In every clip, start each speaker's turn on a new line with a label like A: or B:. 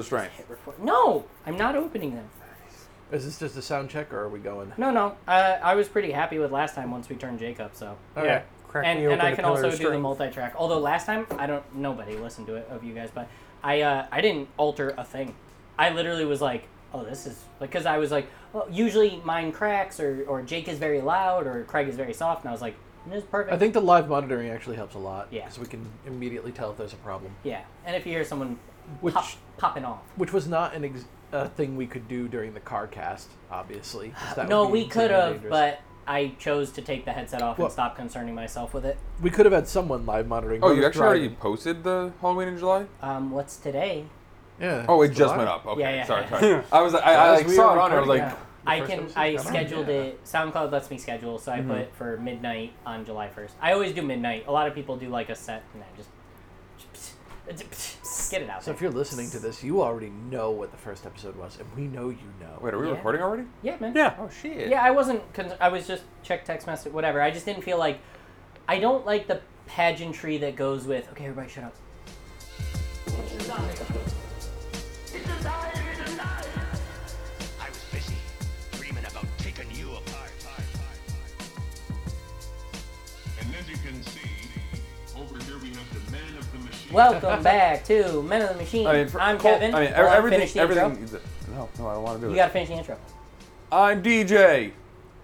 A: Restraint.
B: No, I'm not opening them.
C: Is this just a sound check, or are we going?
B: No, no. Uh, I was pretty happy with last time once we turned Jake up, so.
C: All
D: yeah,
C: right.
D: crack
B: And,
D: me
B: and
D: open
B: I
D: the
B: can
D: pillar
B: also
D: of
B: do the
D: strength.
B: multi-track. Although last time I don't nobody listened to it of you guys, but I uh, I didn't alter a thing. I literally was like, oh, this is because I was like, well, usually mine cracks or or Jake is very loud or Craig is very soft, and I was like, this is perfect.
C: I think the live monitoring actually helps a lot.
B: Yeah.
C: Because we can immediately tell if there's a problem,
B: yeah. And if you hear someone
C: which
B: pop, popping off,
C: which was not an ex- a thing we could do during the car cast, obviously. 'cause that
B: no,
C: would be
B: we could
C: insanely
B: have,
C: dangerous.
B: but I chose to take the headset off
C: Well-
B: and stop concerning myself with it.
C: we could have had someone live monitoring.
A: Oh,
C: who
A: you
C: was
A: actually already
C: driving.
A: posted the Halloween in July?
B: Um, what's today?
C: Yeah.
A: Oh, it just
C: July?
A: went up. Okay,
B: Yeah, yeah.
A: sorry, sorry. I was, I, I
C: Guys,
A: like,
C: we
A: saw
C: are
A: it on. it. I was like,
B: Yeah.
C: recording. The
B: I
C: first
B: can
C: episode
B: I
C: come out?
B: scheduled
C: Yeah. Mm-hmm.
B: it. SoundCloud lets me schedule, so I put it for midnight on July first. I always do midnight. A lot of people do like a set and then just get it out.
C: So
B: there.
C: if you're listening to this, you already know what the first episode was, and we know you know.
A: wait, are we
B: Yeah.
A: recording already?
B: yeah, man.
D: Yeah.
A: Oh shit.
B: Yeah, I wasn't. Con- I was just check text message, whatever. I just didn't feel like. I don't like the pageantry that goes with. Okay, everybody, shut up.
E: I was busy dreaming about taking you apart.
F: And as you can see, over here we have the man of the machine.
B: Welcome back to Men of the Machine.
A: I mean, for,
B: I'm
A: Cole-
B: Kevin.
A: I mean,
B: Will I finish
A: everything,
B: the intro?
A: everything. No, no, I don't want to do
B: You
A: it.
B: gotta finish the intro.
A: I'm DJ.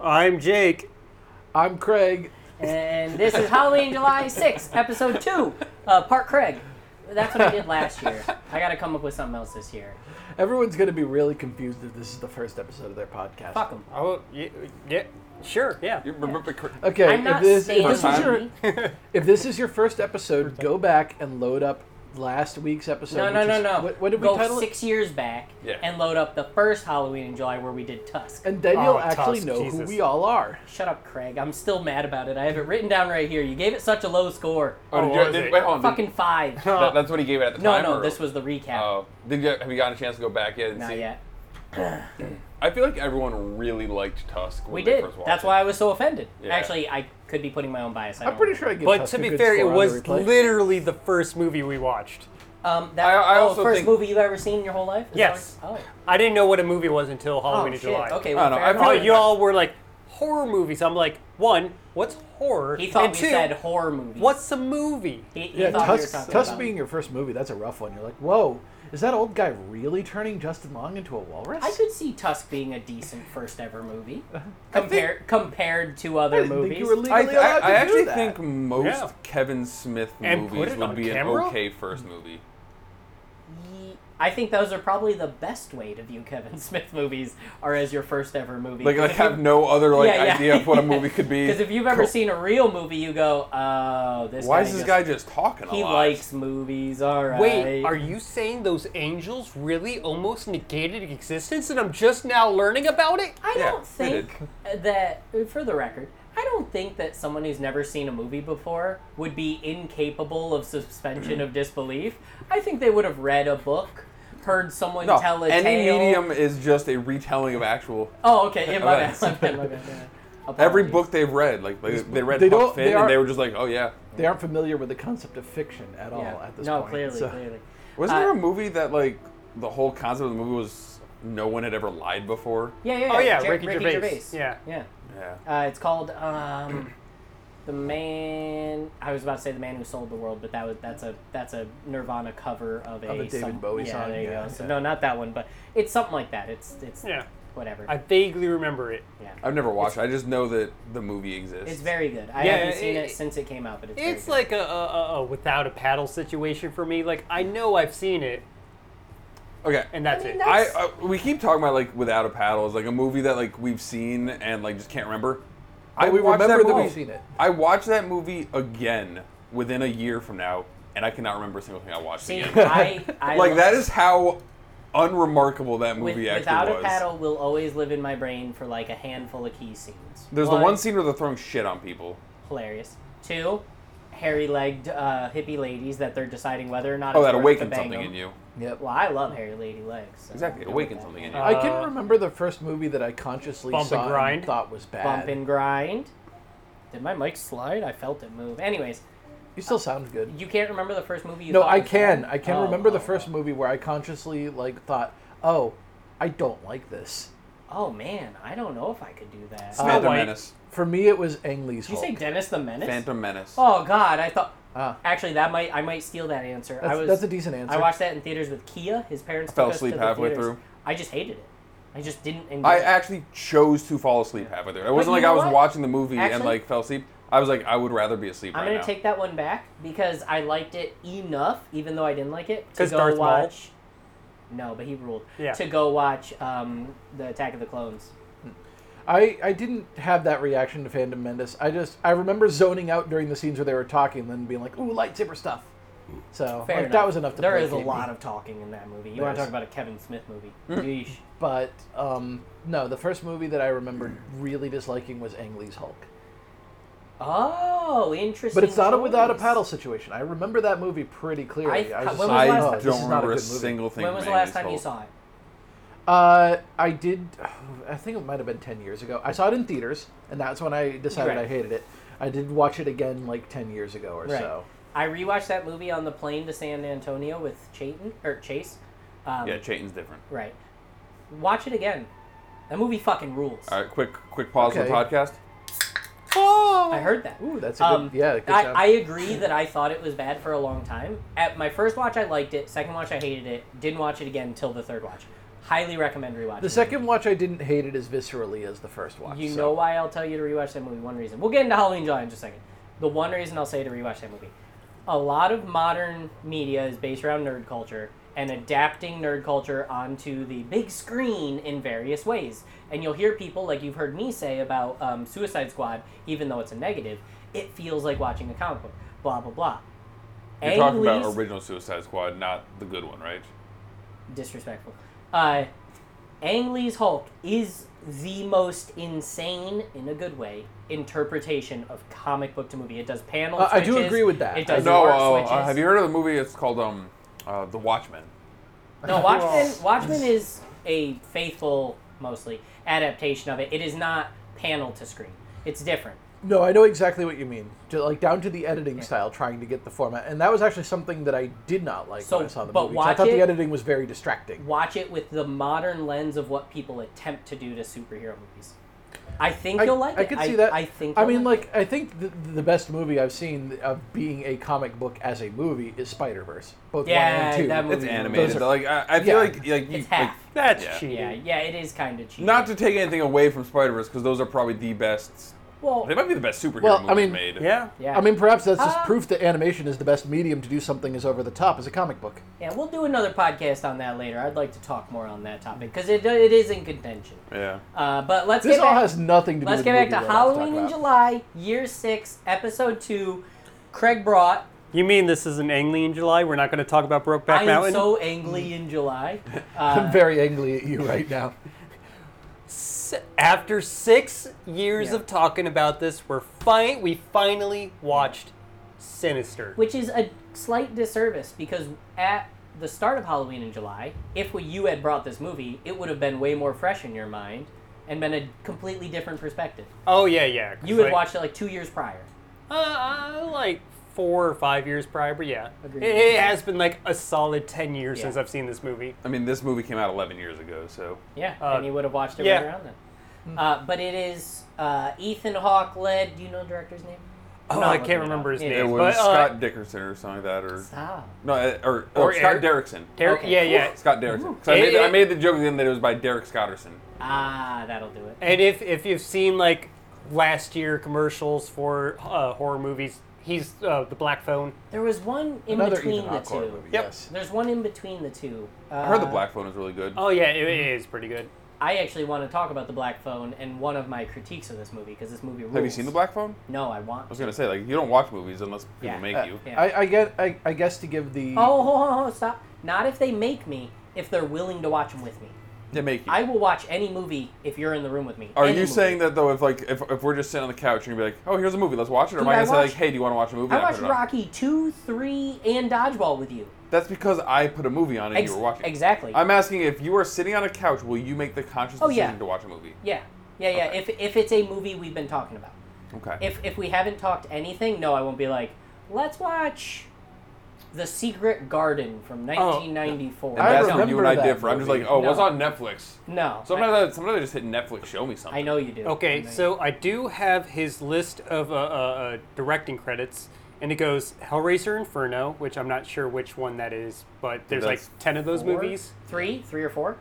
D: I'm Jake.
C: I'm Craig.
B: And this is Halloween July 6th, episode 2, uh, Park Craig. That's what I did last year. I got to come up with something else this year.
C: Everyone's gonna be really confused if this is the first episode of their podcast.
B: Fuck 'em.
D: Oh, yeah, yeah, sure, yeah.
A: You remember Cr-
B: Oh,
C: Okay,
B: I'm not
C: if this, if
B: staying
C: this is your
B: on.
C: if this is your first episode, go back and load up last week's episode.
B: No, no,
C: which
B: no,
C: is-
B: no.
C: What, what did we
B: Go
C: title it?
B: six years back
A: Yeah.
B: and load up the first Halloween in July where we did Tusk.
C: And then you'll
D: Oh,
C: actually
D: Tusk,
C: know who
D: Jesus.
C: we all are.
B: Shut up, Craig. I'm still mad about it. I have it written down right here. You gave it such a low score.
A: Oh, did
D: Oh,
A: you-
D: was
A: did-
D: it?
A: wait, hold on. did-
B: Fucking five.
C: Oh.
A: that- that's what he gave it at the
B: No,
A: time.
B: no,
A: or-
B: this was the recap.
A: Oh, did you have you gotten a chance to go back yet? And
B: Not
A: see?
B: yet.
A: I feel like everyone really liked Tusk. When
B: We
A: they
B: did.
A: First watched
B: That's
A: it.
B: why I was so offended.
A: Yeah.
B: Actually, I could be putting my own bias. I
C: I'm
B: don't
C: pretty
B: know.
C: sure I gave.
D: But
C: Tusk
D: to
C: a
D: be
C: good
D: fair, it
C: score on
D: was
C: the replay.
D: literally the first movie we watched.
B: Um, that,
A: I- I
B: oh,
A: also
B: first
A: think-
B: movie you've ever seen in your whole life? Is
D: Yes.
B: that what- Oh.
D: I didn't know what a movie was until
B: Oh,
D: Halloween in
B: shit.
D: July.
B: Okay,
A: I
B: well,
A: don't know,
B: fair
A: I
B: enough.
D: Oh,
A: feel like-
D: y'all were like horror movies. I'm like, one, what's horror?
B: He thought
D: and
B: we
D: two,
B: said horror movies.
D: what's a movie?
B: He, he
C: Yeah,
B: thought we were
C: Tusk,
B: talking
C: Tusk
B: about-
C: being your first movie, that's a rough one. You're like, whoa, is that old guy really turning Justin Long into a walrus?
B: I could see Tusk being a decent first ever movie compared compared to other
C: I didn't
B: movies.
C: think you were legally
A: I, I,
C: allowed to
A: I
C: do
A: actually
C: that.
A: think most
D: Yeah.
A: Kevin Smith
D: And put
A: movies
D: it
A: would
D: on
A: be
D: camera?
A: an okay first movie.
B: Ye- I think those are probably the best way to view Kevin Smith movies are as your first ever movie.
A: Like, like have no other like
B: Yeah, yeah.
A: idea of what a movie could be.
B: Because if you've ever seen a real movie, you go, "Oh, this
A: Why
B: guy
A: is this
B: just-
A: guy just talking a
B: He
A: lot?
B: likes movies, all right."
D: Wait, are you saying those angels really almost negated existence and I'm just now learning about it?
B: I
A: Yeah,
B: don't
A: they
B: think that, for the record, I don't think that someone who's never seen a movie before would be incapable of suspension of disbelief. I think they would have read a book, heard someone
A: no,
B: tell a
A: any
B: tale.
A: medium is just a retelling of actual
B: Oh, okay. Yeah, my bad.
A: Events.
B: My bad, my bad, yeah.
A: every
B: Apologies.
A: book they've read. Like, like they read
C: They
A: they
C: don't-
A: Huck Finn,
C: they are-
A: and they were just like, oh yeah.
C: they aren't familiar with the concept of fiction at all
B: Yeah.
C: at this
B: no,
C: point.
B: clearly,
C: so-
B: clearly.
A: Wasn't
B: Uh,
A: there a movie that like the whole concept of the movie was no one had ever lied before?
B: Yeah, yeah, yeah.
D: Oh, yeah,
B: Jer-
D: Ricky Gervais. Yeah.
B: Yeah.
A: Yeah.
B: Uh, it's called um, the man. I was about to say the man who sold the world, but that was that's a that's a Nirvana cover of a,
C: Of a David
B: some-
C: Bowie
B: yeah,
C: song,
B: There you
C: yeah,
B: go. So
C: yeah.
B: no, not that one, but it's something like that. It's it's
D: Yeah.
B: whatever.
D: I vaguely remember it.
B: yeah,
A: I've never watched. it. I just know that the movie exists.
B: it's very good. I
D: Yeah,
B: haven't seen it,
D: it-
B: since it came out, but it's very
D: It's
B: good.
D: like a, a, a, a without a paddle situation for me. Like, I know I've seen it,
A: okay.
D: and that's
B: I mean,
D: it.
B: that-
A: I uh, we keep talking about like without a paddle is like a movie that like we've seen and like just can't remember. I
C: we
A: watched
C: remember
A: that
C: that
A: movie.
C: we've seen it.
A: I watched that movie again within a year from now, and I cannot remember a single thing I watched
B: See,
A: again.
B: I, I
A: like
B: love-
A: that is how unremarkable that
B: with,
A: movie
B: without
A: actually was.
B: a paddle will always live in my brain for like a handful of key scenes.
A: There's the one scene where they're throwing shit on people.
B: hilarious. Two, hairy-legged uh, hippie ladies that they're deciding whether or not.
A: Oh,
B: it's
A: that
B: worth to
A: awakens
B: bang
A: something
B: them.
A: in you.
C: Yep.
B: Well, I love hairy lady legs. so
A: Exactly,
B: I'm good
A: awaken
B: with that.
A: something in you.
C: I
D: Uh,
C: can remember the first movie that I consciously
D: Bump and
C: saw
D: Grind?
C: thought was bad.
B: Bump and grind. Did my mic slide? I felt it move. Anyways,
C: You still sound good.
B: You can't remember the first movie you
C: No,
B: thought
C: I
B: was
C: can.
B: wrong?
C: I can
B: Oh,
C: remember
B: oh,
C: the first movie where I consciously like thought, "Oh, I don't like this."
B: Oh man, I don't know if I could do that. Oh,
C: Uh,
A: Phantom
C: White.
A: Menace.
C: For me, it was Ang Lee's
B: Did you
C: Hulk.
B: say Dennis the Menace?
A: Phantom Menace.
B: Oh god, I thought
C: Ah.
B: actually that might I might steal that answer. I
C: That's-
B: was
C: that's a decent answer.
B: I watched that in theaters with Kia. His parents
A: Fell
B: took us to
A: asleep
B: the
A: halfway
B: theaters.
A: through.
B: I just hated it. I just didn't enjoy
A: I
B: it.
A: actually chose to fall asleep halfway through. It wasn't like
B: you know
A: I was
B: what?
A: watching the movie and
B: Actually-
A: like fell asleep. I was like, I would rather be asleep
B: I'm
A: right
B: gonna
A: now.
B: take that one back because I liked it enough, even though I didn't like it, to
D: 'Cause
B: go
D: Darth Maul?
B: watch. No, but he ruled.
D: Yeah.
B: To go watch um, the Attack of the Clones.
C: I, I didn't have that reaction to Phantom Menace. I just I remember zoning out during the scenes where they were talking, and then being like, "Ooh, lightsaber stuff." So
B: Fair
C: like,
B: enough.
C: that was enough to.
B: There is a
C: placate me.
B: lot of talking in that movie. You want
C: There's-
B: to talk about a Kevin Smith movie? Yeesh.
C: But um, no, the first movie that I remember really disliking was Ang Lee's Hulk.
B: Oh, interesting.
C: But it's not a without a
B: choice.
C: paddle situation. I remember that movie pretty clearly.
B: I-
C: I, was
B: when was
C: just
B: the
C: like,
B: last
C: "Oh,
A: I
B: time-
C: this
A: don't
C: is not a
A: remember a,
C: good movie."
A: single thing.
B: When was the
A: from Andy's
B: last time you
A: Hulk.
B: saw it?
C: Uh, I did. I think it might have been ten years ago. I saw it in theaters, and that's when I decided
B: Right.
C: I hated it. I did watch it again like ten years ago or
B: Right.
C: so.
B: I rewatched that movie on the plane to San Antonio with Chayton or Chase. Um,
A: Yeah, Chayton's different.
B: Right. Watch it again. That movie fucking rules.
A: All right, quick, quick pause in the
C: Okay.
A: podcast.
B: I heard that.
C: Ooh, that's a good. yeah, good
B: Um, I,
C: sound.
B: I agree that I thought it was bad for a long time. At my first watch, I liked it. Second watch, I hated it. Didn't watch it again until the third watch. Highly recommend rewatching.
C: The second watch, I didn't hate it as viscerally as the first watch.
B: You
C: so.
B: know why I'll tell you to rewatch that movie. One reason. We'll get into Halloween July in just a second. The one reason I'll say to rewatch that movie. A lot of modern media is based around nerd culture and adapting nerd culture onto the big screen in various ways. And you'll hear people, like you've heard me say about um, Suicide Squad, even though it's a negative, it feels like watching a comic book. Blah, blah, blah.
A: You're
B: Ang
A: talking about
B: Lee's-
A: original Suicide Squad, not the good one, right?
B: disrespectful. Uh, Ang Lee's Hulk is the most insane, in a good way, interpretation of comic book to movie. It does panel
C: Uh, I do
B: switches.
C: agree with that.
B: It does
A: No,
B: warp
A: uh,
B: switches.
A: uh, have you heard of the movie? It's called um, uh, The Watchmen.
B: No, Watchmen. Watchmen is a faithful, mostly adaptation of it. It is not panel to screen. It's different.
C: No, I know exactly what you mean. To, like down to the editing style, trying to get the format, and that was actually something that I did not like
B: So,
C: when I saw the
B: but
C: movie. 'cause I
B: watch
C: thought
B: it-
C: the editing was very distracting.
B: Watch it with the modern lens of what people attempt to do to superhero movies. I think
C: I,
B: you'll like
C: I
B: it.
C: could see that.
B: I think.
C: I
B: you'll
C: mean,
B: like, it.
C: like, I think the, the best movie I've seen of being a comic book as a movie is Spider Verse, both one
B: yeah,
C: and two.
B: that movie.
A: It's animated.
C: are-
A: though. like I, I feel
C: yeah.
A: like like you
B: It's half.
A: like
D: That's
A: Yeah.
D: cheating.
B: Yeah, yeah, it is kind of cheap.
A: not to take anything away from Spider Verse because those are probably the best.
B: well,
A: They might be the best superhero
C: Well, I
A: movies
C: mean-
A: made.
D: Yeah.
B: yeah.
C: I mean, perhaps that's just
B: Uh,
C: proof that animation is the best medium to do something as over the top as a comic book.
B: yeah, we'll do another podcast on that later. I'd like to talk more on that topic because it, it is in contention.
A: yeah.
B: Uh, but let's
C: This
B: get
C: all
B: back,
C: has nothing to do
B: let's
C: with
B: get back
C: the movie
B: to
C: we're about
B: Halloween
C: talk
B: in
C: about.
B: July, year six, episode two. Craig brought.
D: You mean this is an Ang Lee in July? We're not going to talk about Brokeback
B: I am
D: Mountain?
B: so angry in July.
C: I'm very angry at you right now.
D: S- After six years
B: Yeah.
D: of talking about this, we're fine. We finally watched Sinister.
B: which is a slight disservice because at the start of Halloween in July, if we, you had brought this movie, it would have been way more fresh in your mind and been a completely different perspective.
D: oh yeah, yeah. 'cause,
B: You had
D: like,
B: watched it like two years prior.
D: uh, uh, like four or five years prior, but yeah, it,
B: Agreed.
D: it has been like a solid ten years
B: Yeah.
D: since I've seen this movie.
A: I mean, this movie came out 11 years ago, so
B: Yeah,
D: Uh,
B: and you would have watched it
D: yeah.
B: right around then.
A: Hmm.
B: Uh, but it is uh, Ethan Hawke led. Do you know the director's name?
D: Oh,
B: not
D: I
B: looking it
D: can't remember
B: up.
D: his
B: It
A: it
D: name.
A: was
D: but, uh,
A: Scott Dickerson or something like that, or
D: Ah.
B: Stop.
A: no, uh, or,
D: Or
A: or Scott
D: Eric-
A: Derrickson.
D: Derek-
B: Okay.
D: Yeah, yeah.
A: Scott Derrickson. So I
D: It-
A: made, the, I
D: it-
A: made the joke then that it was by Derek Scotterson.
B: Ah, that'll do it.
D: And if if you've seen like last year commercials for uh, horror movies, he's uh, the Black Phone.
B: There was one in
C: Another
B: between
C: Ethan
B: the
C: Hawke horror
B: two.
C: movie.
D: Yep.
C: Yes.
B: There's one in between the two. Uh,
A: I heard the Black Phone was really good.
D: Oh yeah, it, it
B: Mm-hmm.
D: is pretty good.
B: I actually want to talk about the Black Phone and one of my critiques of this movie because this movie rules.
A: Have you seen the Black Phone?
B: No, I
A: I
B: want.
A: was gonna say like you don't watch movies unless people
B: Yeah.
A: make
C: Uh,
A: you.
B: Yeah.
C: I, I get. I, I guess to give the.
B: Oh, ho, ho, ho, stop! Not if they make me. If they're willing to watch them with me,
A: They make you.
B: I will watch any movie if you're in the room with me.
A: Are
B: Any
A: you
B: movie.
A: saying that though? If like if, if we're just sitting on the couch and you're like, oh, here's a movie, let's watch it, or am I
B: Dude, I
A: gonna say like,
B: watched-
A: hey, do you want to watch a movie?
B: I
A: And put
B: watched
A: it on?
B: Rocky two, three, and Dodgeball with you.
A: That's because I put a movie on and
B: Ex-
A: you were watching. it.
B: exactly.
A: I'm asking if you are sitting on a couch, will you make the conscious
B: Oh, yeah.
A: decision to watch a movie?
B: Yeah, yeah, yeah. If if it's a movie we've been talking about,
A: Okay.
B: if if we haven't talked anything, no, I won't be like, let's watch The Secret Garden from 1994.
A: Oh, And that's when
C: I
A: you and
C: remember
A: I
C: that
A: differ. I'm just
C: movie.
A: like, oh, what's
B: No.
A: on Netflix?
B: no.
A: Sometimes I, sometimes I just hit Netflix, show me
B: I, I
A: something.
B: know you do. I
D: Okay,
B: know you
D: so I do have his list of uh, uh, uh, directing credits, and it goes Hellraiser Inferno, which I'm not sure which one that is, but there's
A: That's
D: like 10 of those
B: do. Four?
D: movies.
B: Three? Three or four?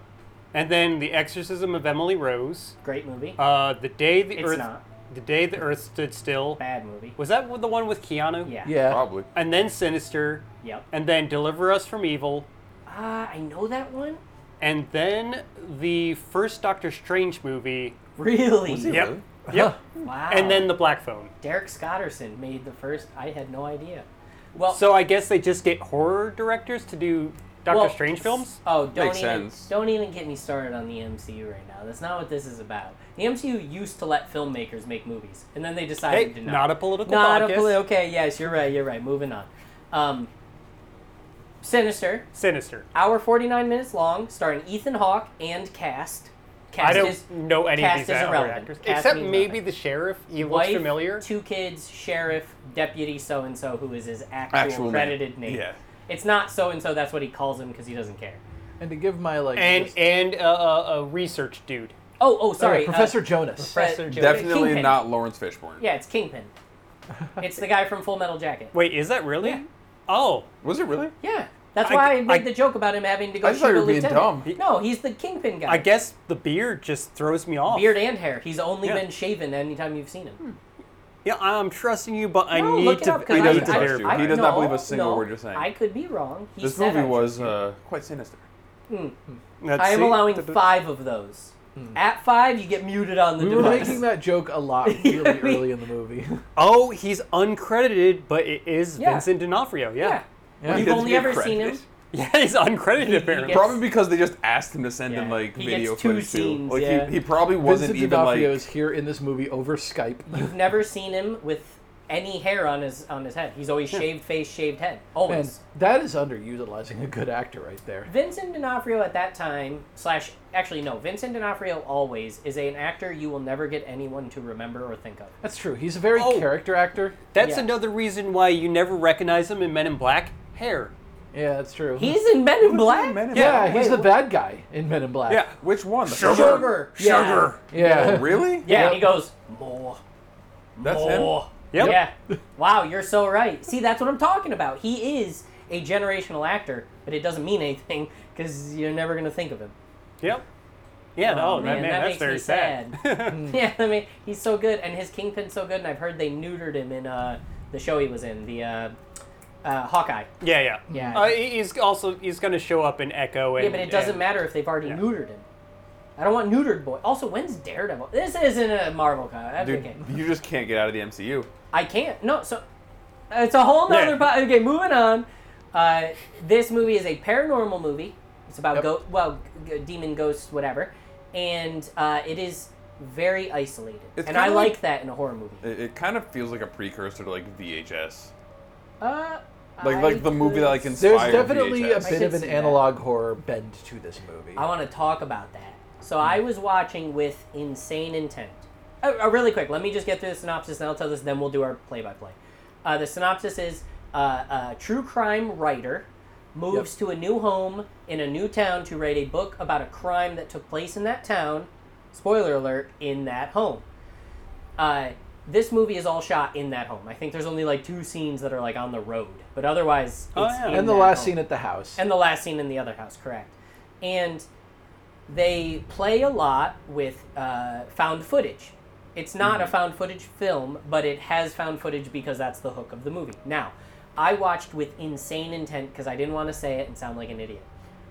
D: And then The Exorcism of Emily Rose,
B: Great movie.
D: uh, The Day the
B: It's
D: Earth
B: not.
D: The Day the Earth Stood Still.
B: Bad movie.
D: Was that the one with Keanu?
B: Yeah.
C: Yeah.
A: Probably.
D: And then Sinister,
B: Yep.
D: and then Deliver Us from Evil,
B: Ah, I know that one.
D: and then the first Doctor Strange movie.
B: Really?
D: Yep.
A: really?
D: Yep.
B: Wow.
D: And then the Black Phone.
B: Derek Scotterson made the first. I had no idea. Well,
D: So I guess they just get horror directors to do Doctor
B: well,
D: Strange films.
B: Oh, don't
A: Makes
B: even
A: sense.
B: don't even get me started on the MCU right now. That's not what this is about. The MCU used to let filmmakers make movies, and then they
D: Hey,
B: decided to not.
D: not a political
B: Not a
D: podcast.
B: poli- okay. Yes, you're right. You're right. Moving on. Um, Sinister,
D: Sinister.
B: hour forty nine minutes long, starring Ethan Hawke and cast. Cast
D: I don't
B: is
D: know any of
B: cast
D: these
B: is
D: horror
B: irrelevant.
D: actors,
B: Cast
D: except
B: means
D: maybe
B: nothing.
D: the sheriff. He looks
B: wife,
D: familiar.
B: two kids, sheriff, deputy so and so, who is his actual,
A: Actual name.
B: credited name.
A: Yeah.
B: It's not so and so. That's what he calls him because he doesn't care.
C: And to give my like
D: and
C: just-
D: and uh, uh, a research dude.
B: Oh, oh,
C: All right,
B: sorry, uh,
C: Professor Jonas.
B: uh,
D: Professor Jonas.
A: Definitely
B: Kingpin.
A: not Lawrence Fishburne.
B: Yeah, it's Kingpin. It's the guy from Full Metal Jacket.
D: Wait, is that really? Oh,
A: Was it really?
B: Yeah, that's
D: I-
B: why I, made
D: I-
B: the joke about him having to go
A: I
B: shoot
A: thought you
B: a
A: were being
B: lieutenant.
A: dumb.
B: No, he's the Kingpin guy.
D: I guess the beard just throws me off.
B: beard and hair. He's only
D: Yeah.
B: been shaven anytime you've seen him.
A: Hmm.
D: Yeah, I'm trusting you, but I
B: No,
D: need
B: look it
D: to.
B: up, 'cause
D: I
A: He
D: need
A: doesn't
D: to
A: trust
D: verify.
A: you. He does not
B: no,
A: believe a single
B: no,
A: word you're saying.
B: I could be wrong. He
A: this
B: said
A: movie
B: I-
A: was uh, quite sinister.
D: Let's
B: I am
D: see.
B: allowing
D: Th- th-
B: five of those.
A: Hmm.
B: At five, you get muted on the
C: we were
B: device.
C: making that joke a lot
B: You know
C: really
B: what I mean?
C: early in the movie.
D: Oh, he's uncredited, but it is
B: Yeah.
D: Vincent D'Onofrio.
B: Yeah.
D: Yeah,
C: Yeah.
B: You've
A: He doesn't
B: only
A: get
B: ever seen him.
A: credited.
D: yeah, he's uncredited
B: he
D: apparently.
B: gets-
A: Probably because they just asked him to send
B: Yeah.
A: in like
B: He
A: video
B: gets two
A: footage
B: scenes,
A: too. Like
B: yeah.
A: he, he probably wasn't
C: Vincent
A: even
C: D'Onofrio
A: like
C: is here in this movie over Skype.
B: You've never seen him with any hair on his on his head. He's always shaved face, shaved head.
C: And
B: Always.
C: that is underutilizing a good actor right there.
B: Vincent D'Onofrio at that time slash actually no Vincent D'Onofrio always is an actor you will never get anyone to remember or think of.
C: That's true. He's a very
D: Oh.
C: character actor.
D: That's
B: Yeah.
D: another reason why you never recognize him in Men in Black. Hair.
C: Yeah, that's true.
B: He's in Men in Black.
A: Men in
C: yeah,
A: Black?
C: he's
B: Oh, Wait, what-
C: the bad guy in Men in Black.
D: Yeah.
A: Which one? The first one?
B: Sugar. Yeah.
C: Yeah.
A: Oh, really?
B: Yeah, Oh.
C: Yep.
B: he goes more.
A: That's him?
B: more.
D: Yep.
B: Yeah. Wow, you're so right. See, that's what I'm talking about. He is a generational actor, but it doesn't mean anything because you're never gonna think of him.
D: Yep. Yeah.
B: Oh,
D: no,
B: man,
D: man, man,
B: that
D: that's
B: makes
D: very
B: me
D: sad.
B: yeah, I mean, he's so good, and his kingpin's so good, and I've heard they neutered him in uh, the show he was in, the uh, uh, Hawkeye.
D: yeah, yeah.
B: Yeah.
D: Uh, he- he's also he's gonna show up in Echo. And,
B: yeah, but it doesn't
D: and-
B: matter if they've already
D: yeah.
B: neutered him. I don't want neutered boy. Also, when's Daredevil? This isn't a Marvel comic. That's
A: Dude,
B: okay.
A: you just can't get out of the MCU.
B: I can't. No, so it's a whole nother.
D: Yeah.
B: po- okay, moving on. Uh, this movie is a paranormal movie. It's about
C: Yep.
B: go well, g- demon ghosts, whatever, and uh, it is very isolated.
A: It's
B: and I
A: kinda
B: like,
A: like-
B: that in a horror movie.
A: It, it kind of feels like a precursor to like VHS,
B: Uh,
A: like
B: I
A: like the movie that like
B: could-
A: inspired
C: There's definitely
A: VHS.
C: a
B: I
C: bit
B: could
C: of an
B: see that.
C: analog horror bend to this movie.
B: I want to talk about that. So I was watching with insane intent. Uh, uh, really quick, let me just get through the synopsis, and I'll tell this. Then we'll do our play-by-play. Uh, the synopsis is: uh, a true crime writer moves to a new home in a new town to write a book about a crime that took place in that town. Spoiler alert: in that home. Uh, this movie is all shot in that home. I think there's only like two scenes that are like on the road, but otherwise, it's
D: Oh, yeah.
B: in
D: And
C: and the
B: that
C: last
B: home.
C: scene at the house.
B: And the last scene in the other house, correct. And they play a lot with uh, found footage. It's not a found footage film, but it has found footage because that's the hook of the movie. Now, I watched with insane intent because I didn't want to say it and sound like an idiot.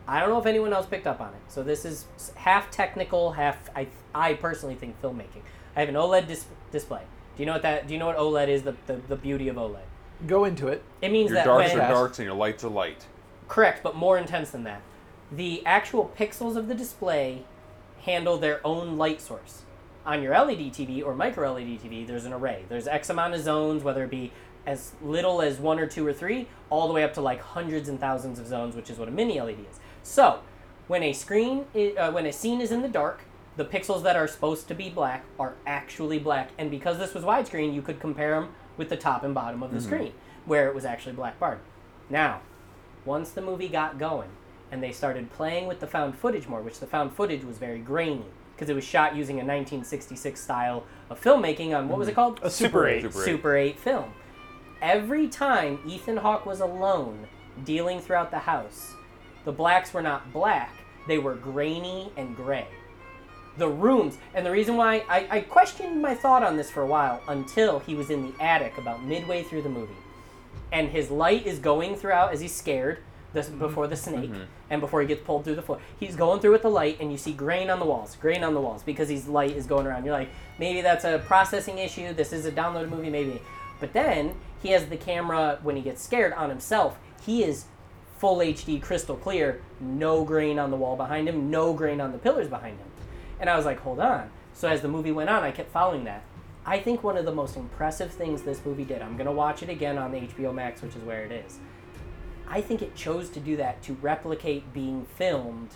B: I don't know if anyone else picked up on it. So this is s- half technical, half I, I personally think filmmaking. I have an OLED dis- display. Do you know what that? Do you know what OLED is? The, the, the beauty of OLED.
C: Go into it.
B: It means
A: Your
B: that
A: darks
B: when
A: are darks and your lights are light.
B: Correct, but more intense than that. The actual pixels of the display handle their own light source. On your E LED TV or micro E LED TV, there's an array. There's X amount of zones, whether it be as little as one or two or three, all the way up to like hundreds and thousands of zones, which is what a mini LED is. So, when a screen, i uh, when a scene is in the dark, the pixels that are supposed to be black are actually black, and because this was widescreen, you could compare them with the top and bottom of the screen. where it was actually Black Bard. Now, once the movie got going and they started playing with the found footage more, which the found footage was very grainy because it was shot using a 1966 style of filmmaking on what was it called?
C: Mm-hmm. A Super 8.
A: Super
B: Super
A: eight.
B: 8, film. Every time Ethan Hawke was alone dealing throughout the house, the blacks were not black, they were grainy and gray. The rooms, and the reason why I, I questioned my thought on this for a while until he was in the attic about midway through the movie. And his light is going throughout as he's scared this, before the snake and before he gets pulled through the floor. He's going through with the light, and you see grain on the walls, grain on the walls, because his light is going around. You're like, maybe that's a processing issue. This is a downloaded movie, maybe. But then he has the camera when he gets scared on himself. He is full HD, crystal clear, no grain on the wall behind him, no grain on the pillars behind him. And I was like, hold on. So as the movie went on, I kept following that. I think one of the most impressive things this movie did, I'm going to watch it again on the HBO Max, which is where it is. I think it chose to do that to replicate being filmed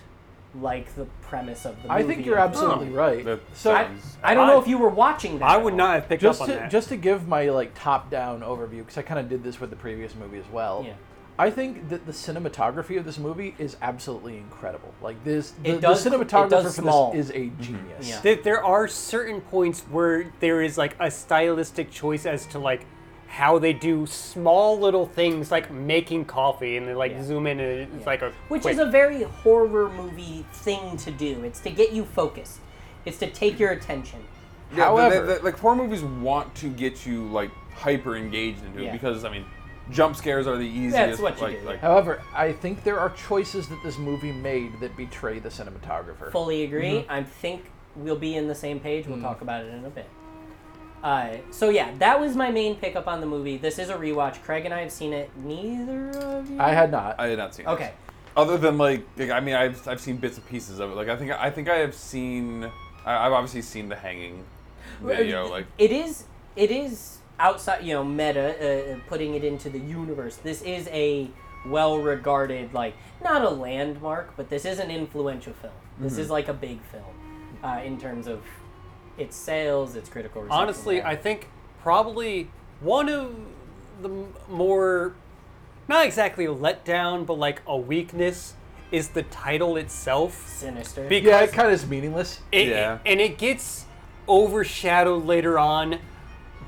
B: like the premise of the movie.
C: I think you're absolutely right.
A: That
C: So
B: I, I don't know if you were watching that.
D: I
B: at
D: would
B: all.
D: not have picked
C: just
D: up on
C: to,
D: that.
C: just to give my like top down overview because I kind of did this with the previous movie as well.
B: Yeah.
C: I think that the cinematography of this movie is absolutely incredible. Like this, the, the
B: does- it does
C: cinematographer for
B: small.
C: this is a genius.
B: Yeah.
D: that there are certain points where there is like a stylistic choice as to like how they do small little things like making coffee and they like
B: Yeah.
D: zoom in and it's like a
B: which
D: quick-
B: is a very horror movie thing to do. It's to get you focused. It's to take your attention.
A: Yeah, the-
C: However-
A: the- the- like horror movies want to get you like hyper engaged into it
B: Yeah.
A: because I mean, jump scares are the easiest.
B: what you
A: like,
B: do,
A: Like,
C: However, I think there are choices that this movie made that betray the cinematographer.
B: Fully agree.
D: Mm-hmm.
B: I think we'll be in the same page.
D: Mm.
B: We'll talk about it in a bit. Uh, so yeah, that was my main pickup on the movie. This is a rewatch. Craig and I have seen it. Neither of you.
C: I had not.
A: I had not seen. this.
B: Okay.
A: Other than like, like, I mean, I've, I've seen bits and pieces of it. Like I think I think I have seen. I, I've obviously seen the hanging video. Like
B: it is it is outside you know meta uh, uh, putting it into the universe this is a well regarded like not a landmark but this is an influential film this
D: Mm-hmm.
B: is like a big film uh, in terms of its sales its critical reception
D: honestly
B: whatever.
D: i think probably one of the m- more not exactly a letdown but like a weakness is the title itself
B: sinister
C: yeah, it kind of is meaningless.
D: It,
A: Yeah.
D: and it gets overshadowed later on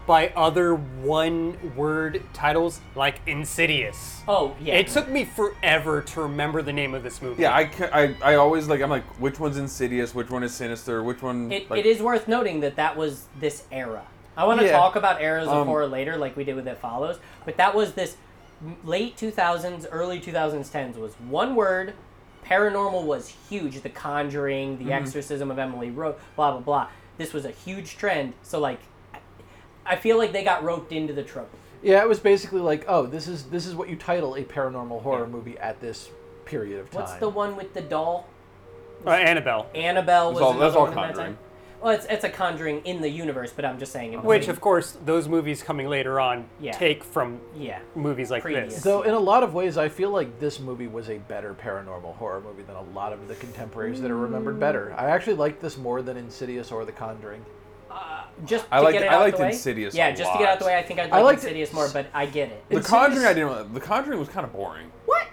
D: by other one word titles like Insidious.
B: oh yeah
D: It took me forever to remember the name of this movie.
A: yeah, I, ca- I I always like I'm like which one's insidious, which one is sinister, which one.
B: It,
A: like,
B: it is worth noting that that was this era. I want to
A: Yeah.
B: talk about eras of
A: Um,
B: horror later, like we did with It Follows, but that was this m- late 2000s, early 2010s was one word. Paranormal was huge. The Conjuring,
A: Mm-hmm.
B: The Exorcism of Emily Rose, blah, blah, blah. This was a huge trend. So, like, I- I feel like they got roped into the trope.
C: Yeah, it was basically like, oh, this is this is what you title a paranormal horror movie at this period of time.
B: What's the one with the doll?
D: Uh, Annabelle.
B: Annabelle was
A: all-
B: another
A: that's all
B: one in that
A: Conjuring.
B: time. Well, it's, it's a Conjuring in the universe, but I'm just saying. It was
D: Which,
B: a-
D: of course, those movies coming later on
B: Yeah.
D: take from
B: yeah.
D: movies like
B: Previous.
D: this.
C: Though in a lot of ways, I feel like this movie was a better paranormal horror movie than a lot of the contemporaries that are remembered better. I actually liked this more than Insidious or The Conjuring.
B: just
A: I
B: to
A: liked-
B: get it
A: I
B: out
A: liked
B: the way.
A: Insidious
B: Yeah,
A: a
B: just to get out
A: lot.
B: the way, I think I'd
C: I
B: like
C: liked it-
B: Insidious more, but I get it.
A: the
C: Insidious-
A: Conjuring I didn't. like. The Conjuring was kind of boring.
B: What?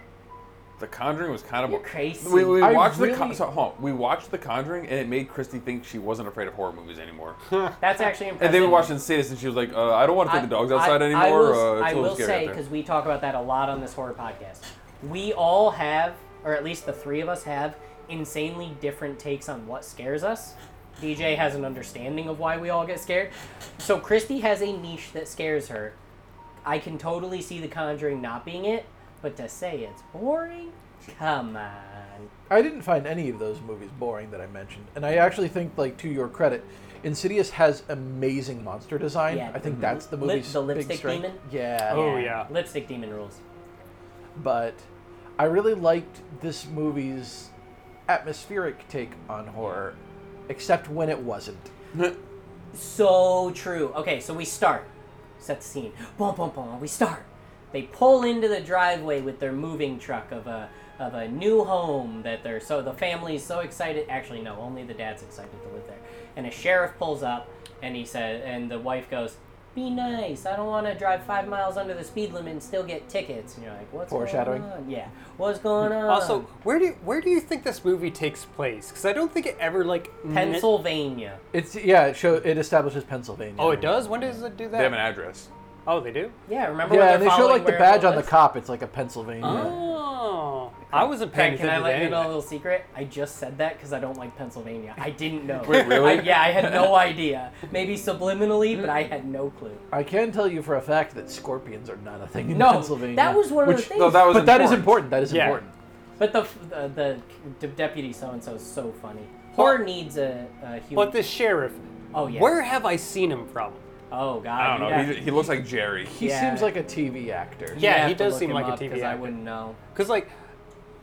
A: The Conjuring was kind of
B: You're
A: bo-
B: crazy.
A: We, we
C: I
A: watched the
C: really-
A: Con- so, hold on. we watched the Conjuring and it made Christy think she wasn't afraid of horror movies anymore.
C: Hmm.
B: That's actually
A: And
B: impressive.
A: then we watched Insidious, and she was like, uh, "I don't want to take the dogs outside
B: I,
A: anymore.
B: I will,
A: uh, it's
B: I
A: a little
B: will
A: scary out
B: say
A: there."
B: because we talk about that a lot on this horror podcast. We all have, or at least the three of us have, insanely different takes on what scares us. DJ has an understanding of why we all get scared. So Christy has a niche that scares her. I can totally see The Conjuring not being it, but to say it's boring, come on.
C: I didn't find any of those movies boring that I mentioned, and I actually think, like to your credit, Insidious has amazing monster design.
B: Yeah. mm-hmm.
C: I think that's the
B: Lip-
C: movie's
B: the
C: big
B: lipstick
C: strength.
B: demon?
C: Yeah.
D: Oh, yeah.
B: Lipstick demon rules.
C: but I really liked this movie's atmospheric take on horror, except when it wasn't.
B: So true. Okay, so we start. Set the scene. Boom, boom, boom. We start. They pull into the driveway with their moving truck of a of a new home that they're so the family's so excited. Actually, no, only the dad's excited to live there. And a sheriff pulls up, and he said, and the wife goes, be nice. I don't want to drive five miles under the speed limit and still get tickets. And you're like, what's
C: Foreshadowing.
B: Going on? Yeah, what's going on?
D: Also, where do where do you think this movie takes place? Because I don't think it ever like men-
B: Pennsylvania.
C: It's yeah. It show it establishes Pennsylvania.
D: Oh, it does. When does it do that?
A: They have an address.
D: oh, they do.
B: Yeah, remember? when
C: Yeah,
B: they're
C: and they show
B: following
C: like the
B: where
C: badge
B: everyone
C: on the
B: lives?
C: cop. It's like a Pennsylvania.
D: Oh, I wasn't paying
B: Craig, can I
D: attention
B: let you
D: to
B: know a
D: any of
B: little secret? I just said that because I don't like Pennsylvania. I didn't know.
A: Wait, really?
B: I- yeah, I had no idea. Maybe subliminally, but I had no clue.
C: I can tell you for a fact that scorpions are not a thing in
B: No,
C: Pennsylvania.
B: that was one of the
C: which-
B: things.
A: No, that was
C: but that is
A: important.
C: important. That is
D: Yeah.
C: important.
B: But the the, the, the deputy so and so is so funny. Horror needs a, a human.
D: But the sheriff,
B: oh yeah.
D: where have I seen him from?
B: Oh god.
A: I don't know.
B: you'd have
A: He,
B: to-
A: he looks like Jerry.
C: He
B: Yeah.
C: seems like a TV actor.
B: you'd
D: Yeah,
B: have
D: he
B: to
D: does
B: look
D: seem
B: him
D: like a
B: up, 'cause
D: TV
B: I
D: actor.
B: wouldn't know.
D: Because like,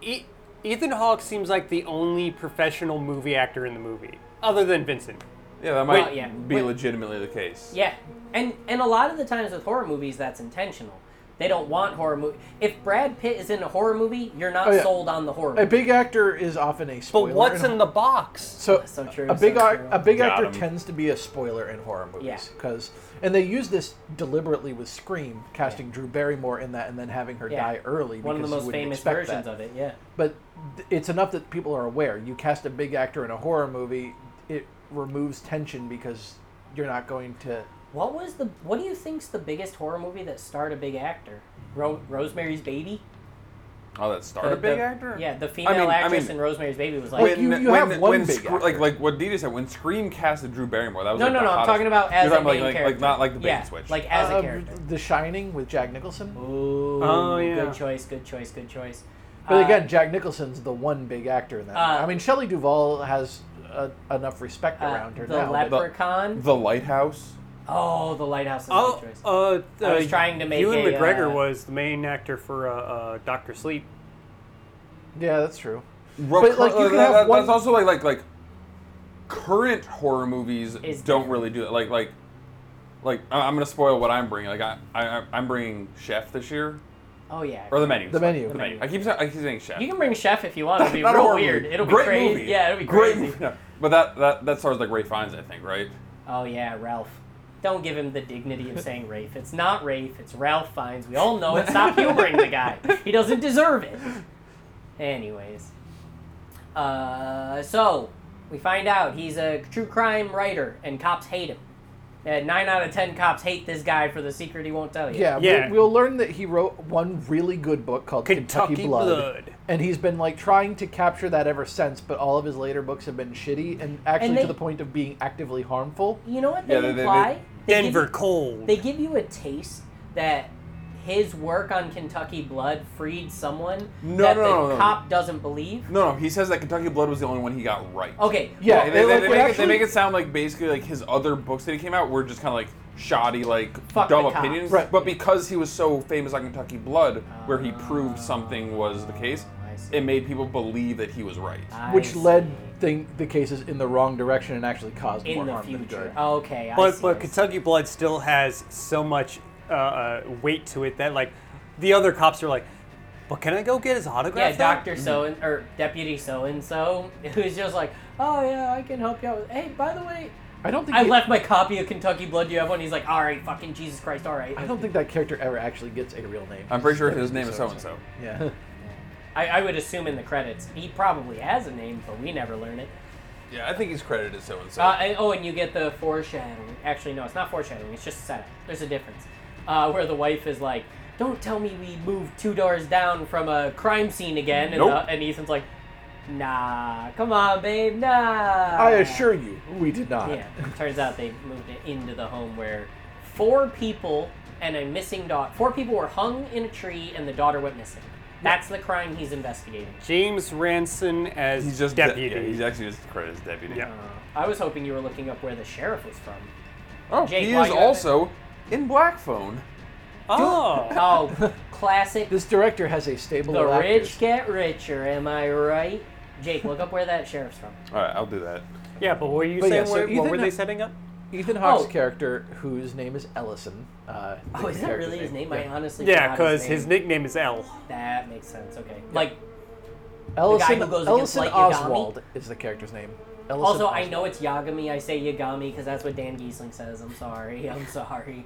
D: e- Ethan Hawke seems like the only professional movie actor in the movie, other than Vincent.
A: Yeah, that might
B: yeah.
A: be
B: Wait.
A: legitimately the case.
B: Yeah, and and a lot of the times with horror movies, that's intentional. They don't want horror movie. If Brad Pitt is in a horror movie, you're not
C: Oh, yeah.
B: sold on the horror. Movie.
C: A big actor is often a
D: But
C: spoiler.
D: what's in the box?
C: So,
B: So true,
C: a big
B: so
C: ar-
B: true.
C: a big
A: Got
C: actor
A: him.
C: tends to be a spoiler in horror
B: Yeah.
C: movies because and they use this deliberately with Scream, casting Drew Barrymore in that and then having her
B: Yeah.
C: die early.
B: One of the
C: because you
B: most
C: wouldn't
B: famous
C: expect
B: versions
C: that.
B: of it. Yeah.
C: But th- it's enough that people are aware. You cast a big actor in a horror movie, it removes tension because you're not going to.
B: What was the? What do you think's the biggest horror movie that starred a big actor? Ro- Rosemary's Baby.
A: Oh, that started
B: The-
A: a big
B: the-
A: actor.
B: Yeah, the female
A: I mean- I
B: actress
A: mean-
B: in Rosemary's Baby was like.
C: Wait, you- you have one big
A: Scre-
C: actor.
A: like like what Didi said when Scream casted Drew Barrymore. That was
B: no,
A: like
B: no,
A: the
B: no. I'm
A: hottest-
B: talking about as
A: You're
B: a
A: talking
B: main
A: like,
B: character,
A: like not like the bait
B: yeah,
A: and switch.
B: like as a
C: Uh,
B: character.
C: The Shining with Jack Nicholson.
B: Ooh,
D: Oh, yeah.
B: good choice, good choice, good choice.
C: But
B: Uh,
C: again, Jack Nicholson's the one big actor in that.
B: uh,
C: I mean, Shelley Duvall has uh, enough respect
B: uh,
C: around her
B: the
C: now. but-
B: Leprechaun.
A: the Lighthouse.
B: oh, the lighthouse is a
D: Oh,
B: good choice.
D: uh,
B: I was
D: uh,
B: trying to make
D: Ewan
B: a,
D: McGregor
B: uh,
D: was the main actor for uh, uh, Doctor Sleep.
C: yeah, that's true.
A: Ro-
C: But, like, you
A: uh,
C: can
A: that-
C: have
A: that- that's
C: one-
A: also like like like current horror movies
B: Is
A: don't
B: different.
A: really do that. Like like like I- I'm gonna spoil what I'm bringing. Like I, I I'm bringing Chef this year
B: oh yeah.
A: or the menu.
C: The
A: sorry.
C: menu.
A: The menu. I keep sa- I keep saying Chef.
B: You can bring Chef if you want. It'll be
A: Not a
B: real
A: horror
B: weird.
A: movie.
B: It'll be
A: Great
B: crazy.
A: Movie.
B: Yeah, it'll be
A: great.
B: crazy.
A: movie. No, But that that that stars like Ray Fiennes, I think, right?
B: Oh yeah, Ralph. Don't give him the dignity of saying Rafe. It's not Rafe. It's Ralph Fiennes. We all know it. Stop humoring the guy. He doesn't deserve it. Anyways, uh, so we find out he's a true crime writer, and cops hate him. Uh, nine out of ten cops hate this guy for the secret he won't tell you.
C: Yeah,
D: Yeah.
C: We, we'll learn that he wrote one really good book called Kentucky,
D: Kentucky
C: Blood.
D: Blood.
C: and he's been like trying to capture that ever since. But all of his later books have been shitty, and actually
B: they-
C: to the point of being actively harmful.
B: You know what they
A: Yeah, they- they-
B: imply? They give
D: Denver
B: you-
D: Cold.
B: they give you a taste that his work on Kentucky Blood freed someone
A: No,
B: that
A: no,
B: the
A: no, no.
B: cop doesn't believe.
A: No, no. He says that Kentucky Blood was the only one he got right.
B: Okay.
C: Yeah,
A: They, they- they
C: like, we
A: make it,
C: actually-
A: they make it sound like basically like his other books that he came out were just kind of like shoddy, like
B: Fuck
A: dumb
B: the cops.
A: opinions.
C: Right.
A: But because he was so famous on Kentucky Blood, where he
B: Oh.
A: proved something was the case,
B: I see.
A: it made people believe that he was right.
B: I
C: which
B: see.
C: led thing, the cases in the wrong direction and actually caused more
B: in the
C: harm than
B: future. Uh, Oh,
C: good.
B: Okay. I
D: But
B: see,
D: but
B: I see.
D: Kentucky Blood still has so much uh, uh, weight to it that like the other cops are like, but can I go get his
B: Yeah,
D: autograph? now?"
B: Doctor
C: Mm-hmm.
B: So and or Deputy So and So, who's just like, oh yeah, I can help you out. Hey, by the way,
C: I don't think
B: I
C: he-
B: left my copy of Kentucky Blood. Do you have one? He's like, all right, fucking Jesus Christ, all right.
C: I don't think that character ever actually gets a real name.
A: I'm pretty sure his name is so and so.
C: Yeah.
B: I, I would assume in the credits he probably has a name, but we never learn it.
A: Yeah, I think he's credited as so and
B: Uh,
A: so.
B: and, oh, and you get the foreshadowing. Actually, no, it's not foreshadowing. It's just setup. There's a difference. Uh, where the wife is like, "Don't tell me we moved two doors down from a crime scene again," and,
A: Nope.
B: the, and Ethan's like, "Nah, come on, babe, nah."
C: I assure you, we did not.
B: Yeah. Turns out they moved it into the home where four people and a missing daughter. Four people were hung in a tree, and the daughter went missing. That's the crime he's investigating.
D: James Ranson as
A: He's just de-
D: deputy.
A: yeah, he's actually just credited as deputy.
D: Yeah.
B: Uh, I was hoping you were looking up where the sheriff was from.
A: Oh,
B: Jake,
A: he
B: why
A: is
B: you have it?
A: also in Black Phone.
D: oh,
B: Oh, classic
C: This director has a stable
B: The
C: of
B: rich
C: actors.
B: get richer, am I right? Jake, look up where that sheriff's from.
A: All right, I'll do that.
D: yeah. But were you
C: But yeah,
D: saying
C: so
D: what, what
C: Ethan-
D: were they setting up?
C: Ethan Hawke's
B: Oh.
C: character, whose name is Ellison. Uh,
B: Oh, is
C: the
B: that
C: character's
B: really his name?
C: Yeah.
B: I honestly
D: Yeah,
B: forgot
D: because his
B: name.
D: nickname is L.
B: That makes sense. Okay, like
C: Ellison,
B: who goes against
C: Ellison
B: Light Yagami?
C: Oswald is the character's name. Ellison
B: Also, I
C: Oswald.
B: know it's Yagami. I say Yagami because that's what Dan Giesling says. I'm sorry. I'm sorry.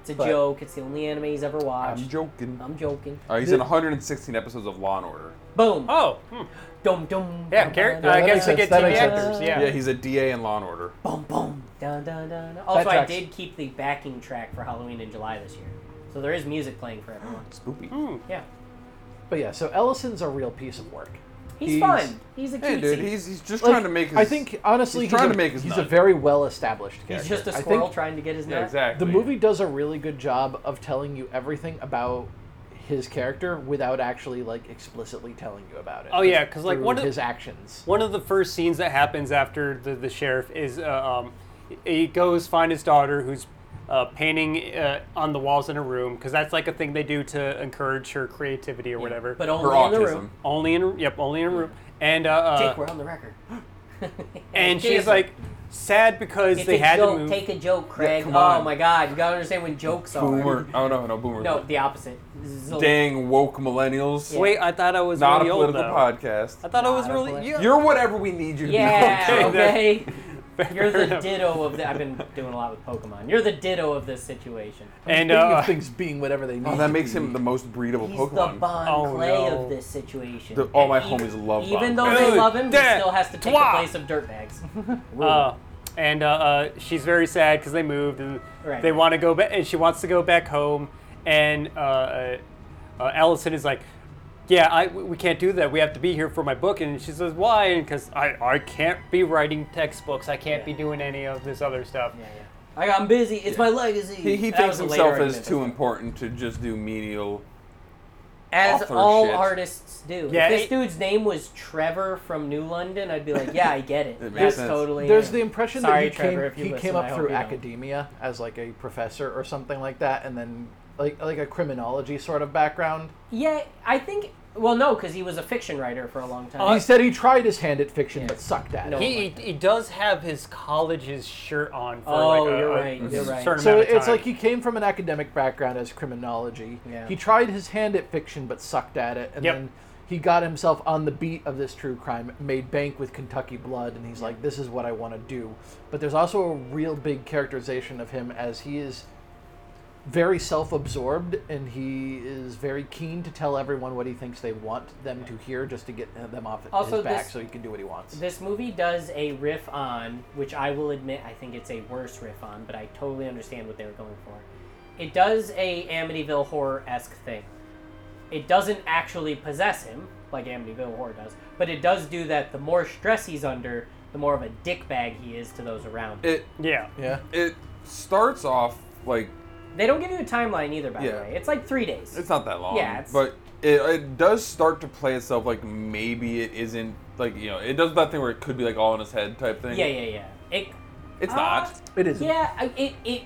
B: It's a
C: But-
B: joke. It's the only anime he's ever
A: I'm
B: watched.
A: joking.
B: I'm joking.
A: Uh, he's in 116 episodes of Law and Order.
B: Boom.
D: Oh, hmm.
B: Dum dum.
D: yeah, uh,
B: dum,
D: character.
B: dum,
D: I
C: that
D: guess
C: makes sense,
D: they get
C: that
D: TV
C: makes sense.
D: actors.
A: Yeah,
D: Yeah.
A: he's a DA in Law and Order.
B: Boom boom. Dun dun dun. Also, I
C: tracks.
B: did keep the backing track for Halloween in July this year, so there is music playing for everyone.
A: Spoopy.
B: Yeah,
C: But yeah, so Ellison's a real piece of work.
B: he's,
C: He's-
B: fun. He's a
A: Hey,
B: cutesy.
A: dude, he's, he's just
C: Like,
A: trying to make his.
C: I think honestly,
A: he's trying
C: a,
A: to make his
C: He's a
A: nut.
C: very well established character.
B: He's just a
C: I think
B: squirrel trying to get his nut.
A: Yeah, exactly.
C: The movie does a really good job of telling you everything about his character without actually like explicitly telling you about it.
D: Oh, yeah, 'cause, like,
C: Through
D: one of-
C: his actions.
D: One of the first scenes that happens after the, the sheriff is uh, um, he goes find his daughter who's uh, painting uh, on the walls in her room because that's like a thing they do to encourage her creativity or whatever.
B: But
A: Her
B: only in the
A: autism.
B: room.
D: only in yep, only in a room. And uh,
B: Jake,
D: uh,
B: we're on the record.
D: and she's
B: Jason.
D: like sad because
B: It's
D: they
B: a
D: had
B: joke.
D: to move.
B: Take a joke, Craig.
A: come
B: oh
A: on.
B: my God, you gotta understand when jokes are.
A: Boomer. Oh, no, no, Boomer.
B: No, the opposite. Zil-
A: Dang woke millennials.
B: Yeah.
D: Wait, I thought I was
A: Not
D: really
A: a
D: old,
A: political
D: though. I
A: podcast.
D: thought I was
B: Not a polit-
D: really you-
A: You're whatever we need you to
B: Yeah.
A: be.
D: Okay,
B: Okay.
D: fair
B: You're the
D: enough.
B: ditto of the. I've been doing a lot with Pokemon. You're the ditto of this situation.
D: and
C: Speaking
D: uh,
C: of things being whatever they need.
A: Oh,
C: to
A: that makes
C: be.
A: him the most breedable
B: He's the
A: Pokemon.
B: Bon
D: Oh,
B: Clay
D: no.
B: of this situation.
A: The- all my
B: And even-
A: homies love Bon
B: Even though
D: Clay.
B: they love him, he
D: Dude,
B: still has to take
D: twat.
B: the place of dirtbags.
D: Uh, and uh, uh, she's very sad because they moved and
B: Right.
D: they want to go back, and she wants to go back home. And uh, uh, uh, Allison is like, "Yeah, I, we we can't do that. We have to be here for my book." And she says, "Why?" Because I, I can't be writing textbooks. I can't be
B: Yeah.
D: doing any of this other stuff.
B: yeah, yeah. I got, I'm busy. It's my legacy.
A: He, he
B: That
A: thinks
B: was a
A: himself
B: later
A: as
B: argument.
A: too important to just do menial.
B: As
A: author
B: all
A: shit.
B: artists do.
D: Yeah,
B: if this
D: it-
B: dude's name was Trevor from New London, I'd be like, yeah, I get it.
A: It makes
B: That's
A: sense.
B: totally.
C: There's the impression
B: Sorry,
C: that he
B: Trevor, if you
C: came, he
B: listen,
C: came
B: I
C: up
B: hope
C: through
B: you don't.
C: academia as like a professor or something like that, and then like like a criminology sort of background.
B: Yeah, I think. Well, no, because he was a fiction writer for a long time.
C: he said he tried his hand at fiction
B: Uh, Yeah.
C: but sucked at
B: No.
C: it.
D: He, he, he does have his college's shirt on for
B: Oh,
D: like a,
B: you're
D: a
B: right, you're right.
D: certain
C: So
D: amount of
C: it's
D: time.
C: like he came from an academic background as criminology.
B: Yeah.
C: He tried his hand at fiction but sucked at it, and
D: Yep.
C: then he got himself on the beat of this true crime, made bank with Kentucky Blood, and he's like, "This is what I want to do." But there's also a real big characterization of him as he is very self-absorbed and he is very keen to tell everyone what he thinks they want them to hear just to get them off
B: Also,
C: his back
B: this-
C: so he can do what he wants
B: This movie does a riff on, which I will admit I think it's a worse riff on, but I totally understand what they were going for. It does a Amityville horror esque thing. It doesn't actually possess him, like Amityville horror does, but it does do that the more stress he's under, the more of a dickbag he is to those around him.
A: It
D: yeah.
C: yeah
A: it starts off like
B: They don't give you a timeline either, by the
A: Yeah.
B: way. It's like three days.
A: it's not that long.
B: Yeah, it's-
A: but it, it does start to play itself like maybe it isn't like you know it does that thing where it could be like all in his head type thing.
B: yeah, yeah, yeah. It,
A: It's
B: Ah.
A: not.
C: it is
B: Yeah, I- it, it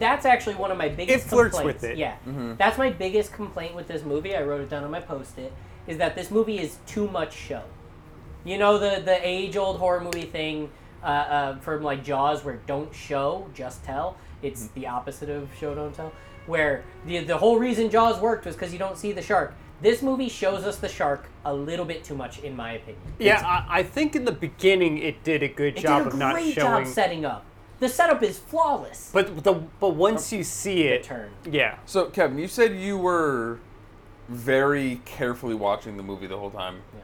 B: that's actually one of my biggest
D: It flirts
B: complaints.
D: with it.
B: Yeah. That's my biggest complaint with this movie. I wrote it down on my post-it is that this movie is too much show. You know the the age-old horror movie thing uh, uh, from like Jaws where don't show, just tell. It's the opposite of show don't tell where the the whole reason Jaws worked was cuz you don't see the shark. This movie shows us the shark a little bit too much in my opinion.
D: Yeah, I, I think in the beginning it did a good
B: It
D: job
B: did a
D: of not
B: great
D: showing.
B: job setting up. The setup is flawless.
D: But the but once you see it,
B: Oh. turn.
D: yeah,
A: So Kevin, you said you were very carefully watching the movie the whole time.
B: Yeah.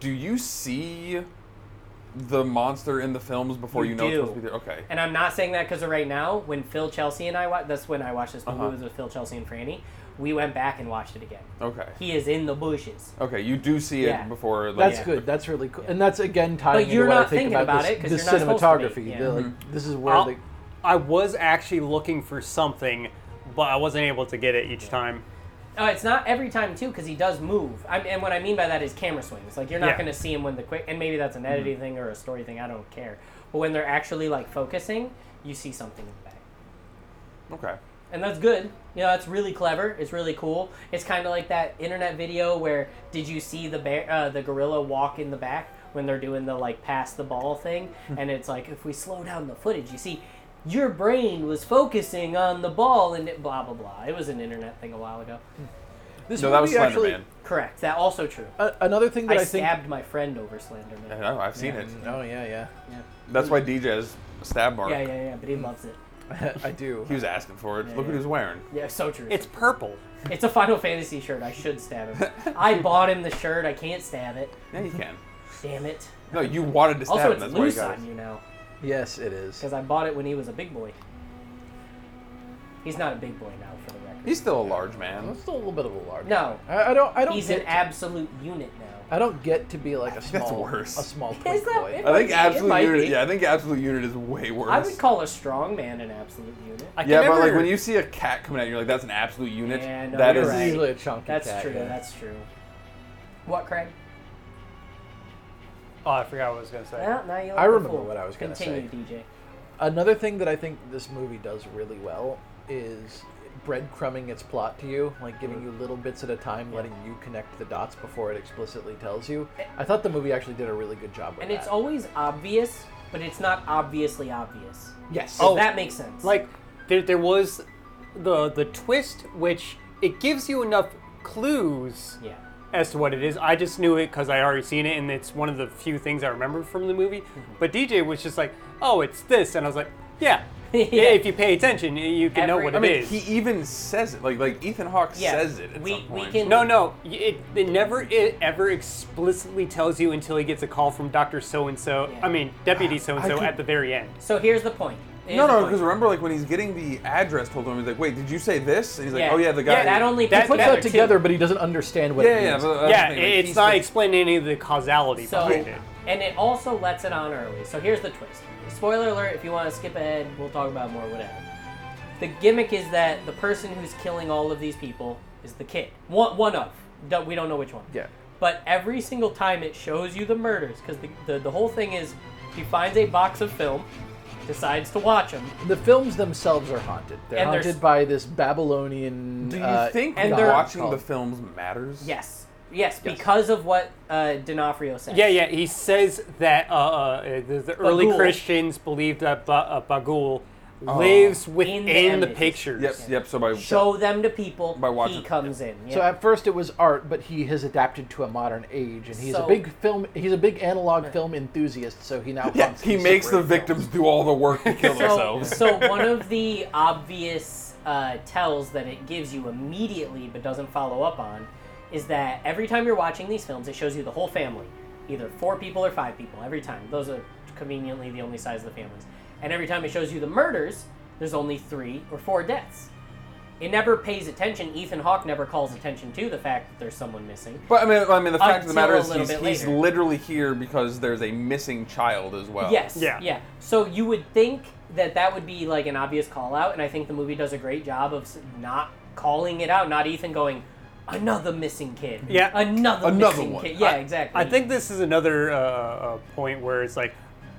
A: Do you see the monster in the films before
B: You
A: you, know
B: do.
A: it's supposed to be there? Okay.
B: And I'm not saying that because right now, when Phil Chelsea and I watched, that's when I watched this movie
A: Uh-huh. Oh.
B: was with Phil Chelsea and Franny. We went back and watched it again.
A: Okay.
B: He is in the bushes.
A: Okay, you do see it
B: Yeah.
A: before. Like,
C: That's
B: Yeah.
C: good. That's really cool. And that's again tying into
B: you're
C: what I
B: not
C: think
B: thinking
C: about,
B: about
C: this,
B: it 'cause
C: the
B: you're not supposed to
C: cinematography.
B: be.
C: The,
B: Yeah.
C: like,
A: Mm-hmm.
C: this is where
D: I'll-
C: the
D: I was actually looking for something, but I wasn't able to get it each time.
B: Uh, it's not every time too, because he does move. I'm, and what I mean by that is camera swings. Like you're not
D: Yeah.
B: going to see him when the quick. And maybe that's an editing thing or a story thing. I don't care. But when they're actually like focusing, you see something in the back.
A: Okay.
B: and that's good. You know, that's really clever. It's really cool. It's kind of like that internet video where did you see the bear, uh, the gorilla walk in the back when they're doing the like pass the ball thing, and it's like if we slow down the footage, you see. Your brain was focusing on the ball and it blah blah blah. It was an internet thing a while ago.
C: This
A: No, that was
C: movie
A: Slender
C: actually,
A: Man.
B: Correct. That also true.
C: a- another thing
B: I,
C: that I, think.
B: stabbed my friend over Slenderman.
A: I know, I've seen it.
C: Oh yeah, yeah.
A: That's why DJ has a stab mark.
B: Yeah, yeah, yeah. But he loves it.
C: I do.
A: He was asking for it. Look what he was wearing.
B: Yeah, so true.
D: It's purple.
B: It's a Final Fantasy shirt. I should stab him. I bought him the shirt. I can't stab it.
A: Yeah, you can.
B: Damn it.
A: No, you wanted to stab
B: Also,
A: him.
B: it's
A: That's why you
B: loose
A: got
B: on
A: it.
B: you now
C: Yes, it is.
B: because I bought it when he was a big boy. He's not a big boy now, for the record.
A: He's still a large man.
C: That's still a little bit of a large.
B: No.
C: I, I don't. I don't.
B: He's
C: get
B: an
C: to-
B: absolute unit now.
C: I don't get to be like a small.
A: that's worse.
C: A small
B: Is
C: twink
B: that-
C: boy.
B: it
A: I think
B: might- it
A: absolute
B: might
A: unit.
B: be.
A: Yeah, I think absolute unit is way worse.
B: I would call a strong man an absolute unit.
D: I can
A: yeah, but like
D: never-
A: when you see a cat coming at you, you're like, that's an absolute unit.
B: Yeah, no,
A: that
B: you're
A: is
C: It's
B: right.
C: usually a chunky
B: That's
C: cat,
B: true.
C: yeah.
B: That's true. What, Craig?
D: Oh, I forgot what I was gonna say.
B: Well, now you look
C: I
B: a
C: remember
B: fool.
C: what I was gonna
B: Continue,
C: say.
B: DJ.
C: Another thing that I think this movie does really well is breadcrumbing its plot to you, like giving you little bits at a time, letting you connect the dots before it explicitly tells you. I thought the movie actually did a really good job with
B: And
C: that.
B: it's always obvious, but it's not obviously obvious.
C: yes.
B: Oh,
D: Oh.
B: that makes sense.
D: like there, there was the the twist which it gives you enough clues
B: yeah,
D: as to what it is i just knew it because i already seen it and it's one of the few things i remember from the movie
A: Mm-hmm.
D: but dj was just like oh it's this and i was like yeah,
B: Yeah.
D: Yeah, if you pay attention y- you can know
B: Every-
D: what
B: I
D: it
A: I mean,
D: is.
A: he even says it. Like like Ethan Hawke
B: Yeah,
A: says it at
B: we-
A: some
B: we
A: point.
B: can-
D: no no y- it, it never it ever explicitly tells you until he gets a call from dr so and so
B: Yeah.
D: i mean deputy so and so
A: could-
D: at the very end
B: So here's the point. Here's
A: No,
B: the
A: no,
B: point.
A: because remember, like when he's getting the address told to him, he's like, "Wait, did you say this?" And he's like,
B: Yeah.
A: "Oh yeah, the guy."
B: Yeah, that only
D: That-
C: Puts
D: that-
C: that together, but he doesn't understand what
A: Yeah,
C: it
A: yeah,
C: means.
A: but
B: Oh,
A: that's the
D: yeah
A: thing,
D: it-
A: like,
D: it's
A: he's
D: not
A: the-
D: explaining any of the causality
B: So,
D: behind it
B: and it also lets it on early. So here's the twist. Spoiler alert, if you want to skip ahead, we'll talk about more, whatever. The gimmick is that the person who's killing all of these people is the kid. One, one of. Don't- We don't know which one.
C: Yeah.
B: But every single time it shows you the murders, because the, the, the whole thing is he finds a box of film, decides to watch them,
C: The films themselves are haunted. They're
B: And there's-
C: haunted by this Babylonian.
A: Do you
C: uh,
A: think
B: and they're-
A: watching the films matters?
B: yes. Yes, because of what uh, D'Onofrio said.
D: Yeah, yeah. He says that uh, uh, the, the early
B: Bagul. Oh.
D: Christians believed that ba- uh, Bagul lives
B: In the
D: within the,
B: images.
D: pictures.
A: Yep. Yep. So by
B: Show them to people,
A: By watching-
B: he comes in. Yeah.
C: So at first it was art, but he has adapted to a modern age, and he's
B: So-
C: a big film. He's a big analog film enthusiast, so he now.
A: yeah,
C: wants
A: he
C: these
A: makes the
C: separate
A: victims do all the work to kill
B: so,
A: themselves.
B: so one of the obvious uh, tells that it gives you immediately but doesn't follow up on is that every time you're watching these films, it shows you the whole family, either four people or five people every time. Those are conveniently the only size of the families. And every time it shows you the murders, there's only three or four deaths. It never pays attention. Ethan Hawke never calls attention to the fact that there's someone missing.
A: But I mean, I mean, the fact of the
B: Until
A: matter
B: a
A: is,
B: little
A: he's,
B: bit
A: he's
B: later.
A: literally here because there's a missing child as well.
B: Yes.
D: Oh, Yeah.
B: Yeah. So you would think that that would be like an obvious call out, and I think the movie does a great job of s- not calling it out. Not Ethan going, another missing kid.
D: Yeah.
B: Another
A: Another
B: missing
A: one.
B: kid. Yeah, exactly.
D: I think this is another uh, uh, point where it's like,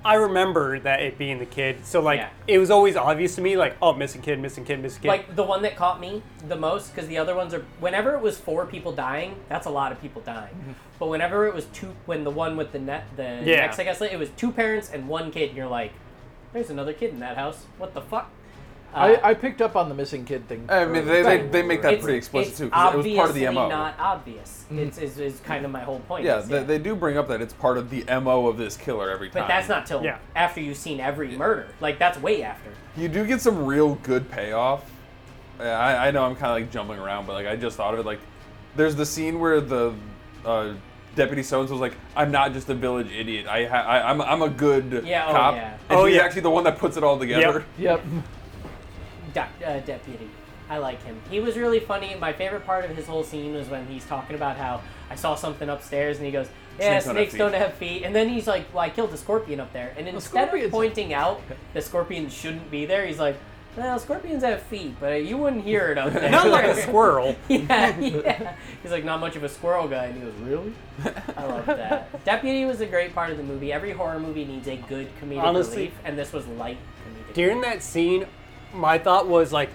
D: I remember that it being the kid. So like,
B: Yeah.
D: it was always obvious to me, like, oh, missing kid, missing kid, missing kid.
B: like the one that caught me the most because the other ones are whenever it was four people dying that's a lot of people dying but whenever it was two when the one with the net the
D: Mm-hmm. Yeah.
B: next i guess it was two parents and one kid and you're like there's another kid in that house what the fuck
C: films. I, I picked up on the missing kid thing.
A: Uh, I mean, they, they,
B: Right.
A: they make that
B: It's-
A: pretty explicit
B: it's
A: too, because it was part of the mo.
B: obviously Not obvious. It's is, is kind of my whole point.
A: yeah,
B: is,
A: they, they do bring up that it's part of the mo of this killer every time.
B: but that's not till
D: Yeah.
B: after you've seen every murder. Like that's way after.
A: You do get some real good payoff. Uh, I, I know I'm kind of like jumping around, but like I just thought of it. Like, there's the scene where the uh, deputy so and so's like, "I'm not just a village idiot. I, ha- I I'm I'm a good
B: Yeah, oh,
A: cop."
B: yeah.
A: And
D: Oh,
A: he's
D: yeah.
A: actually the one that puts it all together.
C: Yep.
B: Doc, uh, deputy. I like him. He was really funny. My favorite part of his whole scene was when he's talking about how I saw something upstairs, and he goes, "Yeah,
A: Snakes don't have
B: snakes
A: feet."
B: don't have feet." And then he's like, "Well, I killed a scorpion up there." And instead of
C: scorpions-
B: pointing out the scorpions shouldn't be there, he's like, "Well, scorpions have feet, but uh, you wouldn't hear it up there."
D: not like a squirrel.
B: yeah, yeah. He's like not much of a squirrel guy, and he goes, "Really?" I love that. Deputy was a great part of the movie. Every horror movie needs a good comedic
D: Honestly-
B: relief, and this was light comedic.
D: During that scene, my thought was like,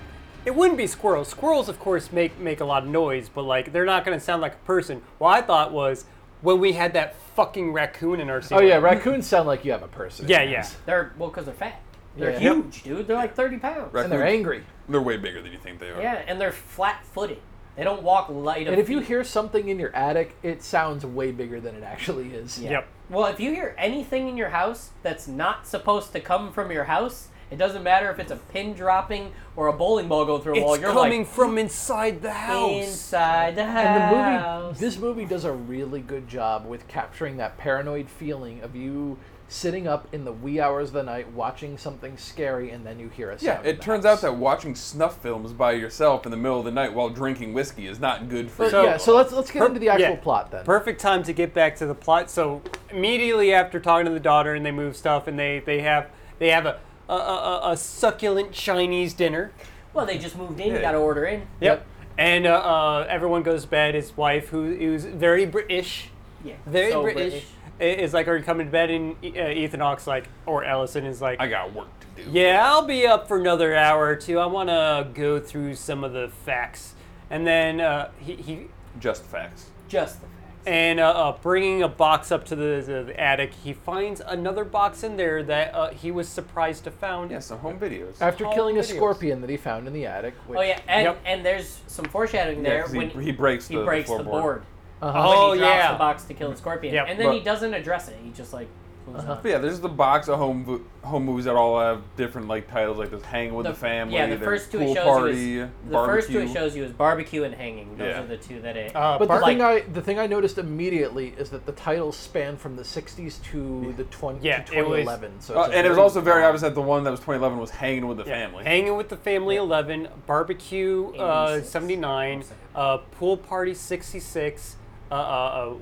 D: it wouldn't be squirrels. Squirrels, of course, make make a lot of noise, but like they're not gonna sound like a person. What I thought was when we had that fucking raccoon in our scene.
C: Oh yeah, raccoons sound like you have a person. in
D: Yeah,
C: your
D: yeah.
C: house.
B: They're well, because they're fat. They're
C: Yeah.
B: huge, dude. They're like thirty pounds.
A: Right.
C: And they're angry.
A: They're way bigger than you think they are.
B: Yeah, and they're flat-footed. They don't walk light. Of
C: And if you
B: feet.
C: hear something in your attic, it sounds way bigger than it actually is.
B: Yeah.
D: Yep.
B: Well, if you hear anything in your house that's not supposed to come from your house, it doesn't matter if it's a pin dropping or a bowling ball going through a wall.
D: It's
B: You're
D: coming
B: like
D: from inside the house.
B: inside the house.
C: And the movie, this movie does a really good job with capturing that paranoid feeling of you sitting up in the wee hours of the night watching something scary, and then you hear a
A: Yeah,
C: sound. in
A: it
C: the
A: turns
C: house.
A: out that watching snuff films by yourself in the middle of the night while drinking whiskey is not good for
C: But,
A: you.
C: yeah, so let's let's get
D: Per-
C: into the actual
D: yeah.
C: plot then.
D: Perfect time to get back to the plot. So immediately after talking to the daughter, and they move stuff, and they they have they have a a, a, a- a succulent Chinese dinner.
B: Well, they just moved in.
A: Yeah.
B: You got to order in.
C: Yep.
D: And uh, uh, everyone goes to bed. His wife, who who's very British,
B: Yeah.
D: very
B: so
D: British, i- is like, "Are you coming to bed?" And uh, Ethan Hawke's like, or Ellison is like,
A: I got work to do.
D: Yeah, I'll be up for another hour or two. I want to go through some of the facts, and then uh, he, he
A: Just facts.
B: Just the facts.
D: and uh, uh, bringing a box up to the, the, the attic, he finds another box in there that uh, he was surprised to found.
A: Yeah, some home videos.
C: After
D: Home
C: killing a
D: videos.
C: scorpion that he found in the attic. Which,
B: Oh yeah, and
D: Yep.
B: and there's some foreshadowing
A: Yeah,
B: there
A: 'cause he-
B: when
A: he breaks
B: he
A: the- the
B: breaks the
A: floorboard.
B: board.
C: Uh-huh.
D: Oh
B: when he drops
D: yeah.
B: the box to kill the scorpion,
D: Yep.
B: and then he
A: But-
B: doesn't address it. He just like moves
D: Uh-huh.
B: on.
A: But yeah, there's the box of home vo- home movies that all have different like titles, like this "Hang with the, Family,"
B: Yeah, the
A: there's
B: first two
A: pool
B: it shows
A: party,
B: you is the
A: barbecue.
B: first two it shows you is barbecue and hanging. Those
A: Yeah.
B: are the two that it.
D: Uh,
C: But the
D: Bart-
C: thing I the thing I noticed immediately is that the titles span from the 60s to the 20,
D: Yeah,
C: to
D: it was-
C: 2011. so
A: Uh,
C: it's a
A: and it was also very obvious that the one that was 2011 was "Hanging with the
D: yeah,
A: Family."
D: hanging with the family 11 barbecue uh,
B: 86.
D: 79 uh, pool party 66 uh, uh, uh,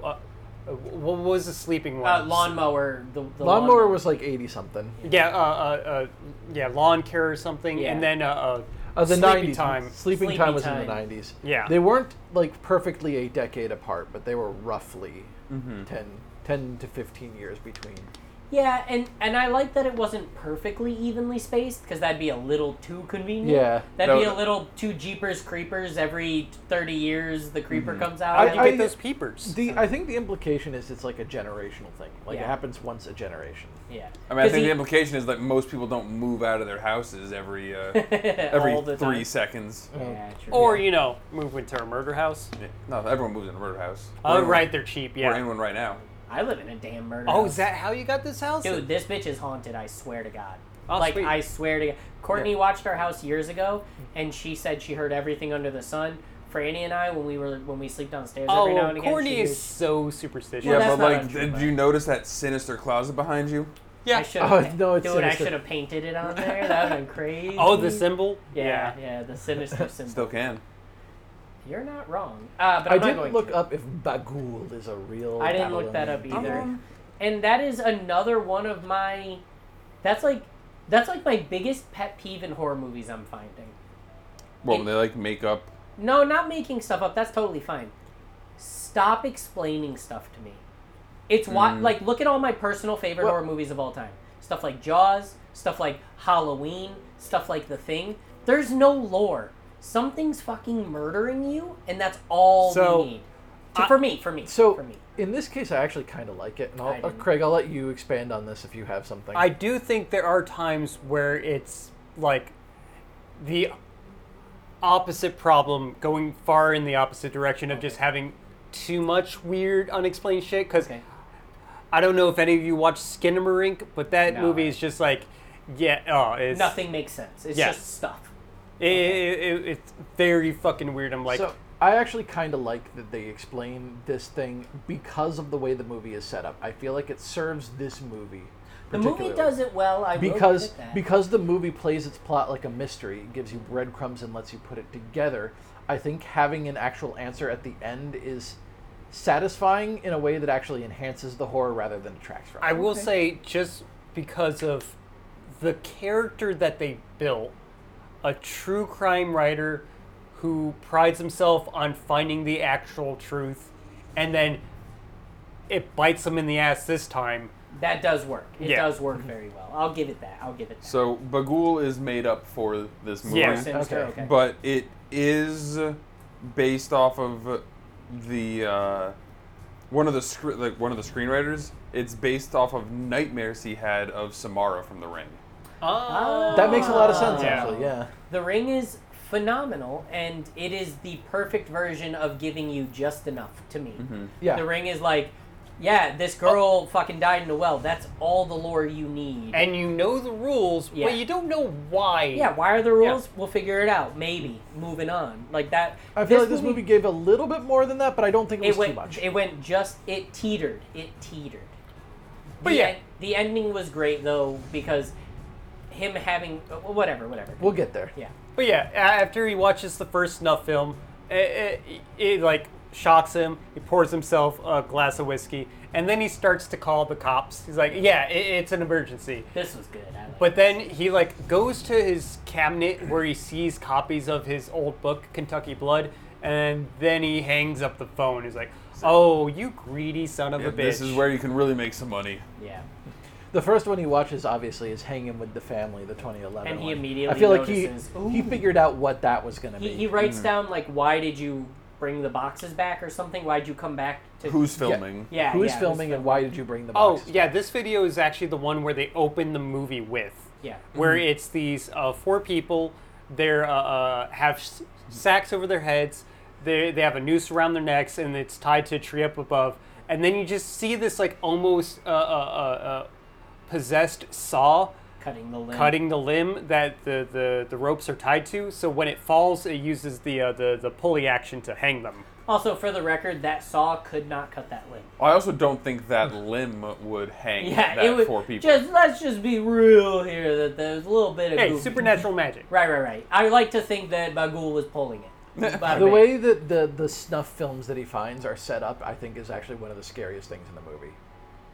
D: uh, uh, what was the sleeping one
B: Uh, lawnmower. The, the
C: Lawnmower was like 80 something.
D: Yeah, uh, uh, uh, yeah, lawn care or something,
B: Yeah.
D: and then uh, uh,
C: Uh, the
D: sleepy
C: 90s.
D: time.
C: Sleeping
B: Sleepy
C: time was in
B: Time.
C: the 90s.
D: Yeah.
C: They weren't like perfectly a decade apart, but they were roughly
B: Mm-hmm.
C: ten, ten 10, to 15 years between.
B: Yeah, and and I like that it wasn't perfectly evenly spaced because that'd be a little too convenient.
C: Yeah.
B: That'd
A: No,
B: be a
A: no.
B: little too Jeepers Creepers. Every thirty years, the creeper comes out.
D: How do you
C: I-
D: get those peepers?
C: The I think the implication is it's like a generational thing. Like
B: Yeah.
C: it happens once a generation.
A: I
B: yeah.
A: mean, I
B: 'Cause
A: think
B: he-
A: the implication is that most people don't move out of their houses every uh, every
B: all the
A: three Mm.
B: time.
A: seconds.
B: Yeah, true.
D: or
B: Yeah.
D: you know, move into a murder house.
A: Yeah. No, everyone moves in a murder house.
D: Oh,
A: We're in
D: right,
A: one-
D: they're cheap.
A: We're in
D: Yeah.
A: one right now.
B: I live in a damn murder.
D: Oh,
B: house.
D: is that how you got this house?
B: Dude, this bitch is haunted. I swear to God.
D: Oh,
B: like
D: sweet. Mm-hmm.
B: I swear to God. Courtney watched our house years ago, and she said she heard everything under the sun. Franny and I, when we were when we sleep downstairs
D: oh,
B: every now and again,
D: Courtney
B: she
D: is
B: hears-
D: so superstitious.
B: Well,
A: yeah,
B: that's
A: but
B: not
A: like,
B: untrue,
A: did
B: but-
A: you notice that sinister closet behind you?
D: yeah.
B: I should.
C: Oh, no, it's
B: dude, I
C: sinister.
B: should have painted it on there. That would have been crazy.
D: Oh, the symbol.
B: Yeah, yeah, the sinister symbol.
A: Still can.
B: You're not wrong. Uh, but
C: I
B: I'm not going
C: didn't look
B: to.
C: up if Bagul is a real.
B: I didn't look that up
C: Babylonian
B: either. Um,
C: demon.
B: And that is another one of my. That's like, that's like my biggest pet peeve in horror movies. I'm finding.
A: Well, they like make up.
B: No, not making stuff up. That's totally fine. Stop explaining stuff to me. It's why, like, look at all my personal favorite
C: Mm. Well-
B: horror movies of all time. Stuff like Jaws, stuff like Halloween, stuff like The Thing. There's no lore. Something's fucking murdering you, and that's all
D: So,
B: we need. To- for me, for me,
C: So
B: for me.
C: in this case, I actually kind of like it. And I'll,
B: I
C: uh,
B: didn't.
C: Craig, I'll let you expand on this if you have something.
D: I do think there are times where it's like the opposite problem going far in the opposite direction of just having too much weird unexplained shit because
B: Okay.
D: I don't know if any of you watch Skinamarink, but that
B: No,
D: movie
B: I-
D: is just like, yeah, oh, it's
B: Nothing makes sense. It's
D: Yes.
B: just stuff.
D: It, it, it- it's very fucking weird. I'm like,
C: so I actually kind of like that they explain this thing because of the way the movie is set up. I feel like it serves this movie.
B: The movie
C: particularly.
B: does it well. I will
C: because
B: admit that.
C: because the movie plays its plot like a mystery, it gives you breadcrumbs and lets you put it together. I think having an actual answer at the end is satisfying in a way that actually enhances the horror rather than detracts from it.
D: I will say just because of the character that they built, a true crime writer who prides himself on finding the actual truth, and then it bites him in the ass this time.
B: that does work. It
D: Yeah.
B: does work very well. I'll give it that. I'll give it that.
A: So Bagul is made up for this movie.
D: Yeah.
B: Sinister,
C: okay.
B: okay.
A: but it is based off of the uh, one of the scr- like one of the screenwriters. It's based off of nightmares he had of Samara from The Ring.
D: Oh.
C: Ah. that makes a lot of sense
B: Ah.
D: Yeah.
C: actually. Yeah.
B: The Ring is phenomenal, and it is the perfect version of giving you just enough to me.
C: Yeah.
B: The ring is like, yeah, this girl fucking died in a well. That's all the lore you need.
D: and you know the rules,
B: Yeah.
D: but you don't know why.
B: yeah, why are the rules? We'll figure it out. Maybe moving on like that.
C: I feel like this movie gave a little bit more than that, but I don't think it was
B: it went.
C: too much.
B: It went just. It teetered. It teetered.
D: But
B: the
D: yeah.
B: en- the ending was great though because him having uh, whatever, whatever.
C: we'll get there.
B: yeah.
D: But yeah, a- after he watches the first snuff film, it, it, it like shocks him. He pours himself a glass of whiskey, and then he starts to call the cops. He's like, "Yeah, i it's an emergency."
B: This was good. I like
D: But then he like goes to his cabinet where he sees copies of his old book, Kentucky Blood, and then he hangs up the phone. He's like, "Oh, you greedy son of
A: Yeah,
D: a bitch!"
A: this is where you can really make some money.
B: it. yeah.
C: The first one he watches, obviously, is Hanging with the Family, the 2011
B: And he
C: one.
B: immediately
C: I feel like he
B: notices,
C: he
B: "Ooh."
C: figured out what that was going to be.
B: He, he writes down like, why did you bring the boxes back or something? Why'd you come back to?
A: Who's filming?
B: Yeah.
C: Who's
B: yeah, who's
C: filming and why did you bring the
D: Oh
C: box?
D: yeah, this video is actually the one where they open the movie with.
B: Yeah.
D: where it's these uh, four people. They're uh, uh, have s- sacks over their heads. They they have a noose around their necks, and it's tied to a tree up above. And then you just see this like almost uh, uh, uh, uh, possessed saw
B: Cutting the limb.
D: cutting the limb that the, the, the ropes are tied to. So when it falls, it uses the uh, the the pulley action to hang them.
B: Also, for the record, that saw could not cut that limb.
A: I also don't think that limb would hang
B: Yeah,
A: that
B: it would.
A: for people.
B: Just let's just be real here that there's a little bit of
D: Hey,
B: goofy-
D: supernatural magic.
B: Right, right, right. I like to think that Bagul was pulling it. By
C: The way that the, the snuff films that he finds are set up, I think, is actually one of the scariest things in the movie.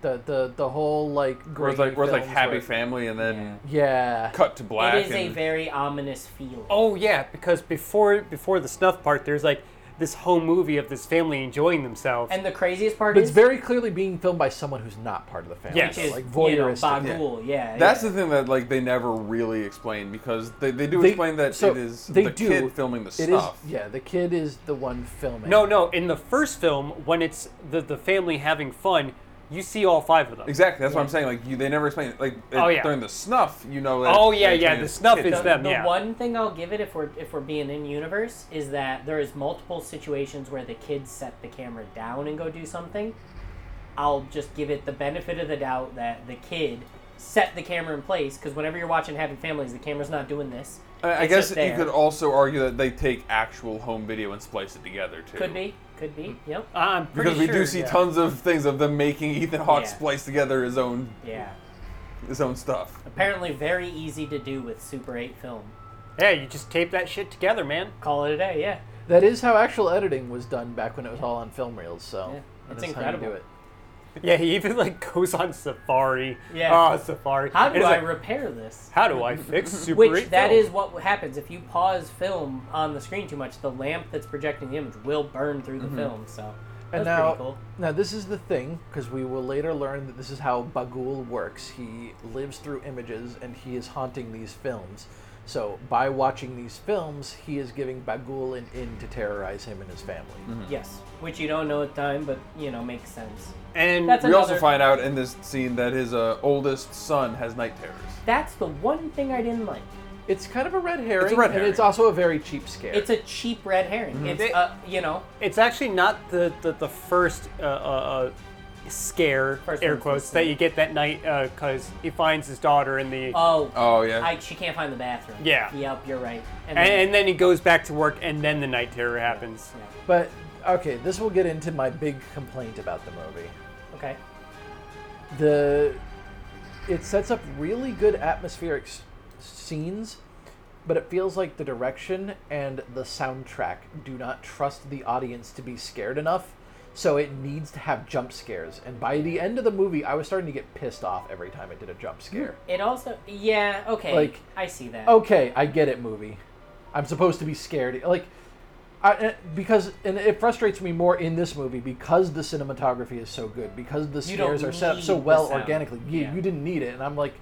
C: The the the whole like
A: where it's like,
C: grainy
A: where it's like
C: films
A: happy
C: where-
A: family and then
C: Yeah.
A: cut to black.
B: it is a
A: and,
B: very ominous feeling.
D: Oh yeah, because before before the snuff part, there's like this whole movie of this family enjoying themselves.
B: And the craziest part
C: But
B: is
C: it's very clearly being filmed by someone who's not part of the family.
D: Yes.
B: which is,
C: like
B: you know,
C: voyeuristic.
B: Bagul. Yeah, yeah.
A: That's the thing that like they never really explain because they, they do
C: They-
A: explain that
C: so
A: it is
C: they
A: the
C: do-
A: kid filming the
C: It is
A: stuff.
C: yeah, the kid is the one filming.
D: no, no, in the first film, when it's the the family having fun, you see all five of them.
A: Exactly. That's what I'm saying. Like you, they never explain it. Like
D: Oh, yeah.
A: during the snuff, you know. That
D: Oh yeah,
A: they
D: yeah,
A: explain
D: the
A: it's
D: snuff
A: kid
D: is
A: filming.
D: them.
B: The
D: Yeah.
B: one thing I'll give it if we're if we're being in universe is that there is multiple situations where the kids set the camera down and go do something. I'll just give it the benefit of the doubt that the kid set the camera in place because whenever you're watching Happy Families, the camera's not doing this.
A: I, I
B: It's
A: guess
B: just
A: you
B: there.
A: could also argue that they take actual home video and splice it together too.
B: Could be, could be.
A: Hmm.
B: Yep.
D: Uh, I'm pretty
A: Because we
D: sure,
A: do see
D: yeah.
A: tons of things of them making Ethan Hawke
B: Yeah.
A: splice together his own
B: Yeah.
A: his own stuff.
B: Apparently, very easy to do with Super 8 film.
D: Yeah, you just tape that shit together, man.
B: Call it a day. Yeah.
C: That is how actual editing was done back when it was all on film reels. So
B: Yeah,
C: that
B: it's
C: is how you
B: incredible.
C: do it.
D: Yeah, he even like goes on Safari.
B: Yeah.
D: Oh, Safari.
B: How
D: And
B: do
D: it's
B: I
D: like,
B: repair this?
D: how do I fix Super
B: Which
D: 8
B: that
D: film?
B: is what happens if you pause film on the screen too much. The lamp that's projecting the image will burn through the film. So
C: And
B: that's
C: now,
B: pretty cool.
C: now this is the thing, because we will later learn that this is how Bagul works. He lives through images, and he is haunting these films. So by watching these films, he is giving Bagul an in to terrorize him and his family.
B: Yes, which you don't know at the time, but you know makes sense.
D: And
B: That's
A: We also
B: Another-
A: find out in this scene that his uh, oldest son has night terrors.
B: That's the one thing I didn't like.
C: It's kind of a red herring,
A: red
C: and it's
A: herring.
C: also a very cheap scare.
B: It's a cheap red herring. It's
D: They-
B: uh, you know
D: it's actually not the the, the first uh, uh, uh, scare
B: First
D: air
B: one,
D: quotes
B: first
D: that
B: one.
D: you get that night because he finds his daughter in the
B: oh
A: Oh yeah.
B: I, she can't find the bathroom.
D: Yeah.
B: Yep, you're right.
D: and, and then he goes back to work and then the night terror happens.
B: yeah.
C: but okay, this will get into my big complaint about the movie.
B: okay.
C: the it sets up really good atmospheric s- scenes but it feels like the direction and the soundtrack do not trust the audience to be scared enough so it needs to have jump scares and by the end of the movie i was starting to get pissed off every time it did a jump scare
B: It also yeah okay.
C: Like- oh,
B: I see that.
C: okay i get it movie i'm supposed to be scared like I, eh, because and it frustrates me more in this movie because the cinematography is so good because the
B: You don't
C: scares are set up so
B: need the
C: well
B: sound.
C: organically you,
B: Yeah.
C: you didn't need it and i'm like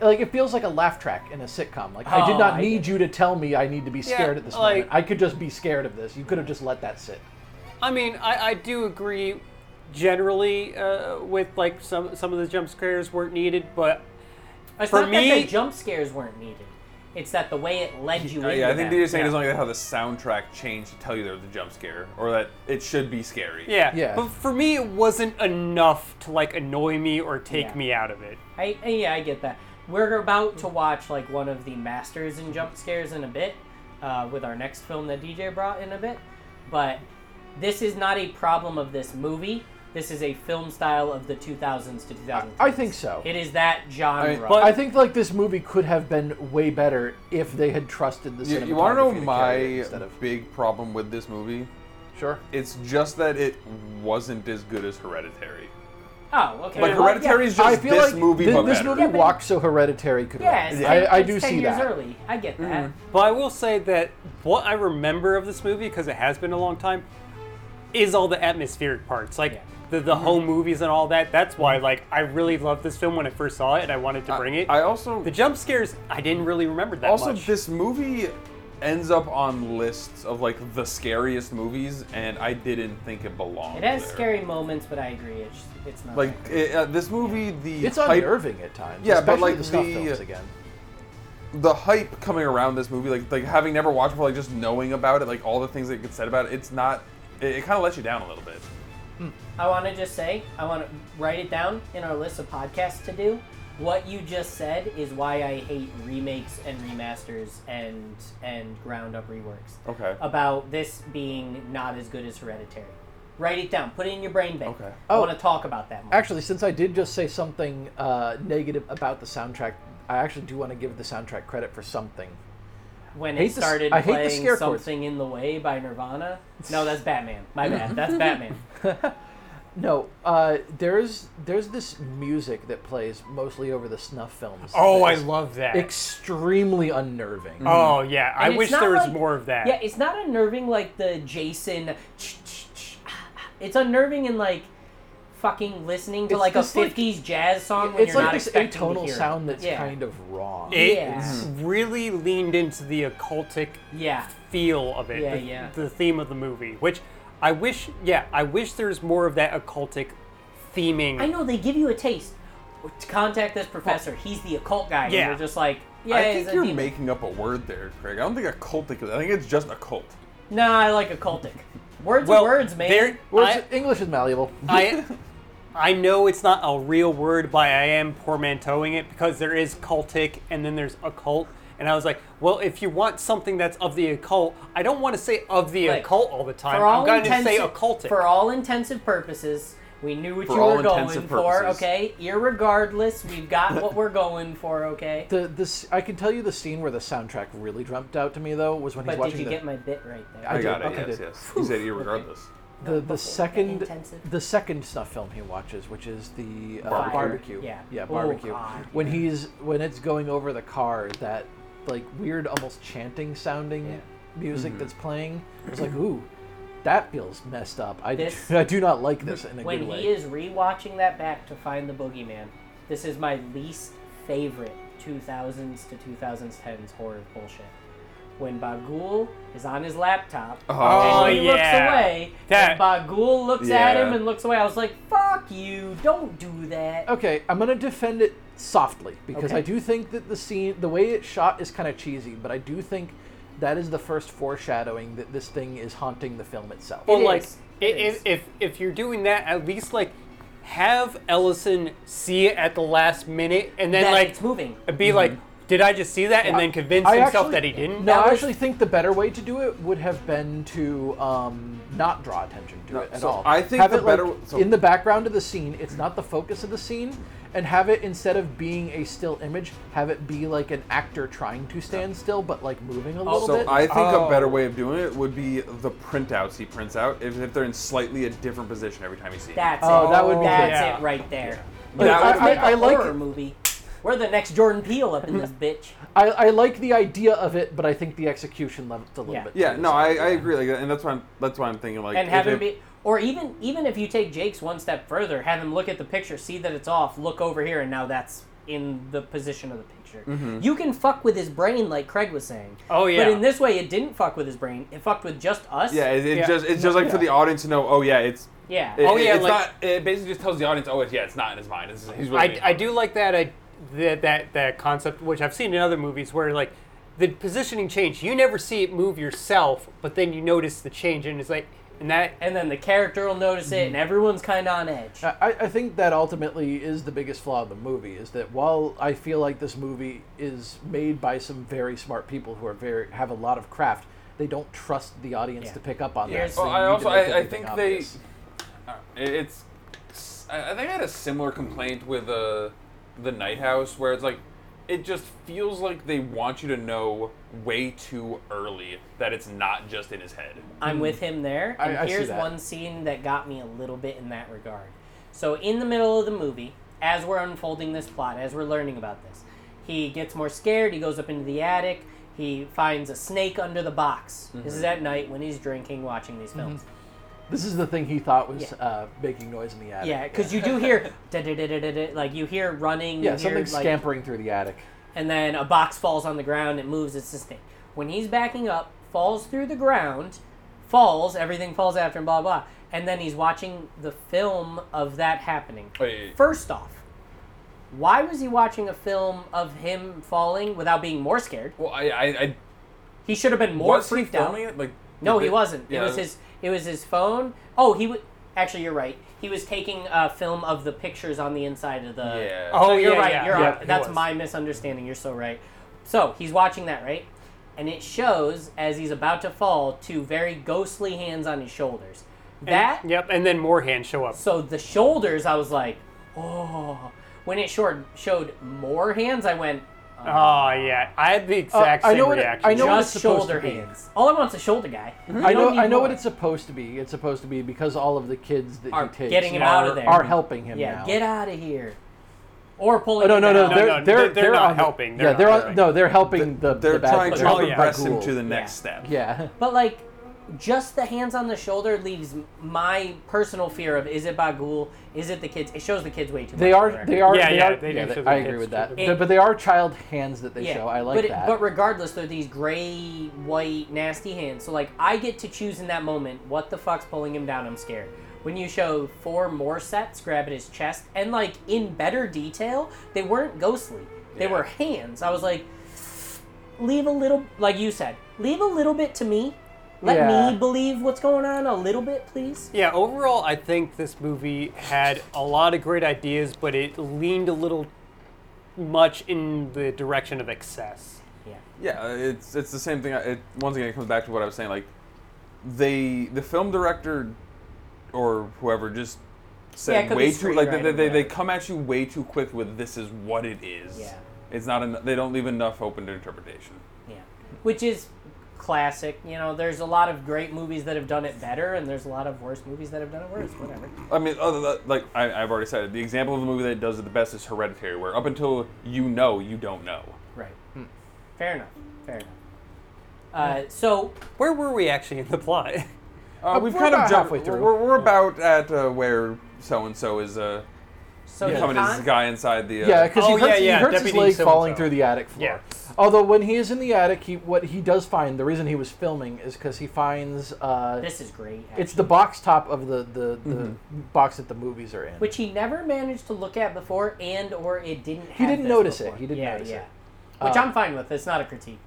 C: like it feels like a laugh track in a sitcom like i did
B: Oh,
C: not
B: I
C: need you to tell me i need to be scared at this
D: like-
C: moment i could just be scared of this you could have just let that sit
D: I mean, I, I do agree generally uh, with like some some of the jump scares weren't needed, but
B: It's
D: For
B: not that
D: me-
B: the jump scares weren't needed. It's that the way it led you.
A: Uh,
B: into
A: yeah, I think
B: that.
A: they just saying
D: yeah.
A: it's only how the soundtrack changed to tell you there was a jump scare, or that it should be scary.
D: Yeah.
C: Yeah.
D: But for me, it wasn't enough to like annoy me or take
B: Yeah.
D: me out of it.
B: I, I- yeah, I get that. We're about
C: Mm.
B: to watch like one of the masters
C: Mm-hmm.
B: in jump scares in a bit, uh, with our next film that DJ brought in a bit. But this is not a problem of this movie. This is a film style of the 2000s to 2010s.
C: I think so.
B: It is that genre.
A: I mean,
C: I think like this movie could have been way better if they had trusted the
A: You,
C: cinematography.
A: you want to know
C: carry it
A: my
C: instead of
A: big problem with this movie?
C: sure.
A: It's just that it wasn't as good as Hereditary.
B: oh, okay.
A: Like
B: well, yeah.
A: Hereditary is just
C: I feel
A: this
C: like
A: movie,
C: thi-
A: but
C: this
A: better.
C: movie
B: Yeah, but-
C: walked so hereditary could.
B: Yeah, it's
C: walk.
B: 10
C: I, I
B: it's
C: do
B: 10
C: see
B: years
C: that. Mm-hmm.
B: early. I get that.
D: But I will say that what I remember of this movie, because it has been a long time, is all the atmospheric parts, like
B: Yeah. Mm-hmm.
D: the the home movies and all that. That's why like I really loved this film when I first saw it, and I wanted to bring it.
A: I also
D: the jump scares I didn't really remember that
A: also
D: much.
A: this movie ends up on lists of like the scariest movies, and I didn't think it belonged.
B: It has
A: there.
B: scary moments, but I agree. It's it's not
A: Like
B: that great.
A: it, uh, this movie, the
C: It's
A: hype-
C: unnerving at times.
A: Yeah, but,
C: especially
A: like,
C: the snuff
A: the-
C: films again.
A: the hype coming around this movie, like like having never watched before, like just knowing about it, like all the things that get said about it, it's not. It, it kind of lets you down a little bit.
B: I want to just say, I want to write it down in our list of podcasts to do. What you just said is why I hate remakes and remasters and and ground up reworks.
A: Okay.
B: About this being not as good as Hereditary. Write it down. Put it in your brain bank.
A: Okay.
B: I
C: Oh.
B: want to talk about that more.
C: Actually, since I did just say something uh, negative about the soundtrack, I actually do want to give the soundtrack credit for something.
B: when
C: hate
B: it
C: the s-
B: started
C: I hate the
B: playing
C: scare chords.
B: something in the way by Nirvana. No, that's Batman. My bad. That's Batman.
C: No, uh, there's there's this music that plays mostly over the snuff films.
D: oh, I
C: that is
D: love that.
C: Extremely unnerving.
A: Mm.
D: oh yeah, I
B: And it's
D: wish
B: not
D: there was
B: like-
D: more of that.
B: Yeah, it's not unnerving like the Jason. It's unnerving in like fucking listening to
C: It's
B: like a
C: this, like-
B: tonal jazz song when
C: it's
B: you're
C: like
B: not
C: this
B: expecting to
C: atonal
B: hear it.
C: sound that's
B: yeah.
C: kind of wrong.
D: it
B: Yeah.
D: really leaned into the occultic
B: yeah.
D: feel of it.
B: Yeah,
D: the,
B: yeah.
D: the theme of the movie, which I wish, yeah, I wish there's more of that occultic theming.
B: I know they give you a taste. To contact this professor, he's the occult guy.
D: Yeah.
B: and you're just like, yeah,
A: I
B: he's
A: think
B: a
A: you're
B: demon.
A: making up a word there, Craig. I don't think occultic. I think it's just occult.
B: No, I like occultic. Words
D: Well,
B: are words, man.
D: there-
C: Whereas
D: I-
C: English is malleable.
D: I, I know it's not a real word, but I am portmanteauing it because there is cultic and then there's occult. And I was like, well, if you want something that's of the occult, I don't want to say of the
B: Like,
D: occult all the time.
B: for all
D: I'm going to
B: intents-
D: say occultic.
B: For all intensive purposes, we knew what
A: For
B: you
A: all
B: were going
A: intensive
B: for,
A: purposes.
B: okay? Irregardless, we've got what we're going for, okay?
C: The this I can tell you the scene where the soundtrack really jumped out to me though was when he's
B: But
C: watching
B: did you
C: the
B: get my bit right there?
C: I
A: I,
C: did,
A: got it.
C: okay,
A: yes,
C: good.
A: yes. You said irregardless.
C: the, the
B: before-
C: second
B: intensive.
C: the second snuff film he watches, which is the uh,
A: Barbecue.
C: barbecue.
B: Yeah.
C: yeah,
B: Oh,
C: barbecue.
B: God,
C: when he's when it's going over the car, that like weird, almost chanting sounding music that's playing. It's like ooh, that feels messed up. I,
B: This-
C: I do not like this in a
B: When
C: good way.
B: he is rewatching that back to find the boogeyman, this is my least favorite 2000s to 2010s horror bullshit. When Bagul is on his laptop,
A: Oh,
B: and he
D: yeah.
B: looks away,
D: That-
B: and Bagul looks at
A: Yeah.
B: him and looks away. I was like, fuck you, don't do that.
C: Okay, I'm gonna defend it softly because
B: Okay.
C: I do think that the scene, the way it's shot, is kind of cheesy. But I do think that is the first foreshadowing that this thing is haunting the film itself.
D: Well,
B: It
D: like,
B: is.
D: i-
B: It
D: i-
B: is.
D: if if you're doing that, at least like have Ellison see it at the last minute, and then
B: That
D: like
B: it's moving.
D: be like, did I just see that? And then convince
C: Mm-hmm. I
D: himself
C: actually-
D: that he didn't.
C: No,
B: That
C: I
B: was-
C: actually think the better way to do it would have been to um, not draw attention to it at
A: so
C: all.
A: I think
C: have
A: the
C: it like,
A: better- so-
C: in the background of the scene. It's not the focus of the scene, and have it instead of being a still image, have it be like an actor trying to stand still but like moving a little
A: So
C: bit.
A: I think a better
D: Oh.
A: way of doing it would be the printouts he prints out, if, if they're in slightly a different position every time you see. it.
B: That's
C: Oh,
B: it.
C: that would be
B: That's
D: good.
B: it right there.
A: But
C: I-
A: that would
C: I-
A: be-
B: Make a
C: like
B: horror
C: it.
B: movie. We're the next Jordan Peele up in this bitch.
C: I, I like the idea of it, but I think the execution left a little
B: Yeah.
C: bit. to
A: yeah,
C: be
A: no, I, I
C: desired.
A: agree. Like, and that's why I'm, that's why I'm thinking like
B: And
A: if
B: have him
A: it-
B: be, or even even if you take Jake's one step further, have him look at the picture, see that it's off, look over here, and now that's in the position of the picture.
A: Mm-hmm.
B: You can fuck with his brain, like Craig was saying.
D: Oh, yeah.
B: But in this way, it didn't fuck with his brain. It fucked with just us.
A: Yeah, it, it
D: Yeah.
A: just it's just like for the audience to know. Oh yeah, it's.
B: Yeah.
A: It,
D: Oh, yeah,
A: it's
D: like-
A: not. It basically just tells the audience, oh, it's, yeah, it's not in his mind. It's, he's really
D: I, I do like that I that that that concept, which I've seen in other movies, where like the positioning change. You never see it move yourself, but then you notice the change, and it's like, and that e-,
B: and then the character will notice it, and everyone's kind of on edge.
A: Uh,
C: I, I think that ultimately is the biggest flaw of the movie is that while I feel like this movie is made by some very smart people who are very have a lot of craft, they don't trust the audience
B: Yeah.
C: to pick up on that.
B: Here's-
C: so
A: Well,
C: you
A: Oh, I
C: need to
A: also
C: make
A: I, I
C: everything
A: think
C: obvious.
A: they. uh, it- It's. I I think I had a similar complaint with uh, the Night House where it's like, it just feels like they want you to know way too early that it's not just in his head.
B: I'm with him there.
C: Hmm. I-
B: And
C: I see
B: here's
C: that.
B: one scene that got me a little bit in that regard. So in the middle of the movie, as we're unfolding this plot, as we're learning about this, he gets more scared. He goes up into the attic. He finds a snake under the box. This
C: Mm-hmm.
B: is at night when he's drinking, watching these films.
C: This is the thing he thought was
B: Yeah.
C: uh, making noise in the attic.
B: Yeah, because you do hear da da da da da da, like you hear running.
C: Yeah,
B: you hear,
C: something
B: like-
C: scampering through the attic.
B: and then a box falls on the ground. It moves. It's this thing. When he's backing up, falls through the ground, falls. Everything falls after him. Blah blah. And then he's watching the film of that happening.
A: Wait.
B: First off, why was he watching a film of him falling without being more scared?
A: Well, I. I, I
B: He should have been more
A: was he
B: freaked out.
A: filming it? Like.
B: No,
A: did
B: he
A: they-
B: wasn't.
A: Yeah,
B: It was his. It was his phone. Oh, he would. Actually, you're right. He was taking a film of the pictures on the inside of the.
A: Yeah.
D: Oh,
B: So you're
D: yeah,
B: right.
D: yeah.
B: You're
C: Yeah,
B: on,
C: he
B: that's
C: was.
B: my misunderstanding. You're so right. So he's watching that, right? And it shows as he's about to fall, two very ghostly hands on his shoulders. That
D: Yep, and then more hands show up.
B: so the shoulders, I was like, oh. When it showed showed more hands, I went
D: Oh yeah, I had the exact
C: Uh, I
D: same
C: know what it-
D: reaction.
C: I know what it's
B: just
C: supposed
B: shoulder
C: to be. Mm-hmm.
B: hands. All I want's a shoulder guy.
C: I know.
B: don't need
C: I know
B: more.
C: what it's supposed to be. It's supposed to be because all of the kids that
B: Are
C: he takes
B: getting him
C: are,
B: out of there.
C: are helping him
B: Yeah,
C: now.
B: get out of here. Or pulling.
C: Oh, no,
B: him
C: no, no,
B: down.
D: No,
C: they're,
D: no,
C: They're,
D: they're- they're not
C: on-
D: helping, they're
C: yeah,
D: not
C: they're on,
D: helping.
C: no, they're helping the.
A: They're
C: the bad
A: trying
C: guys.
A: to
D: Oh, yeah.
A: progress him to the
C: Ghouls.
A: next step.
C: Yeah.
B: But like, just the hands on the shoulder leaves my personal fear of is it Bagul? Is it the kids? It shows the kids way too much. on
C: They
B: the
C: are.
B: record.
C: They are.
D: Yeah,
C: they
D: yeah,
C: Are,
D: they do
C: yeah,
D: show the
C: I agree
D: kids
C: with
D: too.
C: that.
B: It-
C: But- but they are child hands that they show. I like
B: but it-
C: that.
B: But regardless, they're these gray, white, nasty hands. So like, I get to choose in that moment what the fuck's pulling him down. I'm scared. When you show four more sets grab at his chest and like in better detail, they weren't ghostly. They
A: Yeah.
B: were hands. I was like, leave a little, like you said, leave a little bit to me. Let
C: Yeah.
B: me believe what's going on a little bit, please.
D: Yeah, overall, I think this movie had a lot of great ideas, but it leaned a little much in the direction of excess.
B: Yeah.
A: Yeah, uh, it's it's the same thing. I- It, once again, it comes back to what I was saying. Like, they the film director or whoever just
B: Yeah, it
A: said
B: could be
A: way too like they, they,
B: screenwriter,
A: they, they
B: whatever.
A: come at you way too quick with this is what it is.
B: Yeah.
A: It's not en- they don't leave enough open to interpretation.
B: Yeah. Which is classic. You know, there's a lot of great movies that have done it better, and there's a lot of worse movies that have done it worse. Whatever.
A: I mean, other than, like I, I've already said, it, the example of the movie that does it the best is Hereditary, where up until you know, you don't know.
B: Right. Fair enough. Fair enough. Uh, so,
D: Where were we actually in the plot?
A: Uh,
C: Uh,
A: we've
C: we're
A: kind of
C: about
A: jumped.
C: halfway through.
A: We're, we're about at uh, where so and so is uh,
B: so the
A: becoming this
B: con-
A: guy inside the. Uh,
C: yeah, because
D: Oh,
C: he hurts,
D: yeah, yeah,
C: he hurts his
D: Deputy
C: leg
D: so-and-so.
C: falling through the attic floor.
D: Yes.
C: Although when he is in the attic, he what he does find the reason he was filming is because he finds uh,
B: this is great.
C: it's
B: actually.
C: the box top of the the, the
A: Mm-hmm.
C: box that the movies are in.
B: which he never managed to look at before, and or it didn't.
C: He
B: have
C: didn't
B: this
C: notice it.
B: before.
C: He didn't
B: yeah,
C: notice
B: yeah.
C: it.
B: Which
C: Um,
B: I'm fine with. It's not a critique.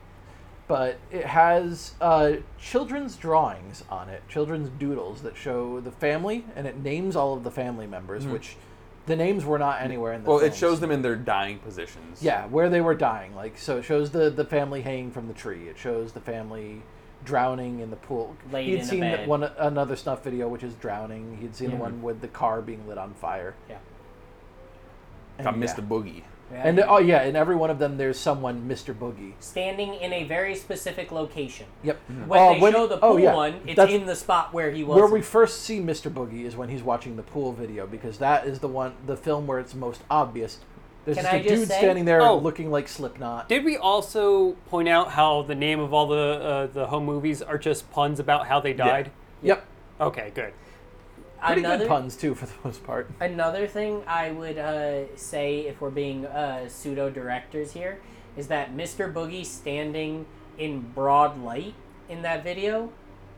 C: but it has uh, children's drawings on it, children's doodles that show the family, and it names all of the family members, which the names were not anywhere in
A: Mm-hmm.
C: the.
A: Well, it
C: films.
A: shows them in their dying positions.
C: Yeah, where they were dying. Like, so it shows the the family hanging from the tree. It shows the family drowning in the pool.
B: Laid
C: He'd
B: in a
C: seen
B: bed. Mm-hmm.
C: one another snuff video, which is drowning. He'd seen the one with the car being lit on fire.
B: Yeah.
C: And,
A: Got Mr.
C: yeah.
A: Boogie.
B: Yeah.
C: And oh yeah, in every one of them, there's someone Mr. Boogie.
B: standing in a very specific location.
C: Yep.
A: Mm-hmm.
B: When
C: Uh,
B: they show the pool
C: oh, yeah.
B: one, it's
C: That's-
B: in the spot where he was.
C: Where we first see Mr. Boogie is when he's watching the pool video because that is the one the film where it's most obvious. There's
B: Can
C: just
B: I
C: a
B: just
C: dude
B: say-
C: standing there
D: Oh.
C: looking like Slipknot.
D: Did we also point out how the name of all the uh, the home movies are just puns about how they died?
C: Yep.
D: Okay, good.
C: Pretty
B: another
C: good puns too for the most part.
B: Another thing I would uh, say, if we're being uh, pseudo directors here, is that Mr. Boogie standing in broad light in that video,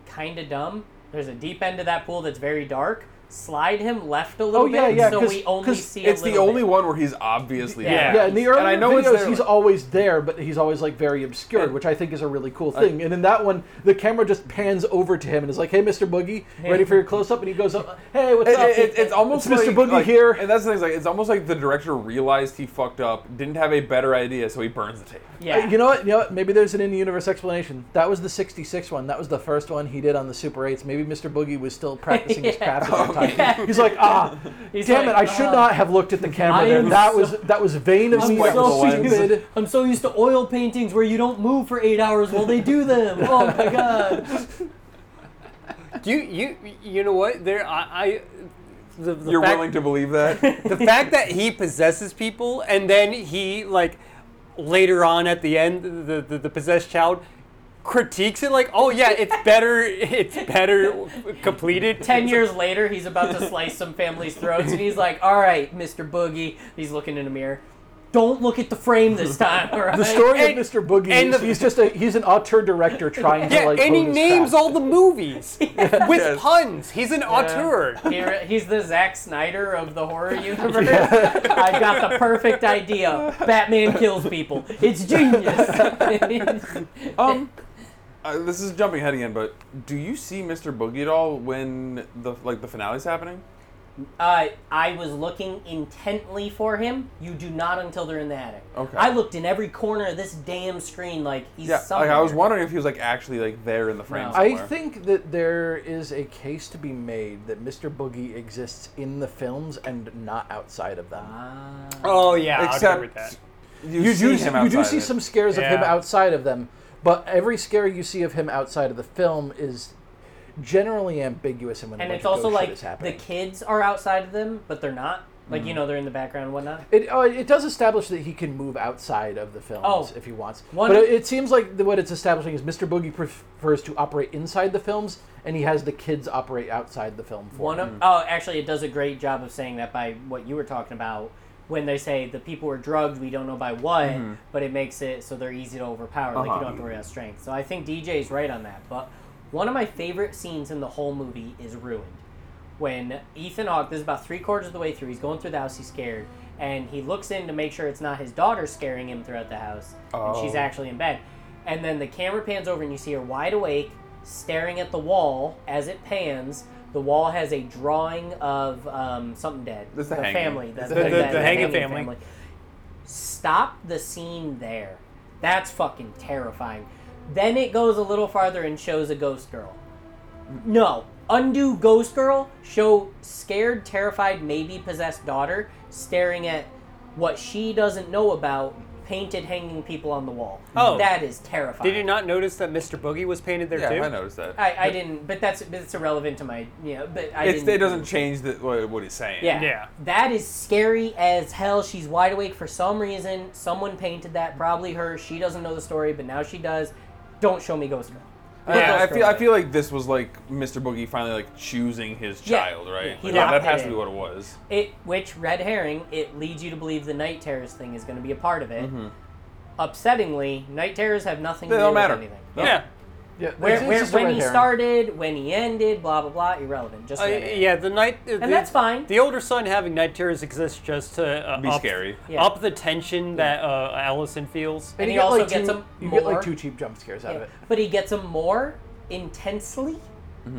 B: kind of dumb. There's a deep end of that pool that's very dark. slide him left a little
C: Oh yeah,
B: bit
C: yeah.
B: so
C: 'cause-
B: we only
C: 'cause
B: see a
A: It's the
B: little
A: only
B: bit.
A: one where he's obviously
B: Yeah.
A: there.
C: Yeah, in the earlier
A: And I know it's
C: videos,
A: there,
C: he's
A: like-
C: always there, but he's always like very obscured, which I think is a really cool thing. and in that one, the camera just pans over to him and is like, "Hey, Mr. Boogie, ready for your close-up?" And he goes up, "Hey, what's
A: It-
C: up?"
A: it- it- it's almost
C: Mr.
A: like-
C: Boogie
A: like-
C: here.
A: and that's the thing. is, Like, it's almost like the director realized he fucked up, didn't have a better idea, so he burns the tape.
B: Yeah.
C: Uh, You know what? You know what? Maybe there's an in-universe explanation. That was the '66 one. That was the first one he did on the Super 8s. Maybe Mr. Boogie was still practicing his
B: Yeah. Oh,
C: craft at the time.
B: Yeah.
C: He's like, ah,
B: He's
C: damn
B: like,
C: it! I should
B: "Ah."
C: not have looked at the camera
B: I
C: there.
B: am
C: That
B: so-
C: was that was vain of
B: I'm
C: me.
A: Spike
C: That
A: with
C: was
A: the lens.
C: stupid.
B: I'm so used to oil paintings where you don't move for eight hours while they do them. Oh my god.
D: You you you know what? There I, I the, the
A: You're
D: fact,
A: willing to believe that?
D: the fact that he possesses people and then he like later on at the end the the, the possessed child critiques it like oh yeah it's better it's better completed
B: Ten years later, he's about to slice some family's throats, and he's like, "All right, Mr. Boogie." He's looking in a mirror. Don't look at the frame this time. All right?
C: The story
D: And-
C: of Mr. Boogie
D: and
C: is
D: the-
C: he's just a he's an auteur director trying to
D: yeah
C: like hone
D: and he
C: his
D: names
C: craft.
D: all the movies with puns he's an auteur
B: He- he's the Zack Snyder of the horror universe. I got the perfect idea. Batman kills people. It's genius.
A: um, uh, this is jumping ahead again, but do you see Mr. Boogie at all when the like the finale's happening?
B: Uh, I was looking intently for him. You do not until they're in the attic.
A: Okay.
B: I looked in every corner of this damn screen like he's
A: Yeah,
B: somewhere.
A: like I was wondering if he was like actually like there in the frame.
B: No.
C: I
A: somewhere.
C: think that there is a case to be made that Mr. Boogie exists in the films and not outside of them.
B: Ah.
D: oh yeah I'll agree
A: except
D: with that.
A: you,
C: you
A: see
C: do
A: him
C: you do
A: outside
C: see
A: of it.
C: some scares of him
D: Yeah.
C: outside of them, but every scare you see of him outside of the film is generally ambiguous and when a
B: and
C: bunch
B: it's
C: of
B: also
C: ghost shit
B: like
C: is
B: the
C: happening.
B: kids are outside of them, but they're not. Like you know, they're in the background and whatnot.
C: It, uh, it does establish that he can move outside of the films
B: Oh.
C: if he wants.
B: One-
C: but it, it seems like the, what it's establishing is Mr. Boogie prefers to operate inside the films, and he has the kids operate outside the film for
B: One
C: him.
B: of oh, actually, it does a great job of saying that by what you were talking about when they say the people were drugged. We don't know by what, but it makes it so they're easy to overpower. Like you
A: Uh-huh.
B: don't have to worry about strength. So I think DJ's right on that. But one of my favorite scenes in the whole movie is ruined when Ethan Hawke. This is about three quarters of the way through. He's going through the house. He's scared, and he looks in to make sure it's not his daughter scaring him throughout the house, and she's
A: Oh.
B: actually in bed. And then the camera pans over, and you see her wide awake, staring at the wall. As it pans, the wall has a drawing of um, something dead.
A: That's the hanging.
B: family. That's
D: The- the-
B: that-
D: the hanging family.
B: Stop the scene there. That's fucking terrifying. Then it goes a little farther and shows a ghost girl. No. Undo Ghost Girl, show scared, terrified, maybe possessed daughter staring at what she doesn't know about painted hanging people on the wall.
D: Oh.
B: That is terrifying.
D: did you not notice that Mr. Boogie was painted there
A: Yeah,
D: too
A: I noticed that.
B: I, I didn't, but that's but it's irrelevant to my, you know, but I
A: it's,
B: didn't.
A: it doesn't change the, what what he's saying.
B: Yeah.
D: Yeah.
B: That is scary as hell. She's wide awake for some reason. Someone painted that, probably her. She doesn't know the story, but now she does. Don't show me Ghost Girl. Put
A: Yeah, I
B: Ghost Girl
A: feel I
B: in.
A: feel like this was like Mr. Boogie finally like choosing his
B: Yeah.
A: child, right?
B: He
A: Like, yeah, that
B: locked it
A: has to be
B: in.
A: what it was.
B: It, which red herring, it leads you to believe the night terrors thing is going to be a part of it. Upsettingly, night terrors have nothing
A: They
B: to do
A: don't
B: with
A: matter.
B: anything.
A: No.
D: yeah
C: Yeah,
B: Where,
C: it's- it's
B: where,
C: just a
B: when
C: red
B: he
C: herring.
B: started, when he ended, blah blah blah, irrelevant. Just
D: Uh,
B: red herring.
D: yeah, the night. uh, the-
B: that's fine.
D: The older son having night terrors exists just to uh,
A: Be
D: up,
A: scary.
B: Yeah.
D: up the tension that uh, Allison feels.
B: And
C: you
B: he
C: get,
B: also
C: like,
B: gets
C: two-
B: him
C: You get like
B: more.
C: two cheap jump scares out
B: Yeah.
C: of it.
B: But he gets them more intensely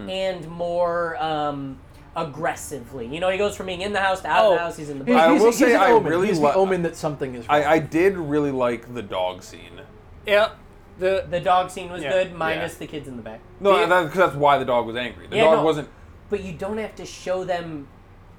B: and more um, aggressively. You know, he goes from being in the house to out of
D: Oh.
B: the house. He's in the
C: He's,
A: I
B: bathroom.
C: he's-
A: will
C: he's
A: say
C: an
A: I
C: omen.
A: really
C: he's
A: li-
C: the omen that something is.
A: I,
C: wrong.
A: I did really like the dog scene.
D: Yeah, the,
B: The dog scene was
D: Yeah.
B: good, minus the kids in the back.
A: No,
D: The-
A: because that's why the dog was angry. The
B: Yeah,
A: dog
B: no.
A: wasn't.
B: but you don't have to show them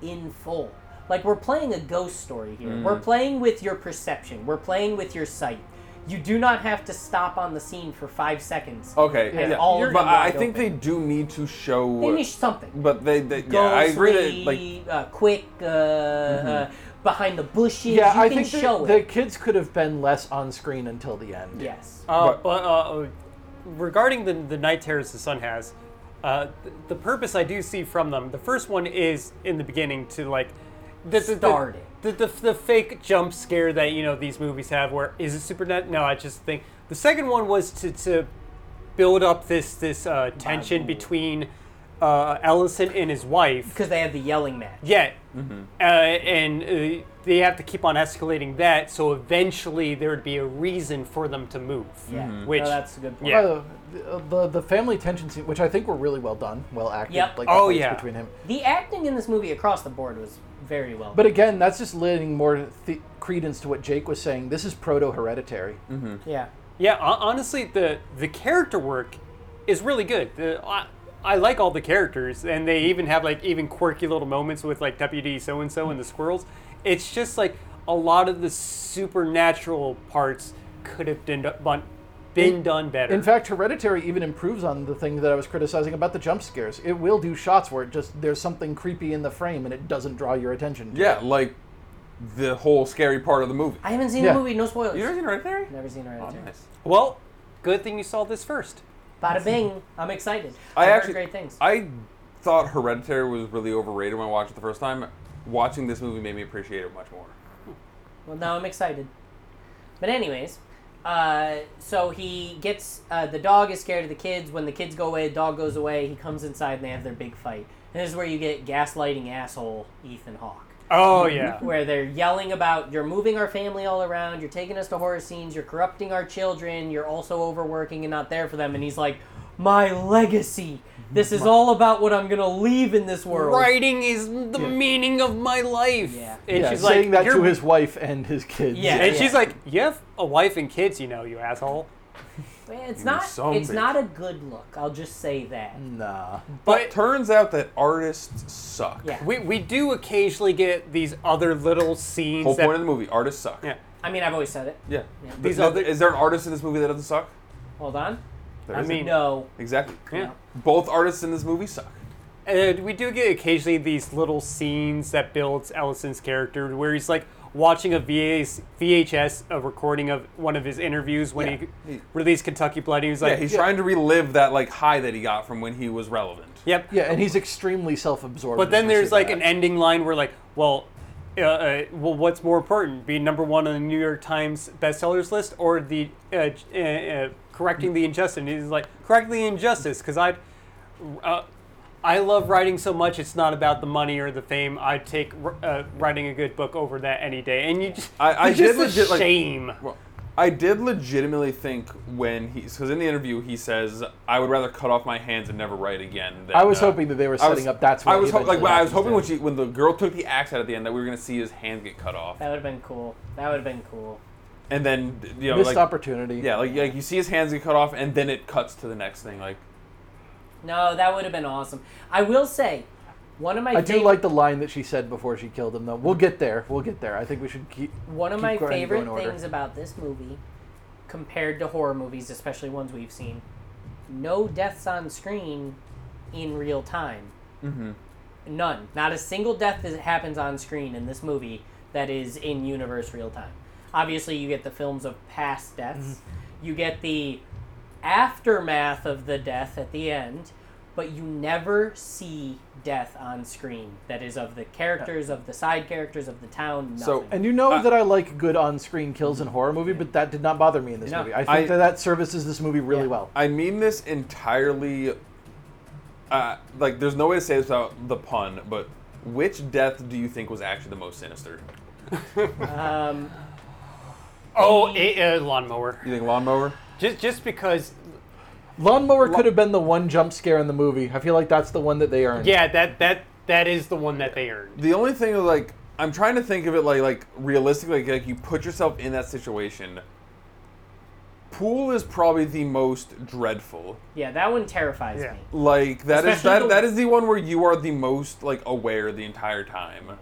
B: in full. Like we're playing a ghost story here. We're playing with your perception. We're playing with your sight. You do not have to stop on the scene for five seconds.
A: Okay,
B: And
A: yeah.
B: all of
A: but
B: them
A: I, I
B: wide
A: think
B: open.
A: they do need to show.
B: They need something.
A: but they, they
B: Go
A: yeah, I agree that
B: sleep,
A: like
B: uh, quick uh, uh, behind the bushes.
C: yeah,
B: you
C: I
B: can
C: think the,
B: show
C: the
B: it.
C: kids could have been less on screen until the end.
B: Yes.
D: uh,
A: But-
D: but, uh, regarding the the night terrors the son has, uh, th- the purpose I do see from them. The first one is in the beginning to like the, the,
B: Start it.
D: the, the, the, fake jump scare that you know these movies have. Where is it supernatural? No, I just think the second one was to to build up this this uh, tension between. uh, Ellison and his wife.
B: because they have the yelling match.
D: Yeah. Uh, and uh, they have to keep on escalating that, so eventually there would be a reason for them to move.
B: Yeah,
D: Which-
B: no, that's a good point.
D: Yeah.
C: By the, Uh, the the family tension scene, which I think were really well done, well acted.
B: Yep.
C: Like the
D: Oh,
C: fights
D: yeah.
C: Between him,
B: The acting in this movie across the board was very well.
C: but again, that's just lending more th- credence to what Jake was saying. This is proto hereditary.
D: Mm-hmm.
B: done. yeah,
D: Yeah, hon- honestly, the the character work is really good. The, I, I like all the characters, and they even have like even quirky little moments with like Deputy So and So and the squirrels. It's just like a lot of the supernatural parts could have been done, been done better.
C: In fact, Hereditary even improves on the thing that I was criticizing about the jump scares. It will do shots where it just there's something creepy in the frame and it doesn't draw your attention. to it.
A: Yeah, like the whole scary part of the movie.
B: I haven't seen
C: Yeah.
B: the movie. No spoilers.
A: You ever seen Hereditary?
B: Never seen her.
A: Oh,
B: answer.
A: nice.
D: well, good thing you saw this first.
B: Bada bing! I'm excited.
A: I
B: I've heard
A: actually,
B: great things.
A: I thought Hereditary was really overrated when I watched it the first time. Watching this movie made me appreciate it much more.
B: Well, now I'm excited. But anyways, uh, so he gets uh, the dog is scared of the kids. When the kids go away, the dog goes away. He comes inside and they have their big fight. And this is where you get gaslighting asshole Ethan Hawke,
D: Oh yeah.
B: where they're yelling about you're moving our family all around, you're taking us to horror scenes, you're corrupting our children, you're also overworking and not there for them. And he's like, my legacy. This
A: Mm-hmm.
B: is all about what I'm gonna leave in this world.
D: Writing is the meaning of my life.
B: Yeah.
D: And
C: Yeah,
D: she's
C: saying
D: like,
C: that to
D: "You're-
C: his wife and his kids.
B: Yeah.
D: And she's like, you have a wife and kids, you know, you asshole.
B: It's
A: You
B: not.
A: son
B: It's
A: bitch.
B: not a good look. I'll just say that.
C: Nah.
A: But turns out that artists suck.
B: Yeah.
D: We, we do occasionally get these other little scenes.
A: Whole
D: that,
A: point of the movie, artists suck.
D: yeah.
B: I mean, I've always said it.
A: Yeah.
D: These
A: These no,
D: other-
A: is there an artist in this movie that doesn't suck?
B: Hold on.
A: There
D: I
A: isn't.
D: mean-
B: No.
A: exactly.
D: yeah.
A: Both artists in this movie suck.
D: And we do get occasionally these little scenes that builds Ellison's character, where he's like watching a VHS, VHS a recording of one of his interviews when
A: Yeah.
D: he released Kentucky Blood. He was
A: Yeah,
D: like,
A: he's trying to relive that like high that he got from when he was relevant.
D: "Yep."
C: Yeah, and he's extremely self-absorbed.
D: But then
C: if you
D: there's
C: see
D: like
C: that.
D: an ending line where like, well, uh, uh, well, what's more important, being number one on the New York Times bestsellers list or the uh, j- uh, uh, correcting the injustice? And he's like, correct the injustice, because I, uh, I love writing so much. It's not about the money or the fame. I take r- uh, writing a good book over that any day. And you just,
A: I- I
D: it's just
A: did
D: a
A: legit, like-
D: shame.
A: Well, I did legitimately think when he's because in the interview he says, "I would rather cut off my hands and never write again." Than,
C: I was
A: uh,
C: hoping that they were
A: I
C: setting
A: was,
C: up. That's
A: I
C: what
A: was ho- like
C: eventually
A: when I was
C: happens
A: hoping
C: there.
A: when she when the girl took the axe out at the end that we were gonna see his hand get cut off,
B: That would have been cool. That would have been cool.
A: and then you know
C: missed
A: like
C: opportunity.
A: yeah like like you see his hands get cut off and then it cuts to the next thing like
B: No, that would have been awesome. I will say, one of my
C: I
B: favorite,
C: do like the line that she said before she killed him, though. We'll get there. We'll get there. I think we should keep.
B: one of
C: keep
B: my
C: going- go in
B: favorite
C: order.
B: things about this movie, compared to horror movies, especially ones we've seen, no deaths on screen in real time. Mm-hmm. None. Not a single death that happens on screen in this movie that is in universe real time. Obviously, you get the films of past deaths.
C: Mm-hmm.
B: You get the aftermath of the death at the end, but you never see death on screen. That is of the characters, of the side characters, of the town. Nothing.
A: So-
C: And you know
A: Uh,
C: that I like good on-screen kills in horror movie, but that did not bother me in this
B: No.
C: movie. I think
A: I-
C: that that services this movie really
B: Yeah.
C: well.
A: I mean this entirely. Uh, like there's no way to say this without the pun, but which death do you think was actually the most sinister?
B: um,
D: Oh, a, a lawnmower.
A: You think lawnmower?
D: Just just because,
C: Lawnmower could have been the one jump scare in the movie. I feel like that's the one that they earned.
D: yeah, that that that is the one that they earned.
A: The only thing is, like I'm trying to think of it like like realistically like, like you put yourself in that situation. Pool is probably the most dreadful.
B: yeah, that one terrifies
D: Yeah.
B: me.
A: Like that is that
B: Especially the-
A: that is the one where you are the most like aware the entire time.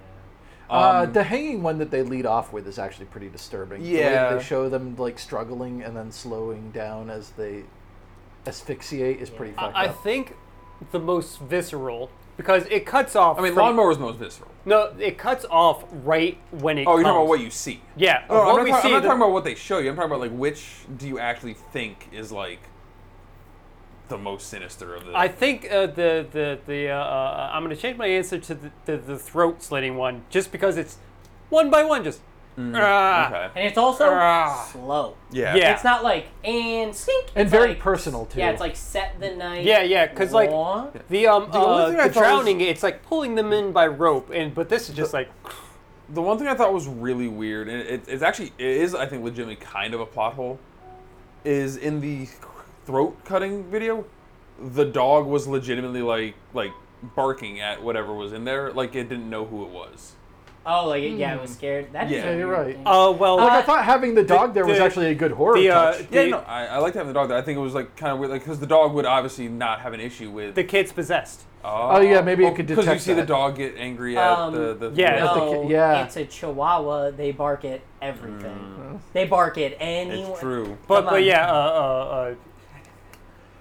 C: Uh,
D: um,
C: the hanging one that they lead off with is actually pretty disturbing. The way that
A: Yeah.
C: They show them like struggling and then slowing down as they asphyxiate is pretty fucked
D: I, I
C: up.
D: think the most visceral because it cuts off.
A: I mean,
D: from-
A: lawnmower is the most visceral.
D: No, it cuts off right when it.
A: Oh, you're
D: comes.
A: talking about what you see.
D: Yeah,
A: No,
D: what
A: Oh, I'm, not
D: we
A: talk-
D: see.
A: I'm not
D: the-
A: talking about what they show you. I'm talking about like which do you actually think is like the most sinister of the.
D: I think uh, the the the uh, uh, I'm gonna change my answer to the, the the throat slitting one just because it's one by one just Ah.
A: Mm, Okay.
B: and it's also
D: Ah.
B: slow.
A: Yeah.
D: Yeah.
B: It's not like and sink.
C: And
B: It's
C: very
B: like-
C: personal, too.
B: Yeah, it's like set the night.
D: Yeah, yeah, 'cause, like-
B: long.
D: The um the,
A: only
D: uh,
A: thing I
D: the
A: thought was-
D: drowning, it's like pulling them in by rope, and but this is just like
A: The one thing I thought was really weird, and it, it's actually it is I think legitimately kind of a plot hole, is in the throat cutting video, the dog was legitimately like like barking at whatever was in there, like it didn't know who it was.
B: oh, like it- yeah, I was scared. That is
A: Yeah.
B: a
A: Yeah, you're
B: weird
C: Hmm. right.
B: thing.
D: oh well.
C: Like I thought having the dog there was
D: the-
C: actually a good horror
D: the uh,
C: touch.
A: Yeah,
D: the,
A: no, I, I liked having the dog there. I think it was like kind of weird, like because the dog would obviously not have an issue with.
D: the kid's possessed.
A: oh,
C: yeah, maybe it could
A: Because you
C: detect
A: see the
C: that.
A: dog get angry at
B: Um,
A: the, the
D: Yeah,
A: the-
C: That's the
B: No,
C: ki- yeah.
B: Oh, it's a chihuahua. They bark at everything. They bark at anyone.
A: it's true.
D: But
B: Come
D: but
B: on.
D: yeah, uh, uh, uh,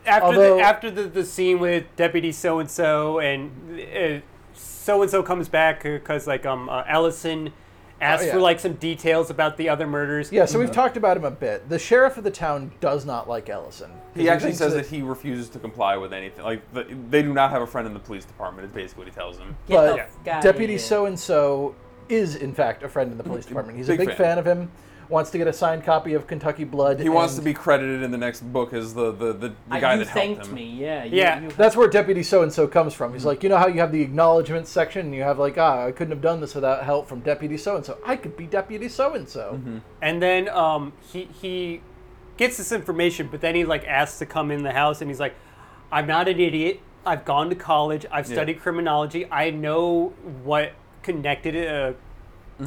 D: after
C: Although-
D: the after the, the scene with Deputy So and So and so and so comes back because like um uh, Allison asks
C: Oh, yeah.
D: for like some details about the other murders.
C: Yeah, so
A: Mm-hmm.
C: we've talked about him a bit. The sheriff of the town does not like Ellison. 'Cause
A: He actually
C: thinks
A: says that he refuses to comply with anything. Like the, they do not have a friend in the police department. Is basically what he tells him.
B: Get the
C: but
B: f- outta
C: Deputy
B: here.
C: So and So is in fact a friend in the police department. He's a
A: Mm-hmm. Big
C: big
A: fan.
C: fan. of him. Wants to get a signed copy of Kentucky Blood.
A: He wants to
C: and
A: be credited in the next book as the the, the, the
B: I-
A: guy
B: you
A: that
B: thanked
A: helped him.
B: me. Yeah. you-
D: Yeah.
B: you-
C: That's where Deputy So and So comes from.
A: Mm-hmm.
C: He's like, you know how you have the acknowledgement section, and you have like, ah, I couldn't have done this without help from Deputy So and So. I could be Deputy So and So.
A: Mm-hmm.
D: And then um, he he gets this information, but then he like asks to come in the house, and he's like, "I'm not an idiot. I've gone to college. I've studied criminology. I know what connected uh,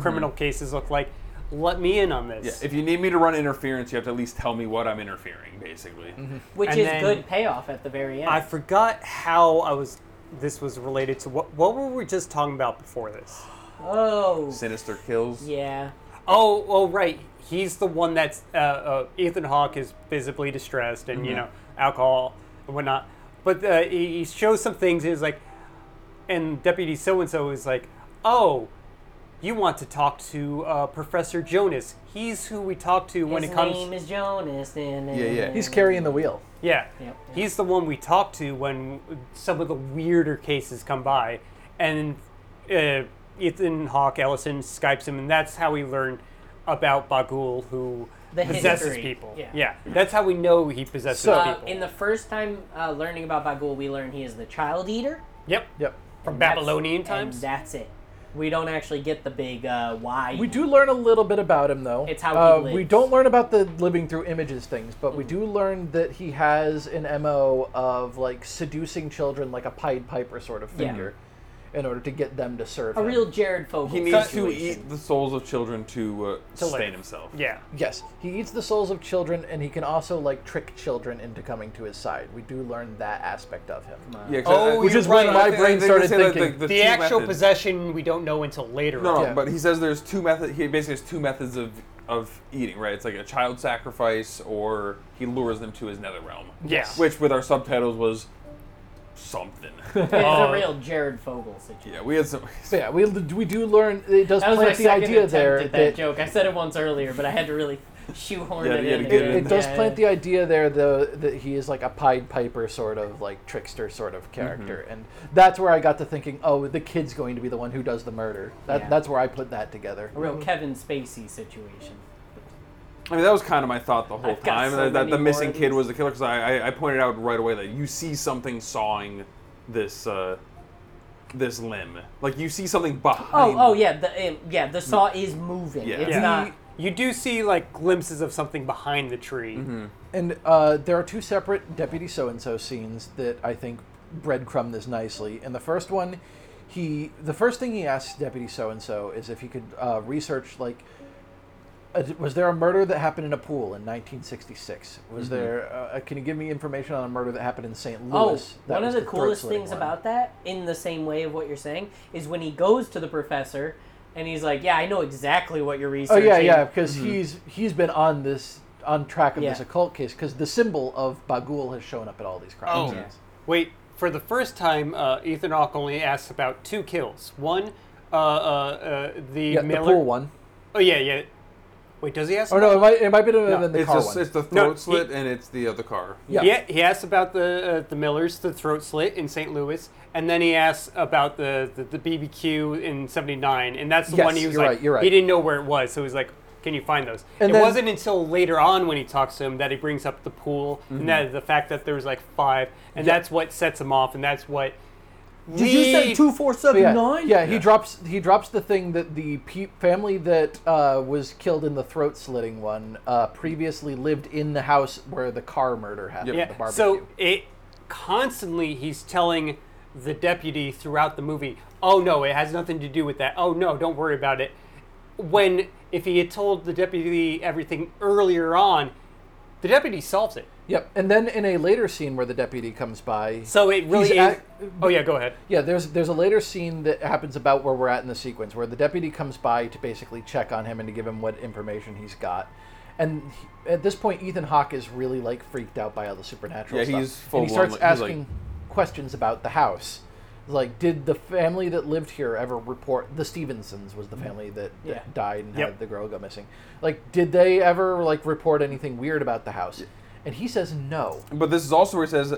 D: criminal
C: Mm-hmm.
D: cases look like. Let me in on
A: Yeah,
D: this."
A: if you need me to run interference, you have to at least tell me what I'm interfering, basically.
B: Which
D: And
B: is
D: then-
B: good payoff at the very end.
D: I forgot how I was. This was related to what? What were we just talking about before this?
B: oh.
A: Sinister kills.
B: Yeah.
D: Oh, oh, right. He's the one that's uh, uh, Ethan Hawke is visibly distressed and you know alcohol and whatnot. But uh, he, he shows some things. And he's like, and Deputy So and So is like, oh, you want to talk to uh, Professor Jonas? He's who we talk to when
B: His
D: it comes.
B: name is Jonas. and-
A: Yeah, yeah.
C: He's carrying the wheel.
D: Yeah.
B: Yep.
D: He's the one we talk to when some of the weirder cases come by. And uh, Ethan Hawke Ellison Skypes him, and that's how we learn about Bagul, who
B: The
D: possesses
B: history,
D: people.
B: yeah.
D: That's how we know he possesses
C: So-
B: Uh,
D: people.
B: in the first time uh, learning about Bagul, we learn he is the child eater.
D: yep.
C: Yep.
D: From Babylonian
B: That's- and
D: times.
B: that's it. We don't actually get the big uh, why.
C: We do learn a little bit about him, though.
B: It's how he
C: uh,
B: lives.
C: we don't learn about the living through images things, but we do learn that he has an mo of like seducing children, like a Pied Piper sort of
B: Yeah.
C: figure, in order to get them to serve
B: a
C: him.
B: real Jared Fogle.
A: He needs to
B: situation.
A: eat the souls of children to, uh, sustain
D: live.
A: himself.
D: yeah.
C: Yes, he eats the souls of children, and he can also like trick children into coming to his side. We do learn that aspect of him.
A: Yeah, 'cause
D: Oh,
A: I-
D: Which is you're when right. my
A: I think-
C: brain
A: I think they
C: started
A: say that
C: thinking.
D: The
A: two
D: actual
A: methods-
D: possession we don't know until later.
A: No, no,
C: Yeah.
A: but he says there's two methods. He basically has two methods of of eating, right? It's like a child sacrifice, or he lures them to his nether realm.
D: Yeah.
A: Which, with our subtitles, was something.
B: It's
D: Oh.
B: a real Jared Fogle situation.
A: yeah, we had some.
C: So yeah, we we do learn it does
B: That was my
C: plant the
B: second
C: idea
B: attempt
C: there
B: at that,
C: that
B: joke. I said it once earlier, but I had to really shoehorn
A: Yeah,
B: it
A: you had
B: in.
A: to get
B: there.
A: it
C: It does
B: Yeah,
C: plant
B: yeah.
C: the idea there, though, that he is like a Pied Piper sort of, like trickster sort of character, and that's where I got to thinking, oh, the kid's going to be the one who does the murder. That,
B: Yeah.
C: That's where I put that together.
B: a real Kevin Spacey situation.
A: I mean, that was kind of my thought the whole
B: I've got
A: time
B: so
A: that, that
B: many
A: the
B: more
A: missing
B: of
A: kid
B: these.
A: was the killer because I, I, I pointed out right away that you see something sawing this uh, this limb, like you see something behind.
B: Oh, oh yeah, the um, yeah the saw is moving.
A: Yeah.
B: It's
D: Yeah.
B: not.
D: You do see like glimpses of something behind the tree.
A: Mm-hmm.
C: And uh, there are two separate Deputy So and So scenes that I think breadcrumb this nicely. And the first one, he the first thing he asks Deputy So and So is if he could uh, research like. uh, Was there a murder that happened in a pool in 1966? Was there? Uh, can you give me information on a murder that happened in St.
B: Mm-hmm. Oh,
C: Louis? That
B: one of
C: was
B: the,
C: throat
B: coolest
C: slitting
B: things
C: one.
B: about that, in the same way of what you're saying, is when he goes to the professor and he's like, "Yeah, I know exactly what you're
C: Oh
B: researching."
C: yeah, yeah, because he's he's been on this on track of this
B: Mm-hmm. Yeah.
C: occult case because the symbol of Bagul has shown up at all these crimes.
D: Oh, wait. For the first time, uh, Ethan Hawke only asks about two kills. One, uh, uh, uh, the
C: yeah, the
D: Miller.
C: pool one.
D: Oh yeah, yeah. Wait, does he ask?
C: Or no,
D: about-
C: it might, it might be the, the
A: It's,
C: car
A: just,
C: one.
A: it's the
D: No,
A: throat slit
D: he-
A: and it's the other car.
C: Yeah.
D: Yeah, he asks about the uh, the Millers, the throat slit in St. Louis, and then he asks about the the, the BBQ in '79, and that's the
C: Yes,
D: one he was
C: you're
D: like,
C: right, you're right.
D: he didn't know where it was, so he's like, "Can you find those?"
C: And
D: it
C: then-
D: wasn't until later on when he talks to him that he brings up the pool
C: Mm-hmm.
D: and that the fact that there was like five, and that's what sets him off, and that's what.
B: Did you say
D: lead-
B: two four seven
C: yeah,
B: nine?
C: yeah, he drops he drops the thing that the pe- family that uh, was killed in the throat slitting one uh, previously lived in the house where the car murder happened.
A: Yep.
C: The
D: Yeah.
C: barbecue.
D: So it constantly he's telling the deputy throughout the movie, "Oh no, it has nothing to do with that. Oh no, don't worry about it." When if he had told the deputy everything earlier on, the deputy solves it.
C: yep. And then in a later scene where the deputy comes by,
D: So it really
C: He's
D: is.
C: act-
D: oh yeah, go ahead.
C: Yeah, there's there's a later scene that happens about where we're at in the sequence where the deputy comes by to basically check on him and to give him what information he's got. And he- at this point, Ethan Hawke is really like freaked out by all the supernatural
A: Yeah,
C: stuff.
A: he's
C: and
A: full-blown,
C: he starts
A: like- he's like-
C: asking questions about the house. Like, did the family that lived here ever report? The Stevensons was the family that, that
B: Yeah.
C: died and
D: Yep.
C: had the girl go missing. Like, did they ever like report anything weird about the house? And he says no.
A: But this is also where he says,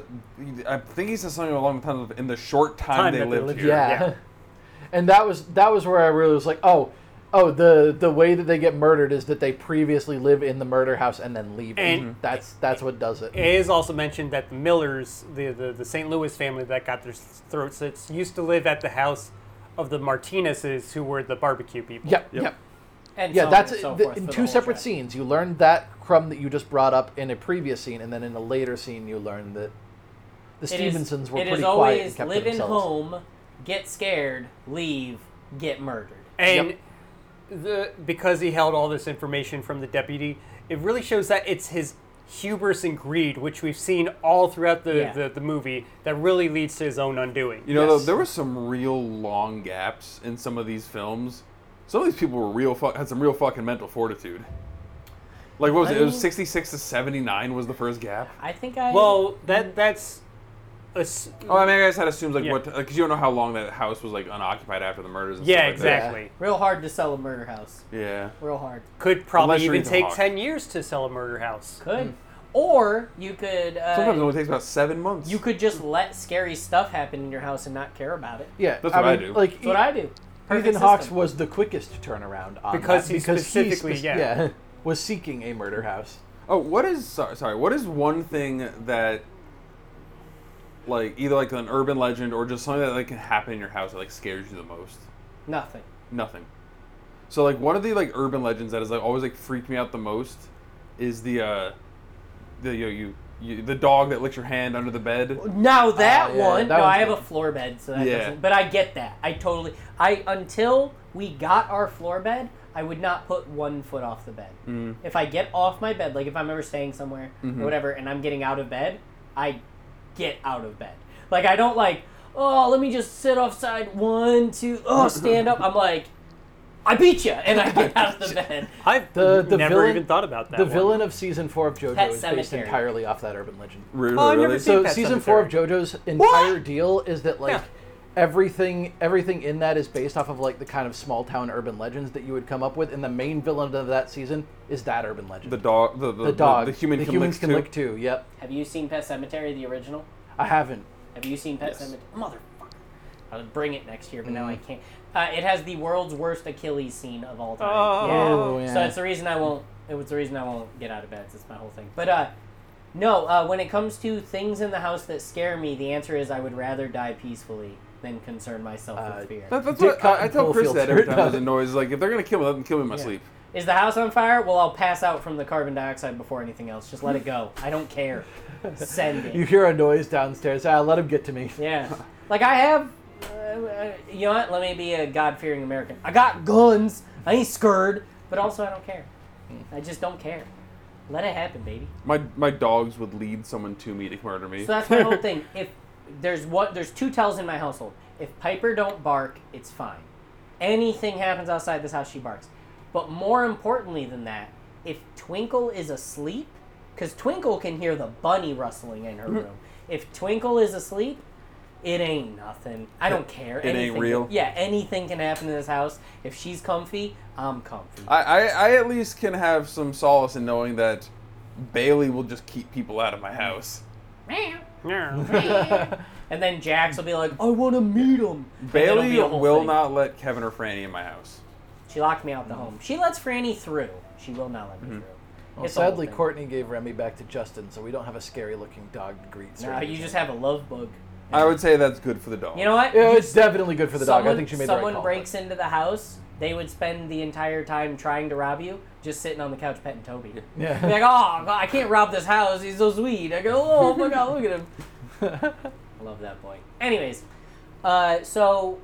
A: I think he says something along the lines of, in the short time,
D: Time
A: they
D: that they
A: lived
D: lived
A: here.
C: Yeah.
D: Yeah.
C: And that was that was where I really was like, oh, oh, the the way that they get murdered is that they previously live in the murder house and then leave. it. Mm-hmm.
D: And-
C: that's that's what does it.
D: It is also mentioned that the Millers, the, the, the St. Louis family that got their s- throat slits, used to live at the house of the Martinezes, who were the barbecue people.
C: yep, yep.
B: And
C: Yeah,
B: so on
C: that's
B: and so
C: the-
B: forth
C: in
B: for the
C: two
B: whole
C: separate
B: track.
C: scenes. You learned that crumb that you just brought up in a previous scene, and then in a later scene you learned that
B: It
C: the
B: is-
C: Stevensons were
B: it is
C: pretty
B: always
C: quiet and kept to
B: live
C: themselves.
B: in home, get scared, leave, get murdered.
D: And the because he held all this information from the deputy, it really shows that it's his hubris and greed, which we've seen all throughout the,
B: Yeah.
D: the, the movie, that really leads to his own undoing.
A: You know, though,
C: Yes.
A: there were some real long gaps in some of these films. Some of these people were real fuck had some real fucking mental fortitude. Like what was it? It was
B: I-
A: sixty six to seventy nine was the first gap.
B: I think I
D: Well, that that's a s
A: Oh, I mean, I guess that assumes like
D: Yeah.
A: what because you don't know how long that house was like unoccupied after the murders. And
D: yeah,
A: stuff like that.
D: exactly.
B: real hard to sell a murder house.
A: Yeah.
B: Real hard.
D: Could probably
A: Unless you're
D: even
A: Ethan
D: take
A: Hawke.
D: ten years to sell a murder house.
B: Could.
C: Hmm.
B: Or you could
A: Sometimes it
B: uh,
A: only takes about seven months.
B: you could just let scary stuff happen in your house and not care about it.
C: Yeah,
A: That's what I
C: mean,
A: do.
C: Like
B: That's what I do. Perfect
C: Ethan Hawks
B: system.
C: was the quickest turnaround on
D: Because
C: that,
D: he
C: because
D: specifically-
C: spe-
D: yeah.
C: was seeking a murder house.
A: Oh, what is sorry, sorry? What is one thing that, like, either like an urban legend or just something that like can happen in your house that like scares you the most?
B: nothing.
A: Nothing. So like one of the like urban legends that has like always like freaked me out the most is the uh, the you, you, you the dog that licks your hand under the bed.
B: Now that
C: Ah, yeah,
B: one,
C: that
B: no, I
C: one's
B: have a
C: good.
B: floor bed, so that
A: Yeah.
B: doesn't. But I get that. I totally. I until we got our floor bed, I would not put one foot off the bed. If I get off my bed, like if I'm ever staying somewhere or whatever, and I'm getting out of bed, I get out of bed. Like I don't like. Oh, let me just sit offside. One, two. Oh, stand up. I'm like, I beat you, and I get out of the bed.
D: I've
C: The- the
D: never
C: villain-
D: even thought about that.
C: the
D: one.
C: villain of season four of JoJo
B: Pet
C: is based
B: Sematary.
C: entirely off that urban legend.
A: Really?
D: Oh, I've never seen-
C: So
D: Pet
C: season
D: Sematary.
C: four of JoJo's entire deal is that like
D: Yeah.
C: everything everything in that is based off of like the kind of small town urban legends that you would come up with, and the main villain of that season is that urban legend.
A: The dog. The, the,
C: The dog.
A: The, human can,
C: humans
A: lick,
C: can
A: too.
C: lick too. Yep.
B: Have you seen Pet Cemetery, the original?
C: I haven't.
B: Have you seen Pet
A: Yes.
B: Cemetery? Motherfucker. I'll bring it next year, but now I can't. Uh, it has the world's worst Achilles scene of all time.
D: Oh.
C: Oh, yeah.
B: So that's the reason I won't. It was the reason I won't get out of bed. That's my whole thing. But uh, no, uh, when it comes to things in the house that scare me, the answer is I would rather die peacefully than concern myself
C: Uh,
B: with fear.
A: That, that's
C: Dick
A: what I, I
C: Cotton
A: tell Chris
C: Colefield
A: that every time
C: turned out-
A: there's a noise. Like if they're gonna kill me, let them kill me in my sleep.
B: Is the house on fire? Well, I'll pass out from the carbon dioxide before anything else. Just let it go. I don't care. Send it.
C: You hear a noise downstairs. Ah, let him get to me.
B: Yeah. Like I have, uh, uh, you know what? Let me be a God-fearing American. I got guns. I ain't scared, but also I don't care. I just don't care. Let it happen, baby.
A: My my dogs would lead someone to me to murder me.
B: So that's my whole thing. If there's what there's two tells in my household. If Piper don't bark, it's fine. Anything happens outside this house, she barks. But more importantly than that, if Twinkle is asleep,
A: Mm-hmm.
B: because Twinkle can hear the bunny rustling in her room. If Twinkle is asleep, It ain't nothing. I don't care.
A: It ain't
B: Anything-
A: real.
B: Yeah, anything can happen in this house. If she's comfy, I'm comfy.
A: I, I, I at least can have some solace in knowing that Bailey will just keep people out of my house.
B: Meow.
D: Yeah.
B: and then Jax will be like, I want to meet him. And it'll
A: Bailey
B: be a whole
A: will
B: thing.
A: not let Kevin or Franny in my house.
B: She locked me out the home. She lets Franny through. She will not let me
A: Mm-hmm.
B: through.
C: Well,
B: a whole
C: sadly,
B: thing.
C: Courtney gave Remy back to Justin, so we don't have a scary-looking dog to greet.
B: No, you just have a love bug.
A: I would say that's good for the dog.
B: You know what?
C: Yeah,
B: You
C: it's definitely good for the dog. I think she made the right
B: someone
C: call.
B: breaks into the house, they would spend the entire time trying to rob you, just sitting on the couch petting Toby. Be
C: Yeah.
B: like, oh, God, I can't rob this house. He's so sweet. I go, oh my God, look at him. I love that boy. Anyways, uh, so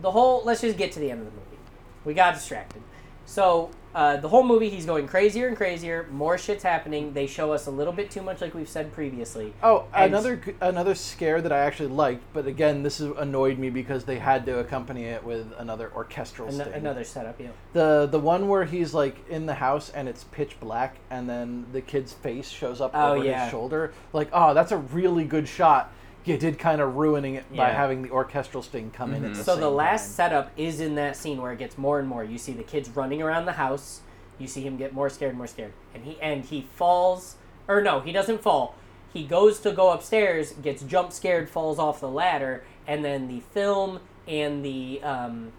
B: the whole let's just get to the end of the movie. We got distracted. So uh, the whole movie, he's going crazier and crazier. More shit's happening. They show us a little bit too much, like we've said previously.
C: Oh,
B: And-
C: another g- another scare that I actually liked, but again, this is, annoyed me because they had to accompany it with another orchestral
B: An-
C: sting.
B: another setup, yeah.
C: the the one where he's like in the house and it's pitch black, and then the kid's face shows up
B: Oh,
C: over
B: yeah.
C: his shoulder. Like, oh, that's a really good shot. You did kind of ruining it by
B: Yeah. Mm-hmm.
C: having the orchestral sting come in. At the
B: So the
C: same
B: last
C: time.
B: setup is in that scene where it gets more and more. You see the kids running around the house. You see him get more scared, more scared, and he and he falls. Or no, he doesn't fall. He goes to go upstairs, gets jump scared, falls off the ladder, and then the film and the um,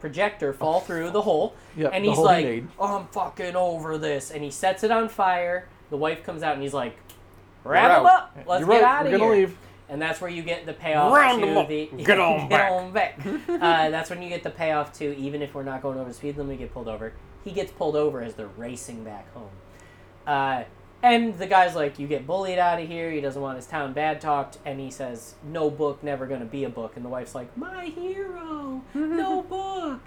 B: projector fall through the hole.
C: Oh, Yep,
B: and
C: the
B: he's
C: hole he
B: like,
C: made.
B: "I'm fucking over this," and he sets it on fire. The wife comes out and he's like,
A: We're
B: "Wrap him
A: out.
B: up. Let's
C: You're
B: get
C: right,
B: out
C: we're
B: of
C: gonna
B: here."
C: leave.
B: And that's where you get the payoff
D: Round
B: to
D: 'em up.
B: the
D: Get on back.
B: on back. uh, that's when you get the payoff to even if we're not going over the speed limit, we get pulled over. He gets pulled over as they're racing back home. Uh, and the guy's like, "You get bullied out of here." He doesn't want his town bad talked, and he says, "No book, never gonna be a book." And the wife's like, "My hero, no book."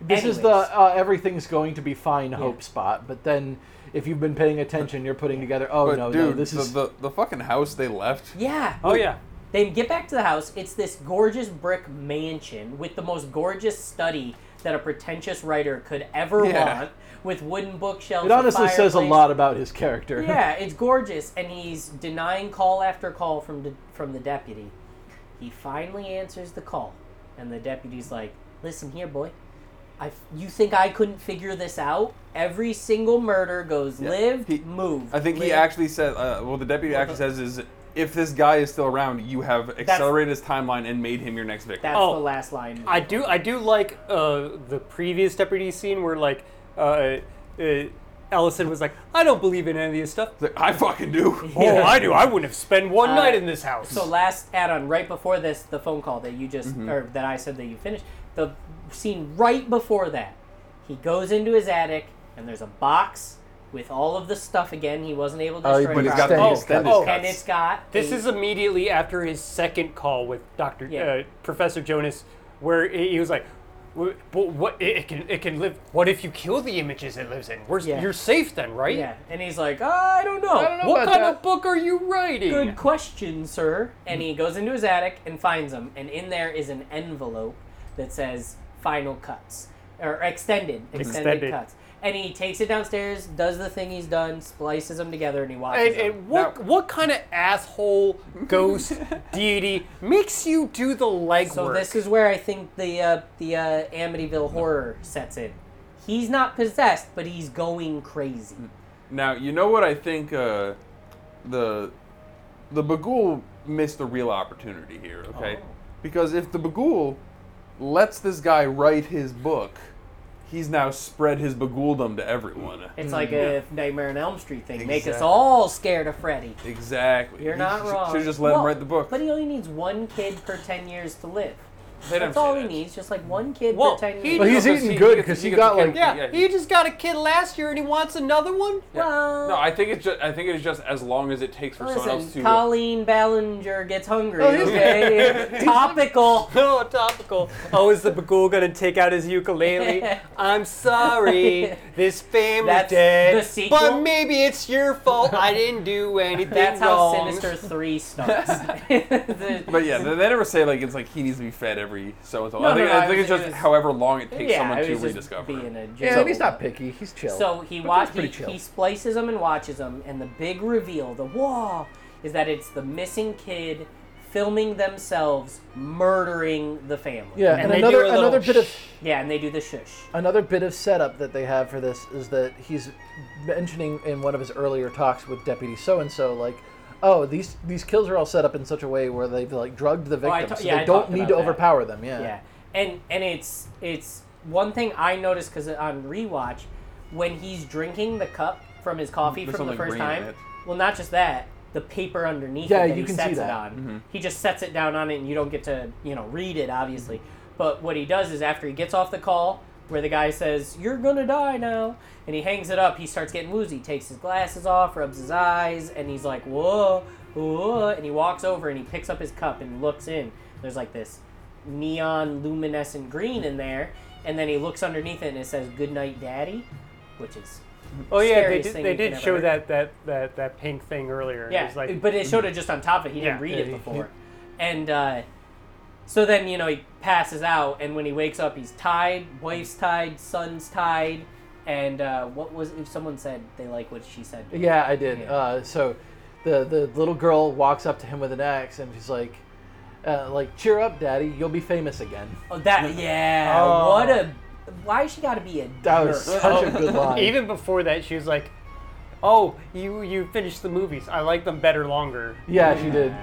C: This is the
B: Anyways.
C: uh, everything's going to be fine hope spot, but then if you've been paying attention, you're putting together. Oh
A: but
C: no,
A: dude,
C: no, this
A: the,
C: is
A: the, the fucking house they left.
B: Yeah.
D: Oh yeah.
B: They get back to the house. It's this gorgeous brick mansion with the most gorgeous study that a pretentious writer could ever
A: Yeah.
B: want, with wooden bookshelves.
C: it. Honestly, says a
B: fireplace.
C: lot about his character.
B: Yeah, it's gorgeous, and he's denying call after call from de- from the deputy. He finally answers the call, and the deputy's like, "Listen here, boy. I f- you think I couldn't figure this out? Every single murder goes lived,
A: He-
B: moved.
A: I think he
B: lived."
A: actually said, uh, well, the deputy actually says is, if this guy is still around, you have accelerated his timeline and made him your next victim.
B: That's
D: Oh.
B: the last line.
D: I do. I do like uh, the previous deputy scene where like uh, uh, Allison was like, "I don't believe in any of this stuff."
A: He's like, I fucking do.
D: Oh, I do. I wouldn't have spent one
B: Uh,
D: night in this house.
B: So last add-on, right before this, the phone call that you just or that I said that you finished, the scene right before that, he goes into his attic and there's a box with all of the stuff again. He wasn't able to
C: Oh,
B: destroy.
C: but
A: But
B: it.
A: he's got the
C: Oh,
A: extended
D: oh.
A: cuts.
B: and it's got
D: This
B: a-
D: is immediately after his second call with Doctor
B: Yeah.
D: uh, Professor Jonas, where he he was like, "W- "But what it it can it can live? What if you kill the images it lives in? We're,
B: Yeah.
D: You're safe then, right?
B: yeah, and he's like, "Oh, I don't know.
D: What
C: about
D: kind
C: that.
D: of book are you writing?
B: Good question, sir. And he goes into his attic and finds them, and in there is an envelope that says "final cuts" or "extended extended,
D: Extended.
B: cuts." And he takes it downstairs, does the thing he's done, splices them together, and he watches
D: And,
B: them.
D: and what what kind of asshole ghost deity makes you do the legwork?
B: So this is where I think the uh, the uh, Amityville horror sets in. He's not possessed, but he's going crazy.
A: Mm-hmm. Now you know what I think. Uh, the the Bagul missed a real opportunity here. Okay,
B: Oh.
A: because if the Bagul lets this guy write his book, he's now spread his Baguldom to everyone.
B: It's like a Nightmare on Elm Street thing. Make us
A: Exactly.
B: all scared of Freddy.
A: Exactly.
B: You're not wrong.
A: Should just let
B: Well,
A: him write the book.
B: But he only needs one kid per ten years to live.
A: They don't
B: That's all
A: say
B: he
A: that.
B: needs, just like one kid
D: Whoa,
B: per ten
D: he
B: years.
C: But he's
A: Because
C: eating
A: he-
C: good
A: he gets-
C: 'cause he
A: gets
C: got,
A: the
C: like-
A: kid-
D: yeah, he just got a kid last year and he wants another one.
B: well,
A: No, I think it's just. I think it's just as long as it takes for someone else to.
B: listen, Colleen Ballinger gets hungry.
C: Oh, he's-
B: Okay, topical.
D: Oh, topical. Oh, is the Bagul gonna take out his ukulele? I'm sorry, this family's
B: That's
D: dead.
B: the sequel?
D: But maybe it's your fault. I didn't do anything
B: That's how
D: wrong.
B: Sinister Three starts.
A: But yeah, they they never say like it's like he needs to be fed every so and so.
B: No,
A: I think,
B: no, no,
A: I
B: I
A: think it's
B: was- it
A: just
B: was-
A: however long it takes
B: yeah,
A: someone
B: I
A: to
B: was just
A: rediscover.
B: Being a
C: yeah.
B: jerk.
C: and he's not picky. He's chill.
B: So he
C: But
B: watch,
C: that's pretty
B: he,
C: chill.
B: he splices them and watches them, and the big reveal, the whoa, is that it's the missing kid filming themselves murdering the family.
C: Yeah,
D: And
C: and,
D: they do
C: another
D: a little
C: another bit of
B: Yeah, and they do the shush.
C: another bit of setup that they have for this is that he's mentioning in one of his earlier talks with Deputy So and So, like, oh, these these kills are all set up in such a way where they've like drugged the
B: I
C: victims,
B: ta-
C: so
B: yeah,
C: they
B: I
C: don't
B: talked
C: need
B: about
C: to
B: that.
C: overpower them. Yeah.
B: Yeah, and and it's it's one thing I noticed because on rewatch, when he's drinking the cup from his coffee
A: Mm, There's
B: from
A: something
B: the first
A: green in
B: time,
A: it.
B: well, not just that, the paper underneath.
C: Yeah,
B: it that
C: you
B: he
C: can see
B: sets
C: that.
B: It on, he just sets it down on it, and you don't get to you know read it obviously.
C: Mm-hmm.
B: But what he does is after he gets off the call. Where the guy says, You're gonna die now. And he hangs it up. He starts getting woozy, takes his glasses off, rubs his eyes, and he's like, Whoa, whoa. And he walks over and he picks up his cup and looks in. There's like this neon luminescent green in there, and then he looks underneath it and it says "Good night, Daddy," which is
D: Oh yeah, they
B: Scariest
D: did,
B: thing
D: they
B: you
D: did
B: could
D: show
B: ever-
D: that, that that that pink thing earlier. It
B: yeah.
D: was like, mm.
B: but it showed it just on top of it. He didn't
D: Yeah.
B: read
D: Yeah,
B: it
D: he-
B: before, and uh, so then you know he passes out, and when he wakes up, he's tied, wife's tied, son's tied, and uh, what was if someone said they like what she said? to him.
C: Yeah, I did.
B: Yeah.
C: Uh, so the the little girl walks up to him with an axe and she's like, uh, like, cheer up, daddy, you'll be famous again.
B: Oh, that yeah.
D: Oh.
B: What a why she got to be a
C: That was
B: jerk?
C: such a good line.
D: even before that, she was like, "Oh, you you finished the movies. I like them better longer."
C: yeah, she did.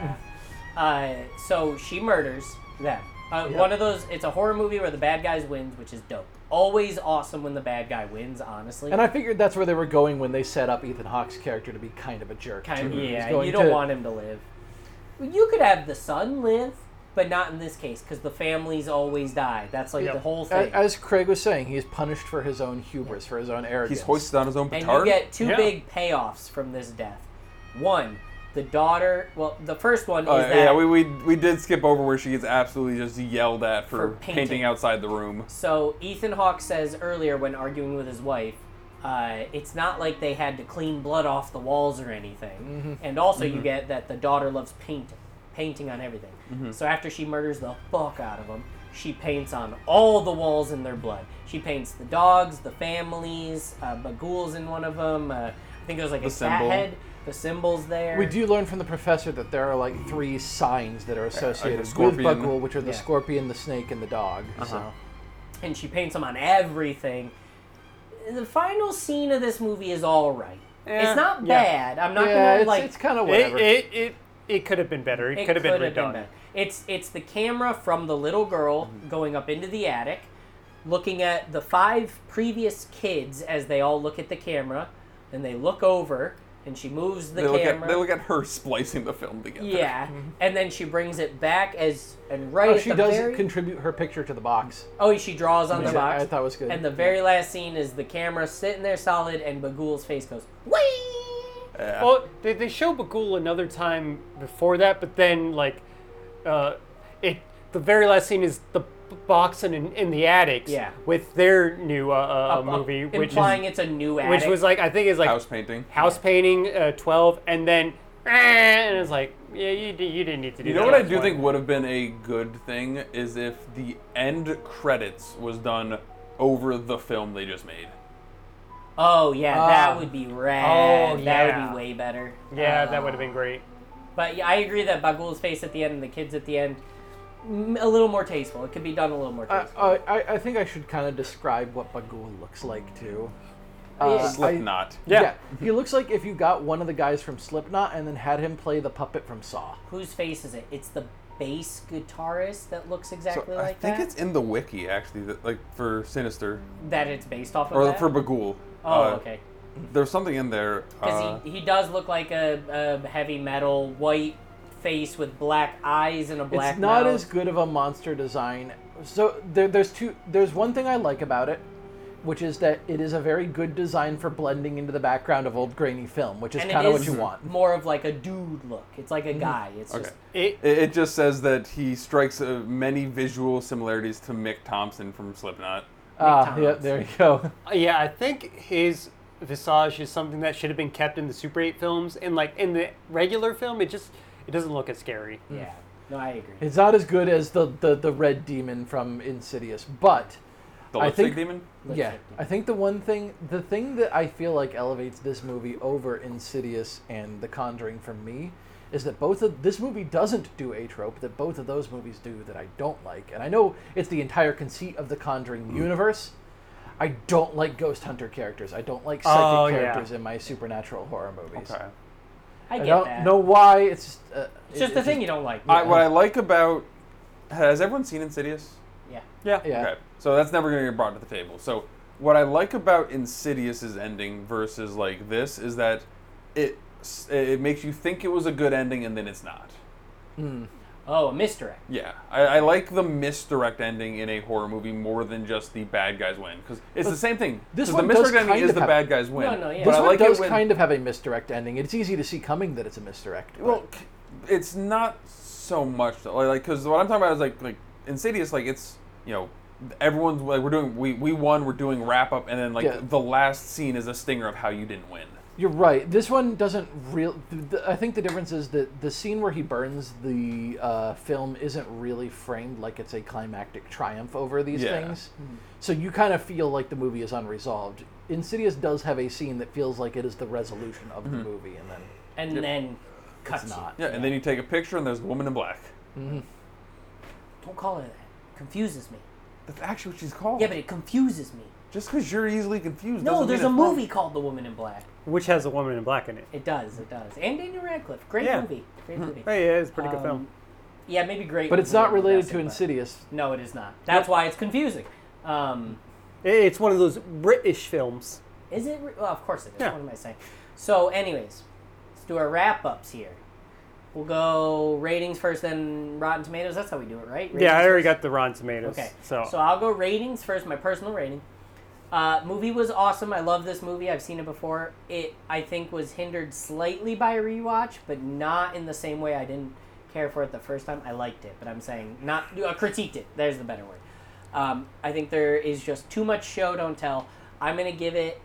B: Uh, so she murders them. Uh,
C: Yeah.
B: One of those. It's a horror movie where the bad guys wins, which is dope. Always awesome when the bad guy wins. Honestly,
C: And I figured that's where they were going when they set up Ethan Hawke's character to be kind of a jerk.
B: kind of,
C: too. He was
B: yeah,
C: going
B: you don't
C: to-
B: want him to live. You could have the son live, but not in this case because the families always die. That's like
D: Yeah.
B: the whole thing.
C: A- As Craig was saying, he's punished for his own hubris, for his own arrogance.
A: He's hoisted on his own
B: and
A: petard.
B: you get two
D: Yeah.
B: big payoffs from this death. One, the daughter. Well, the first one
A: Uh,
B: is that
A: yeah, we, we we did skip over where she gets absolutely just yelled at for,
B: For
A: painting.
B: painting.
A: outside the room.
B: So Ethan Hawke says earlier when arguing with his wife, uh, it's not like they had to clean blood off the walls or anything.
C: Mm-hmm.
B: And also, you get that the daughter loves painting, painting on everything.
C: Mm-hmm.
B: So after she murders the fuck out of them, she paints on all the walls in their blood. She paints the dogs, the families, uh, Bagul's in one of them. Uh, I think it was like a
A: symbol.
B: cat head. The symbols there.
C: We do learn from the professor that there are like three signs that are associated with
A: scorpion.
C: Bugwell, which are the
B: Yeah. Uh-huh.
C: scorpion, the snake, and the dog. So
B: and she paints them on everything. The final scene of this movie is all right.
D: Eh,
B: it's not
D: yeah.
B: bad. I'm not
C: yeah,
B: gonna
C: it's,
B: like.
C: it's kind of
D: It
C: whatever.
D: it it, it could have been better. It,
B: it
D: could have been redone.
B: better. It's it's the camera from the little girl
A: Mm-hmm.
B: going up into the attic, looking at the five previous kids as they all look at the camera, and they look over, and she moves the
A: They look, at, Mm-hmm.
B: camera.
A: they look at her splicing the film together.
B: yeah, and then she brings it back as and right
C: oh,
B: at
C: she
B: the
C: does
B: very
C: contribute her picture to the box.
B: oh she draws on the
C: Yeah,
B: box.
C: I thought it was good.
B: And the very last scene is the camera sitting there solid, and Bagul's face goes, Whee!
A: Yeah.
D: Well, they, they show Bagul another time before that, but then like, uh, it the very last scene is the b- box in in the attics
B: Yeah.
D: with their new uh, uh,
B: Up- up-
D: movie, which
B: implying
D: is,
B: it's a new attic.
D: which was like I think it's like
A: House painting.
D: house painting uh, twelve, and then "Eh," and it's like yeah, you di- you didn't need to do.
A: You
D: that
A: know what I
D: last
A: do
D: one.
A: think would have been a good thing is if the end credits was done over the film they just made.
B: oh yeah, that
C: Ah.
B: would be rad.
D: um, Oh,
B: That would
D: yeah.
B: be way better.
D: Yeah,
B: Uh,
D: that would have been great.
B: But yeah, I agree that Bagul's face at the end and the kids at the end, mm, a little more tasteful. It could be done a little more
A: Uh,
C: I,
B: tasteful.
C: Uh, I, I- I think I should kind of describe what Bagul looks like too. Uh,
A: Slipknot.
C: I-
D: Yeah.
C: yeah, he looks like if you got one of the guys from Slipknot and then had him play the puppet from Saw.
B: Whose face is it? It's the bass guitarist that looks exactly
A: I
B: like
A: think
B: that.
A: it's in the wiki actually, that, like for Sinister
B: that it's based off of.
A: or
B: that?
A: for Bagul.
B: oh,
A: Uh,
B: okay.
A: There's something in there. uh,
B: Because he, he does look like a, a heavy metal white face with black eyes and a black
C: it's not
B: mouth.
C: as good of a monster design. So there, there's two. There's one thing I like about it, which is that it is a very good design for blending into the background of old grainy film, which is
B: And
C: kind
B: it
C: of what
B: is
C: you want. Mm-hmm.
B: More of like a dude look. It's like a guy. It's
A: Okay.
B: just
D: It,
A: It, it just says that he strikes uh, many visual similarities to Mick Thompson from Slipknot.
C: Ah, yeah,
B: McDonald's.
C: there you go.
D: Yeah, I think his visage is something that should have been kept in the Super 8 films, and like in the regular film, it just it doesn't look as scary.
B: yeah. No, I agree.
C: It's not as good as the the, the red demon from Insidious, but
A: The
C: I
A: lipstick
C: think-
A: demon.
C: yeah,
B: Lipstick.
C: I think the one thing, the thing that I feel like elevates this movie over Insidious and The Conjuring for me, is that both of this movie doesn't do a trope that both of those movies do that I don't like. And I know it's the entire conceit of the
A: Mm.
C: Conjuring universe. I don't like ghost hunter characters. I don't like psychic
D: Oh, yeah.
C: characters in my supernatural horror movies.
A: Okay.
B: I
C: I
B: get
C: don't
B: that.
C: know why. It's just, uh,
B: it's just the thing you don't like.
A: I, what I like about has everyone seen Insidious?
B: yeah.
D: Yeah.
C: Yeah.
A: Okay. So that's never going to get brought to the table. So what I like about Insidious's ending versus like this is that it s- it makes you think it was a good ending and then it's not.
B: Oh, a misdirect.
A: Yeah, I, I like the misdirect ending in a horror movie more than just the bad guys win because it's the same thing.
C: this
A: 'Cause
C: one
A: the
C: does
A: misdirect ending
C: kind
A: is
C: of
A: the
C: have-
A: bad guys win.
B: no, yeah.
A: But
C: This
A: I
C: one
A: like
C: does
A: it when,
C: kind of have a misdirect ending. It's easy to see coming that it's a misdirect. but-
A: Well, c- it's not so much though. like because what I'm talking about is like like Insidious. Like it's you know everyone's like we're doing we we won we're doing wrap up and then like
C: Yeah.
A: the last scene is a stinger of how you didn't win.
C: You're right. This one doesn't real. th- th- I think the difference is that the scene where he burns the uh, film isn't really framed like it's a climactic triumph over these
A: Yeah.
C: things. So you kind of feel like the movie is unresolved. Insidious does have a scene that feels like it is the resolution of the movie, and then
B: And then cuts
C: not.
A: Mm-hmm. Yeah, and then you take a picture and there's the woman in black.
B: Don't call her that. Confuses me.
A: That's actually what she's called.
B: Yeah, but it confuses me.
A: just because you're easily confused.
B: No,
A: doesn't
B: there's
A: mean
B: a
A: it's wrong.
B: movie called The Woman in Black.
D: Which has a woman in black in it.
B: It does, it does. And Daniel Radcliffe. Great
D: Yeah.
B: movie. Great
A: Mm-hmm.
B: movie.
D: Hey, Oh, yeah, it's a pretty good
B: Um,
D: film.
B: Yeah, maybe great.
C: But it's
B: would be
C: not
B: the
C: related
B: best,
C: to
B: but-
C: Insidious.
B: No, it is not. That's why it's confusing. Um,
D: I- It's one of those British films.
B: is it? Re- well, of course it is.
D: Yeah.
B: What am I saying? So, anyways, let's do our wrap ups here. We'll go ratings first, then Rotten Tomatoes. That's how we do it, right?
D: yeah, I
B: Ratings
D: already
B: first?
D: got the Rotten Tomatoes.
B: Okay.
D: So,
B: I'll go ratings first. My personal rating. Uh, movie was awesome. I love this movie. I've seen it before. It I think was hindered slightly by a rewatch, but not in the same way I didn't care for it the first time. I liked it, but I'm saying not uh, critiqued it. There's the better word. Um, I think there is just too much show don't tell. I'm gonna give it.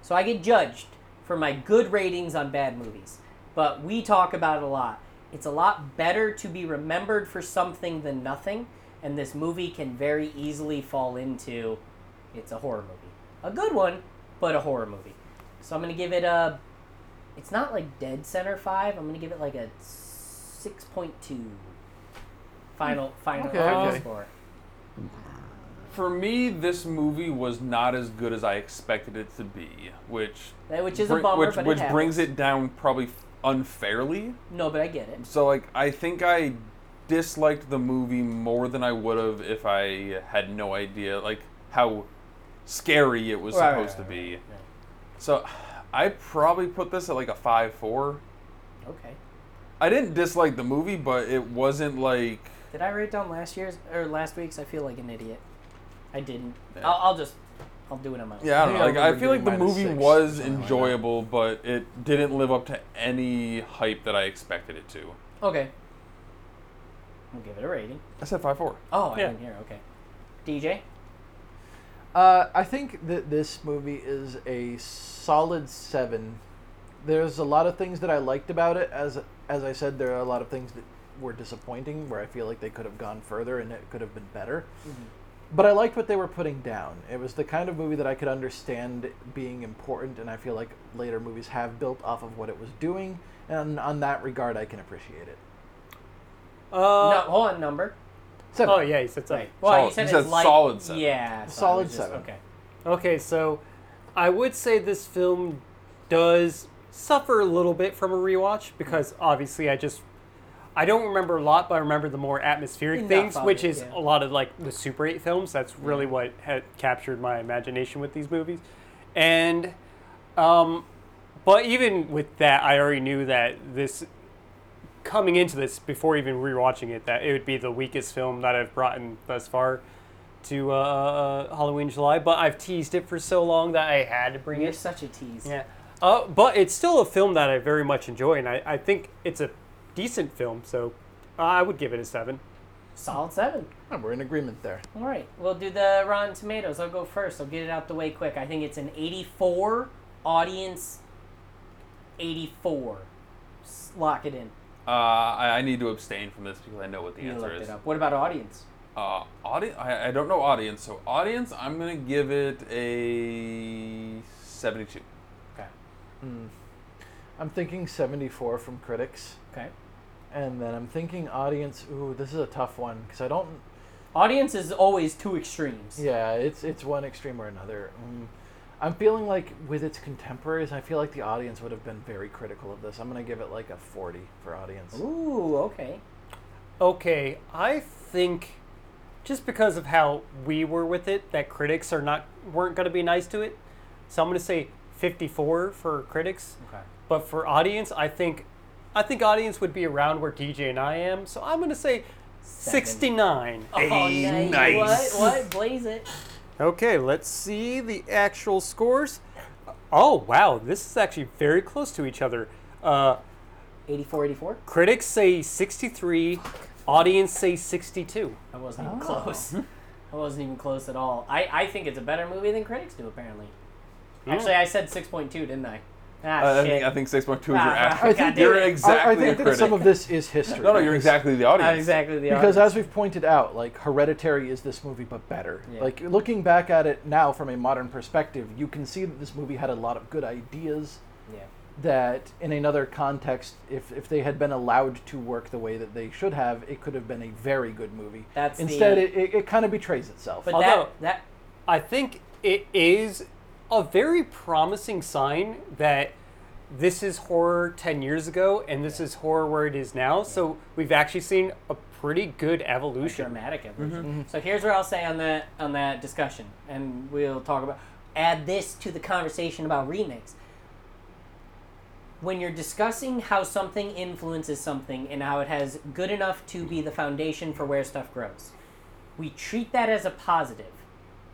B: So I get judged for my good ratings on bad movies, but we talk about it a lot. It's a lot better to be remembered for something than nothing, and this movie can very easily fall into it's a horror movie. A good one, but a horror movie. So I'm going to give it a. It's not like dead center five. I'm going to give it like a 6.2 final, final,
C: Okay,
B: final
C: okay.
B: score.
A: For me, this movie was not as good as I expected it to be, which
B: That- Which is a
A: bri-
B: bummer,
A: which,
B: but it
A: which brings
B: happens.
A: it down probably unfairly.
B: No, but I get it.
A: So like I think I disliked the movie more than I would have if I had no idea like how scary it was
B: Right, right,
A: supposed
B: right,
A: to be.
B: right, right.
A: So I probably put this at like a 5 4.
B: Okay.
A: I didn't dislike the movie, but it wasn't like
B: Did I write down last year's or last week's? I feel like an idiot. I didn't.
A: Yeah.
B: I'll, I'll just. I'll do it on my own.
A: yeah, I don't
C: I
A: know.
C: think
A: Like
C: I
A: I
C: remember
A: feel like the
C: doing minus
A: movie
C: six,
A: was
C: something like that.
A: enjoyable, but it didn't live up to any hype that I expected it to.
B: Okay. I'll give it a rating.
A: I said 5 4.
B: Oh, I
D: Yeah.
B: didn't hear. Okay. DJ.
C: Uh, I think that this movie is a solid seven. There's a lot of things that I liked about it. As as I said, there are a lot of things that were disappointing, where I feel like they could have gone further and it could have been better. But I liked what they were putting down. It was the kind of movie that I could understand being important, and I feel like later movies have built off of what it was doing. And on that regard, I can appreciate it.
D: uh,
B: no, hold on. Number.
C: Seven.
D: oh yeah, he said something.
B: Well,
A: Solid-
B: you said
A: you
B: it's
A: said
B: like,
A: solid seven.
B: Yeah. so I
C: Solid
B: was just-
C: seven.
B: Okay.
D: Okay, so I would say this film does suffer a little bit from a rewatch because obviously I just I don't remember a lot, but I remember the more atmospheric
B: Enough
D: things,
B: of
D: which
B: it,
D: is
B: yeah.
D: a lot of like the Super 8 films. That's really what had captured my imagination with these movies. And um but even with that, I already knew that this coming into this before even rewatching it that it would be the weakest film that I've brought in thus far to uh, Halloween July, but I've teased it for so long that I had to bring
B: You're
D: it.
B: such a tease.
D: Yeah, uh, but it's still a film that I very much enjoy, and I, I think it's a decent film, so I would give it a seven.
B: Solid seven.
C: Oh, we're in agreement there.
B: All right. We'll do the Rotten Tomatoes. I'll go first. I'll get it out the way quick. I think it's an 84 audience. 84. S- Lock it in.
A: Uh, I, I need to abstain from this because I know what the
B: You
A: answer
B: looked
A: is.
B: it up. What about audience?
A: Uh, audience. I, I don't know audience. So audience, I'm gonna give it a seventy-two.
B: Okay.
C: I'm thinking 74 from critics,
B: Okay.
C: and then I'm thinking audience. Ooh, this is a tough one because I don't.
B: Audience is always two extremes.
C: Yeah, it's it's one extreme or another. Mm. I'm feeling like with its contemporaries, I feel like the audience would have been very critical of this. I'm gonna give it like a 40 for audience.
B: Ooh, okay.
D: Okay, I think just because of how we were with it, that critics are not weren't going to be nice to it. So I'm going to say 54 for critics.
B: Okay.
D: But for audience, I think I think audience would be around where DJ and I am. So I'm going to say 69.
B: Oh, nice.
A: nice.
B: What? What? Blaze it.
D: Okay, let's see the actual scores. Oh, wow, this is actually very close to each other. Uh,
B: 84, 84.
D: critics say 63, audience say 62.
B: I wasn't even
A: Oh.
B: close. I wasn't even close at all. I, I think it's a better movie than critics do, apparently.
D: Hmm.
B: Actually, I said 6.2, didn't I? Ah,
A: I, I
B: shit.
A: think I think 6.2 is your
B: Ah, I
A: average.
B: think-
A: you're
B: I- I
A: exactly
C: I, I
A: a
C: think that
A: critic.
C: some of this is history.
A: no, no, you're exactly the audience.
B: I'm Ah, exactly the audience.
C: Because as we've pointed out, like Hereditary is this movie, but better.
B: Yeah.
C: Like looking back at it now from a modern perspective, you can see that this movie had a lot of good ideas.
B: Yeah.
C: That in another context, if if they had been allowed to work the way that they should have, it could have been a very good movie.
B: That's the-
C: instead it, it, it kind of betrays itself.
B: But
D: Although-
B: that, that
D: I think it is a very promising sign that this is horror 10 years ago and this is horror where it is now. So we've actually seen a pretty good evolution.
B: dramatic evolution. So here's what I'll say on that on that discussion, and we'll talk about add this to the conversation about remakes. When you're discussing how something influences something and how it has good enough to be the foundation for where stuff grows, we treat that as a positive.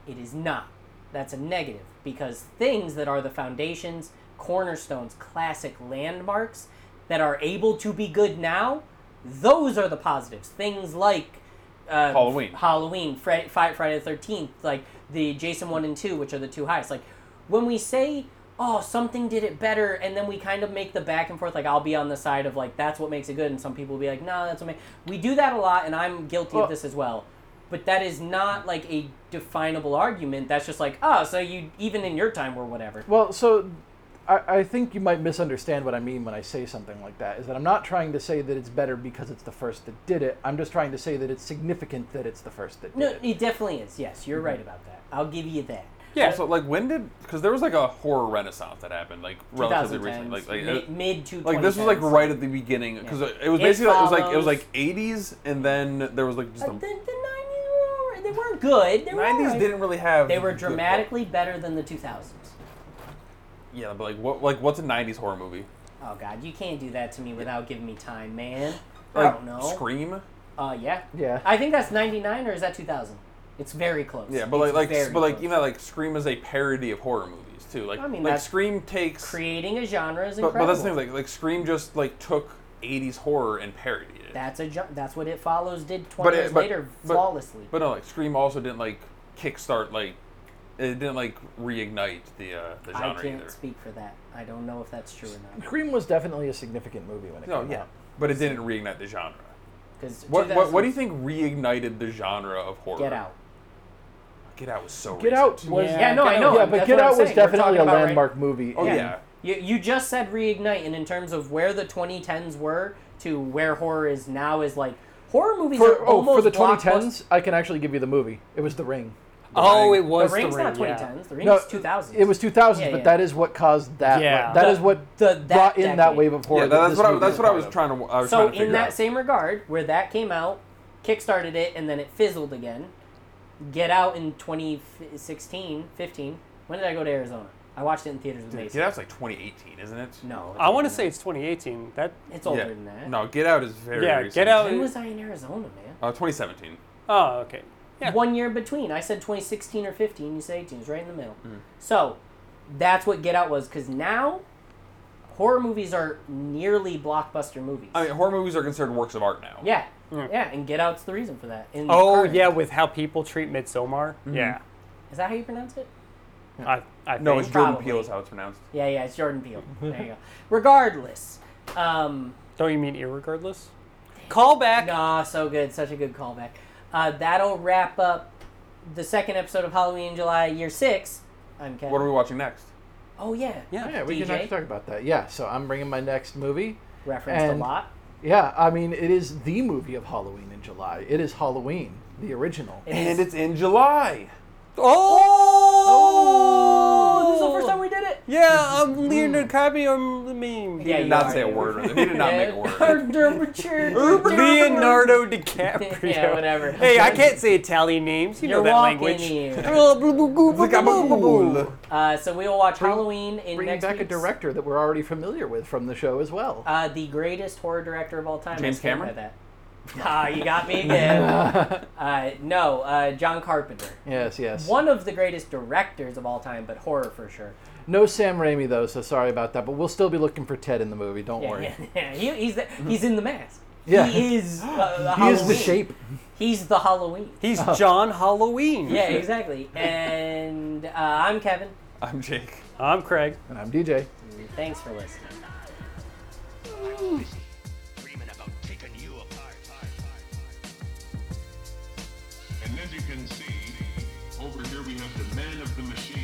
B: It is not. That's a negative because things that are the foundations, cornerstones, classic landmarks that are able to be good now, those are the positives. Things like uh,
A: Halloween.
B: Halloween, Friday, Friday the 13th, like the Jason 1 and 2, which are the two highest. Like when we say, oh, something did it better, and then we kind of make the back and forth, like I'll be on the side of like, that's what makes it good, and some people will be like, no, that's what makes We do that a lot, and I'm guilty
C: Well-
B: of this as well. But that is not like a definable argument. That's just like, oh, so you even in your time were whatever.
C: Well, so I, I think you might misunderstand what I mean when I say something like that. Is that I'm not trying to say that it's better because it's the first that did it. I'm just trying to say that it's significant that it's the first that did
B: No,
C: it.
B: it definitely is. Yes,
A: Mm-hmm.
B: you're right about that. I'll give you that.
D: Yeah.
A: Also, like when did? Because there was like a horror renaissance that happened, like relatively recently,
B: 2010s,
A: like like,
B: mi-
A: it-
B: mid to
A: like this was like right at the beginning because it was
B: It
A: basically like, it was like it was
B: follows-
A: like 80s and then there was like just
B: Like Uh, the, the
A: a,
B: 90s were alright. they weren't good. They were
A: 90s
B: alright.
A: didn't really have
B: They were
A: good-
B: dramatically better than the 2000s.
A: yeah, but like what like what's a 90s horror movie?
B: Oh God, you can't do that to me without giving me time, man. I
A: Like
B: don't know.
A: Scream.
B: Uh, yeah.
C: Yeah.
B: I think that's 99 or is that 2000? It's very close.
A: Yeah, but like
B: It's
A: like
B: very
A: but like
B: close.
A: you know like Scream is a parody of horror movies too. Like
B: I mean,
A: like
B: that's
A: Scream takes
B: creating a genre is
A: but,
B: incredible.
A: but that's the thing like like Scream just like took 80s horror and parodied it.
B: That's a ju- that's what it follows did twenty
A: But it-
B: years
A: but-
B: later
A: but-
B: flawlessly.
A: But no, like Scream also didn't like kickstart like it didn't like reignite the uh, the
B: I
A: genre
B: can't
A: either.
B: speak for that. I don't know if that's true or not.
C: Scream was definitely a significant movie when it
A: No,
C: came
A: yeah,
C: out.
A: but it didn't reignite the genre.
B: Because
A: What, what what do you think reignited the genre of horror?
B: Get out.
A: Get Out was so.
C: Get Out
A: recent.
C: was
B: Yeah, no, I know.
C: yeah, but
B: That's
C: Get
B: what I'm
C: Out was
B: saying. We're
C: definitely
B: talking
C: a
B: about, right-
C: landmark movie.
A: Oh
C: and-
A: yeah.
B: You, you just said reignite, and in terms of where the 2010s were to where horror is now is like horror movies
C: For,
B: are
C: oh,
B: almost
C: for the
B: blockbust-
C: 2010s, I can actually give you the movie. It was The Ring.
D: Oh,
A: Ring.
D: it was
B: The ring's
D: the ring,
B: not 2010s.
D: yeah.
B: The ring's
C: No,
B: 2000s.
C: It was 2000s,
B: Yeah,
C: but
B: yeah.
C: that is what caused that.
D: Yeah.
C: that
B: The-
C: is what
B: the- that
C: brought in that
B: decade.
C: wave of horror.
A: Yeah,
C: that
A: that's
C: this
A: what I,
C: movie
A: that's
C: is
A: what I
C: part
A: was
C: of.
A: trying to. I was
B: so
A: trying to
B: in
A: figure
B: that
A: out.
B: same regard, where that came out, kickstarted it, and then it fizzled again. Get out in 2016, 15. When did I go to Arizona? I watched it in theaters with Mason.
A: Get Out's like 2018, isn't it?
B: No,
D: I want to
B: it's
D: say it's 2018. That
B: it's
A: Yeah.
B: older than that.
A: No, Get Out is very.
D: Yeah,
A: recent.
D: Get Out-
B: When was I in Arizona, man?
A: Uh, 2017.
D: Oh, okay. Yeah.
B: One year between. I said 2016 or 15. You said 18. It's right in the middle. So that's what Get Out was. Because now horror movies are nearly blockbuster movies.
A: I mean, horror movies are considered works of art now.
B: yeah, yeah. And Get Out's the reason for that. In
D: Oh,
B: current-
D: yeah, with how people treat Midsommar. Yeah.
B: Is that how you pronounce it?
D: I, I
A: No,
D: think.
A: it's Jordan
B: Probably.
A: Peele is how it's pronounced.
B: Yeah, yeah. It's Jordan Peele. There you go. Regardless, um,
D: Don't you mean irregardless? Callback.
B: Ah, so good. Such a good callback. Uh, that'll wrap up the second episode of Halloween in July, year six. I'm Kevin.
A: What are we watching next?
B: Oh yeah.
D: Yeah.
C: Yeah, we can
B: DJ?
C: actually talk about that. Yeah, so I'm bringing my next movie.
B: Referenced
C: And-
B: a lot.
C: Yeah, I mean, it is the movie of Halloween in July. It is Halloween, the original.
A: And it's in July.
D: Oh!
B: Oh, this is the first time we did it.
D: Yeah, I'm Leonardo DiCaprio. I'm the meme.
B: Yeah,
A: Did
B: you
A: not
B: are.
A: say a word. with it. He did not make a word.
B: word.
D: Leonardo DiCaprio.
B: Yeah, whatever.
D: Hey, I can't say Italian names. You
B: You're
D: know that
B: walking
D: language.
B: here.
A: Zagabool.
B: Uh, so we will watch Halloween in
C: Bringing
B: next
C: back a
B: week's-
C: director that we're already familiar with from the show as well.
B: Uh, the greatest horror director of all time. I
A: James
B: stand by
A: Cameron?
B: That. Ah, you got me again. uh, no, uh, John Carpenter.
C: yes, yes.
B: One of the greatest directors of all time, but horror for sure.
C: No Sam Raimi though, so sorry about that. But we'll still be looking for Ted in the movie. Don't
B: Yeah,
C: worry.
B: yeah, yeah. He, he's the, he's in the mask.
C: Yeah.
B: He is. Uh,
C: He is the
B: Halloween.
C: shape.
B: He's the Halloween.
D: He's John Halloween.
B: Yeah, exactly. And uh, I'm Kevin.
A: I'm Jake.
D: I'm Craig.
C: And I'm DJ.
B: Thanks for listening.
E: I was busy dreaming about taking you apart.
F: And as you can see, over here we have the man of the machine.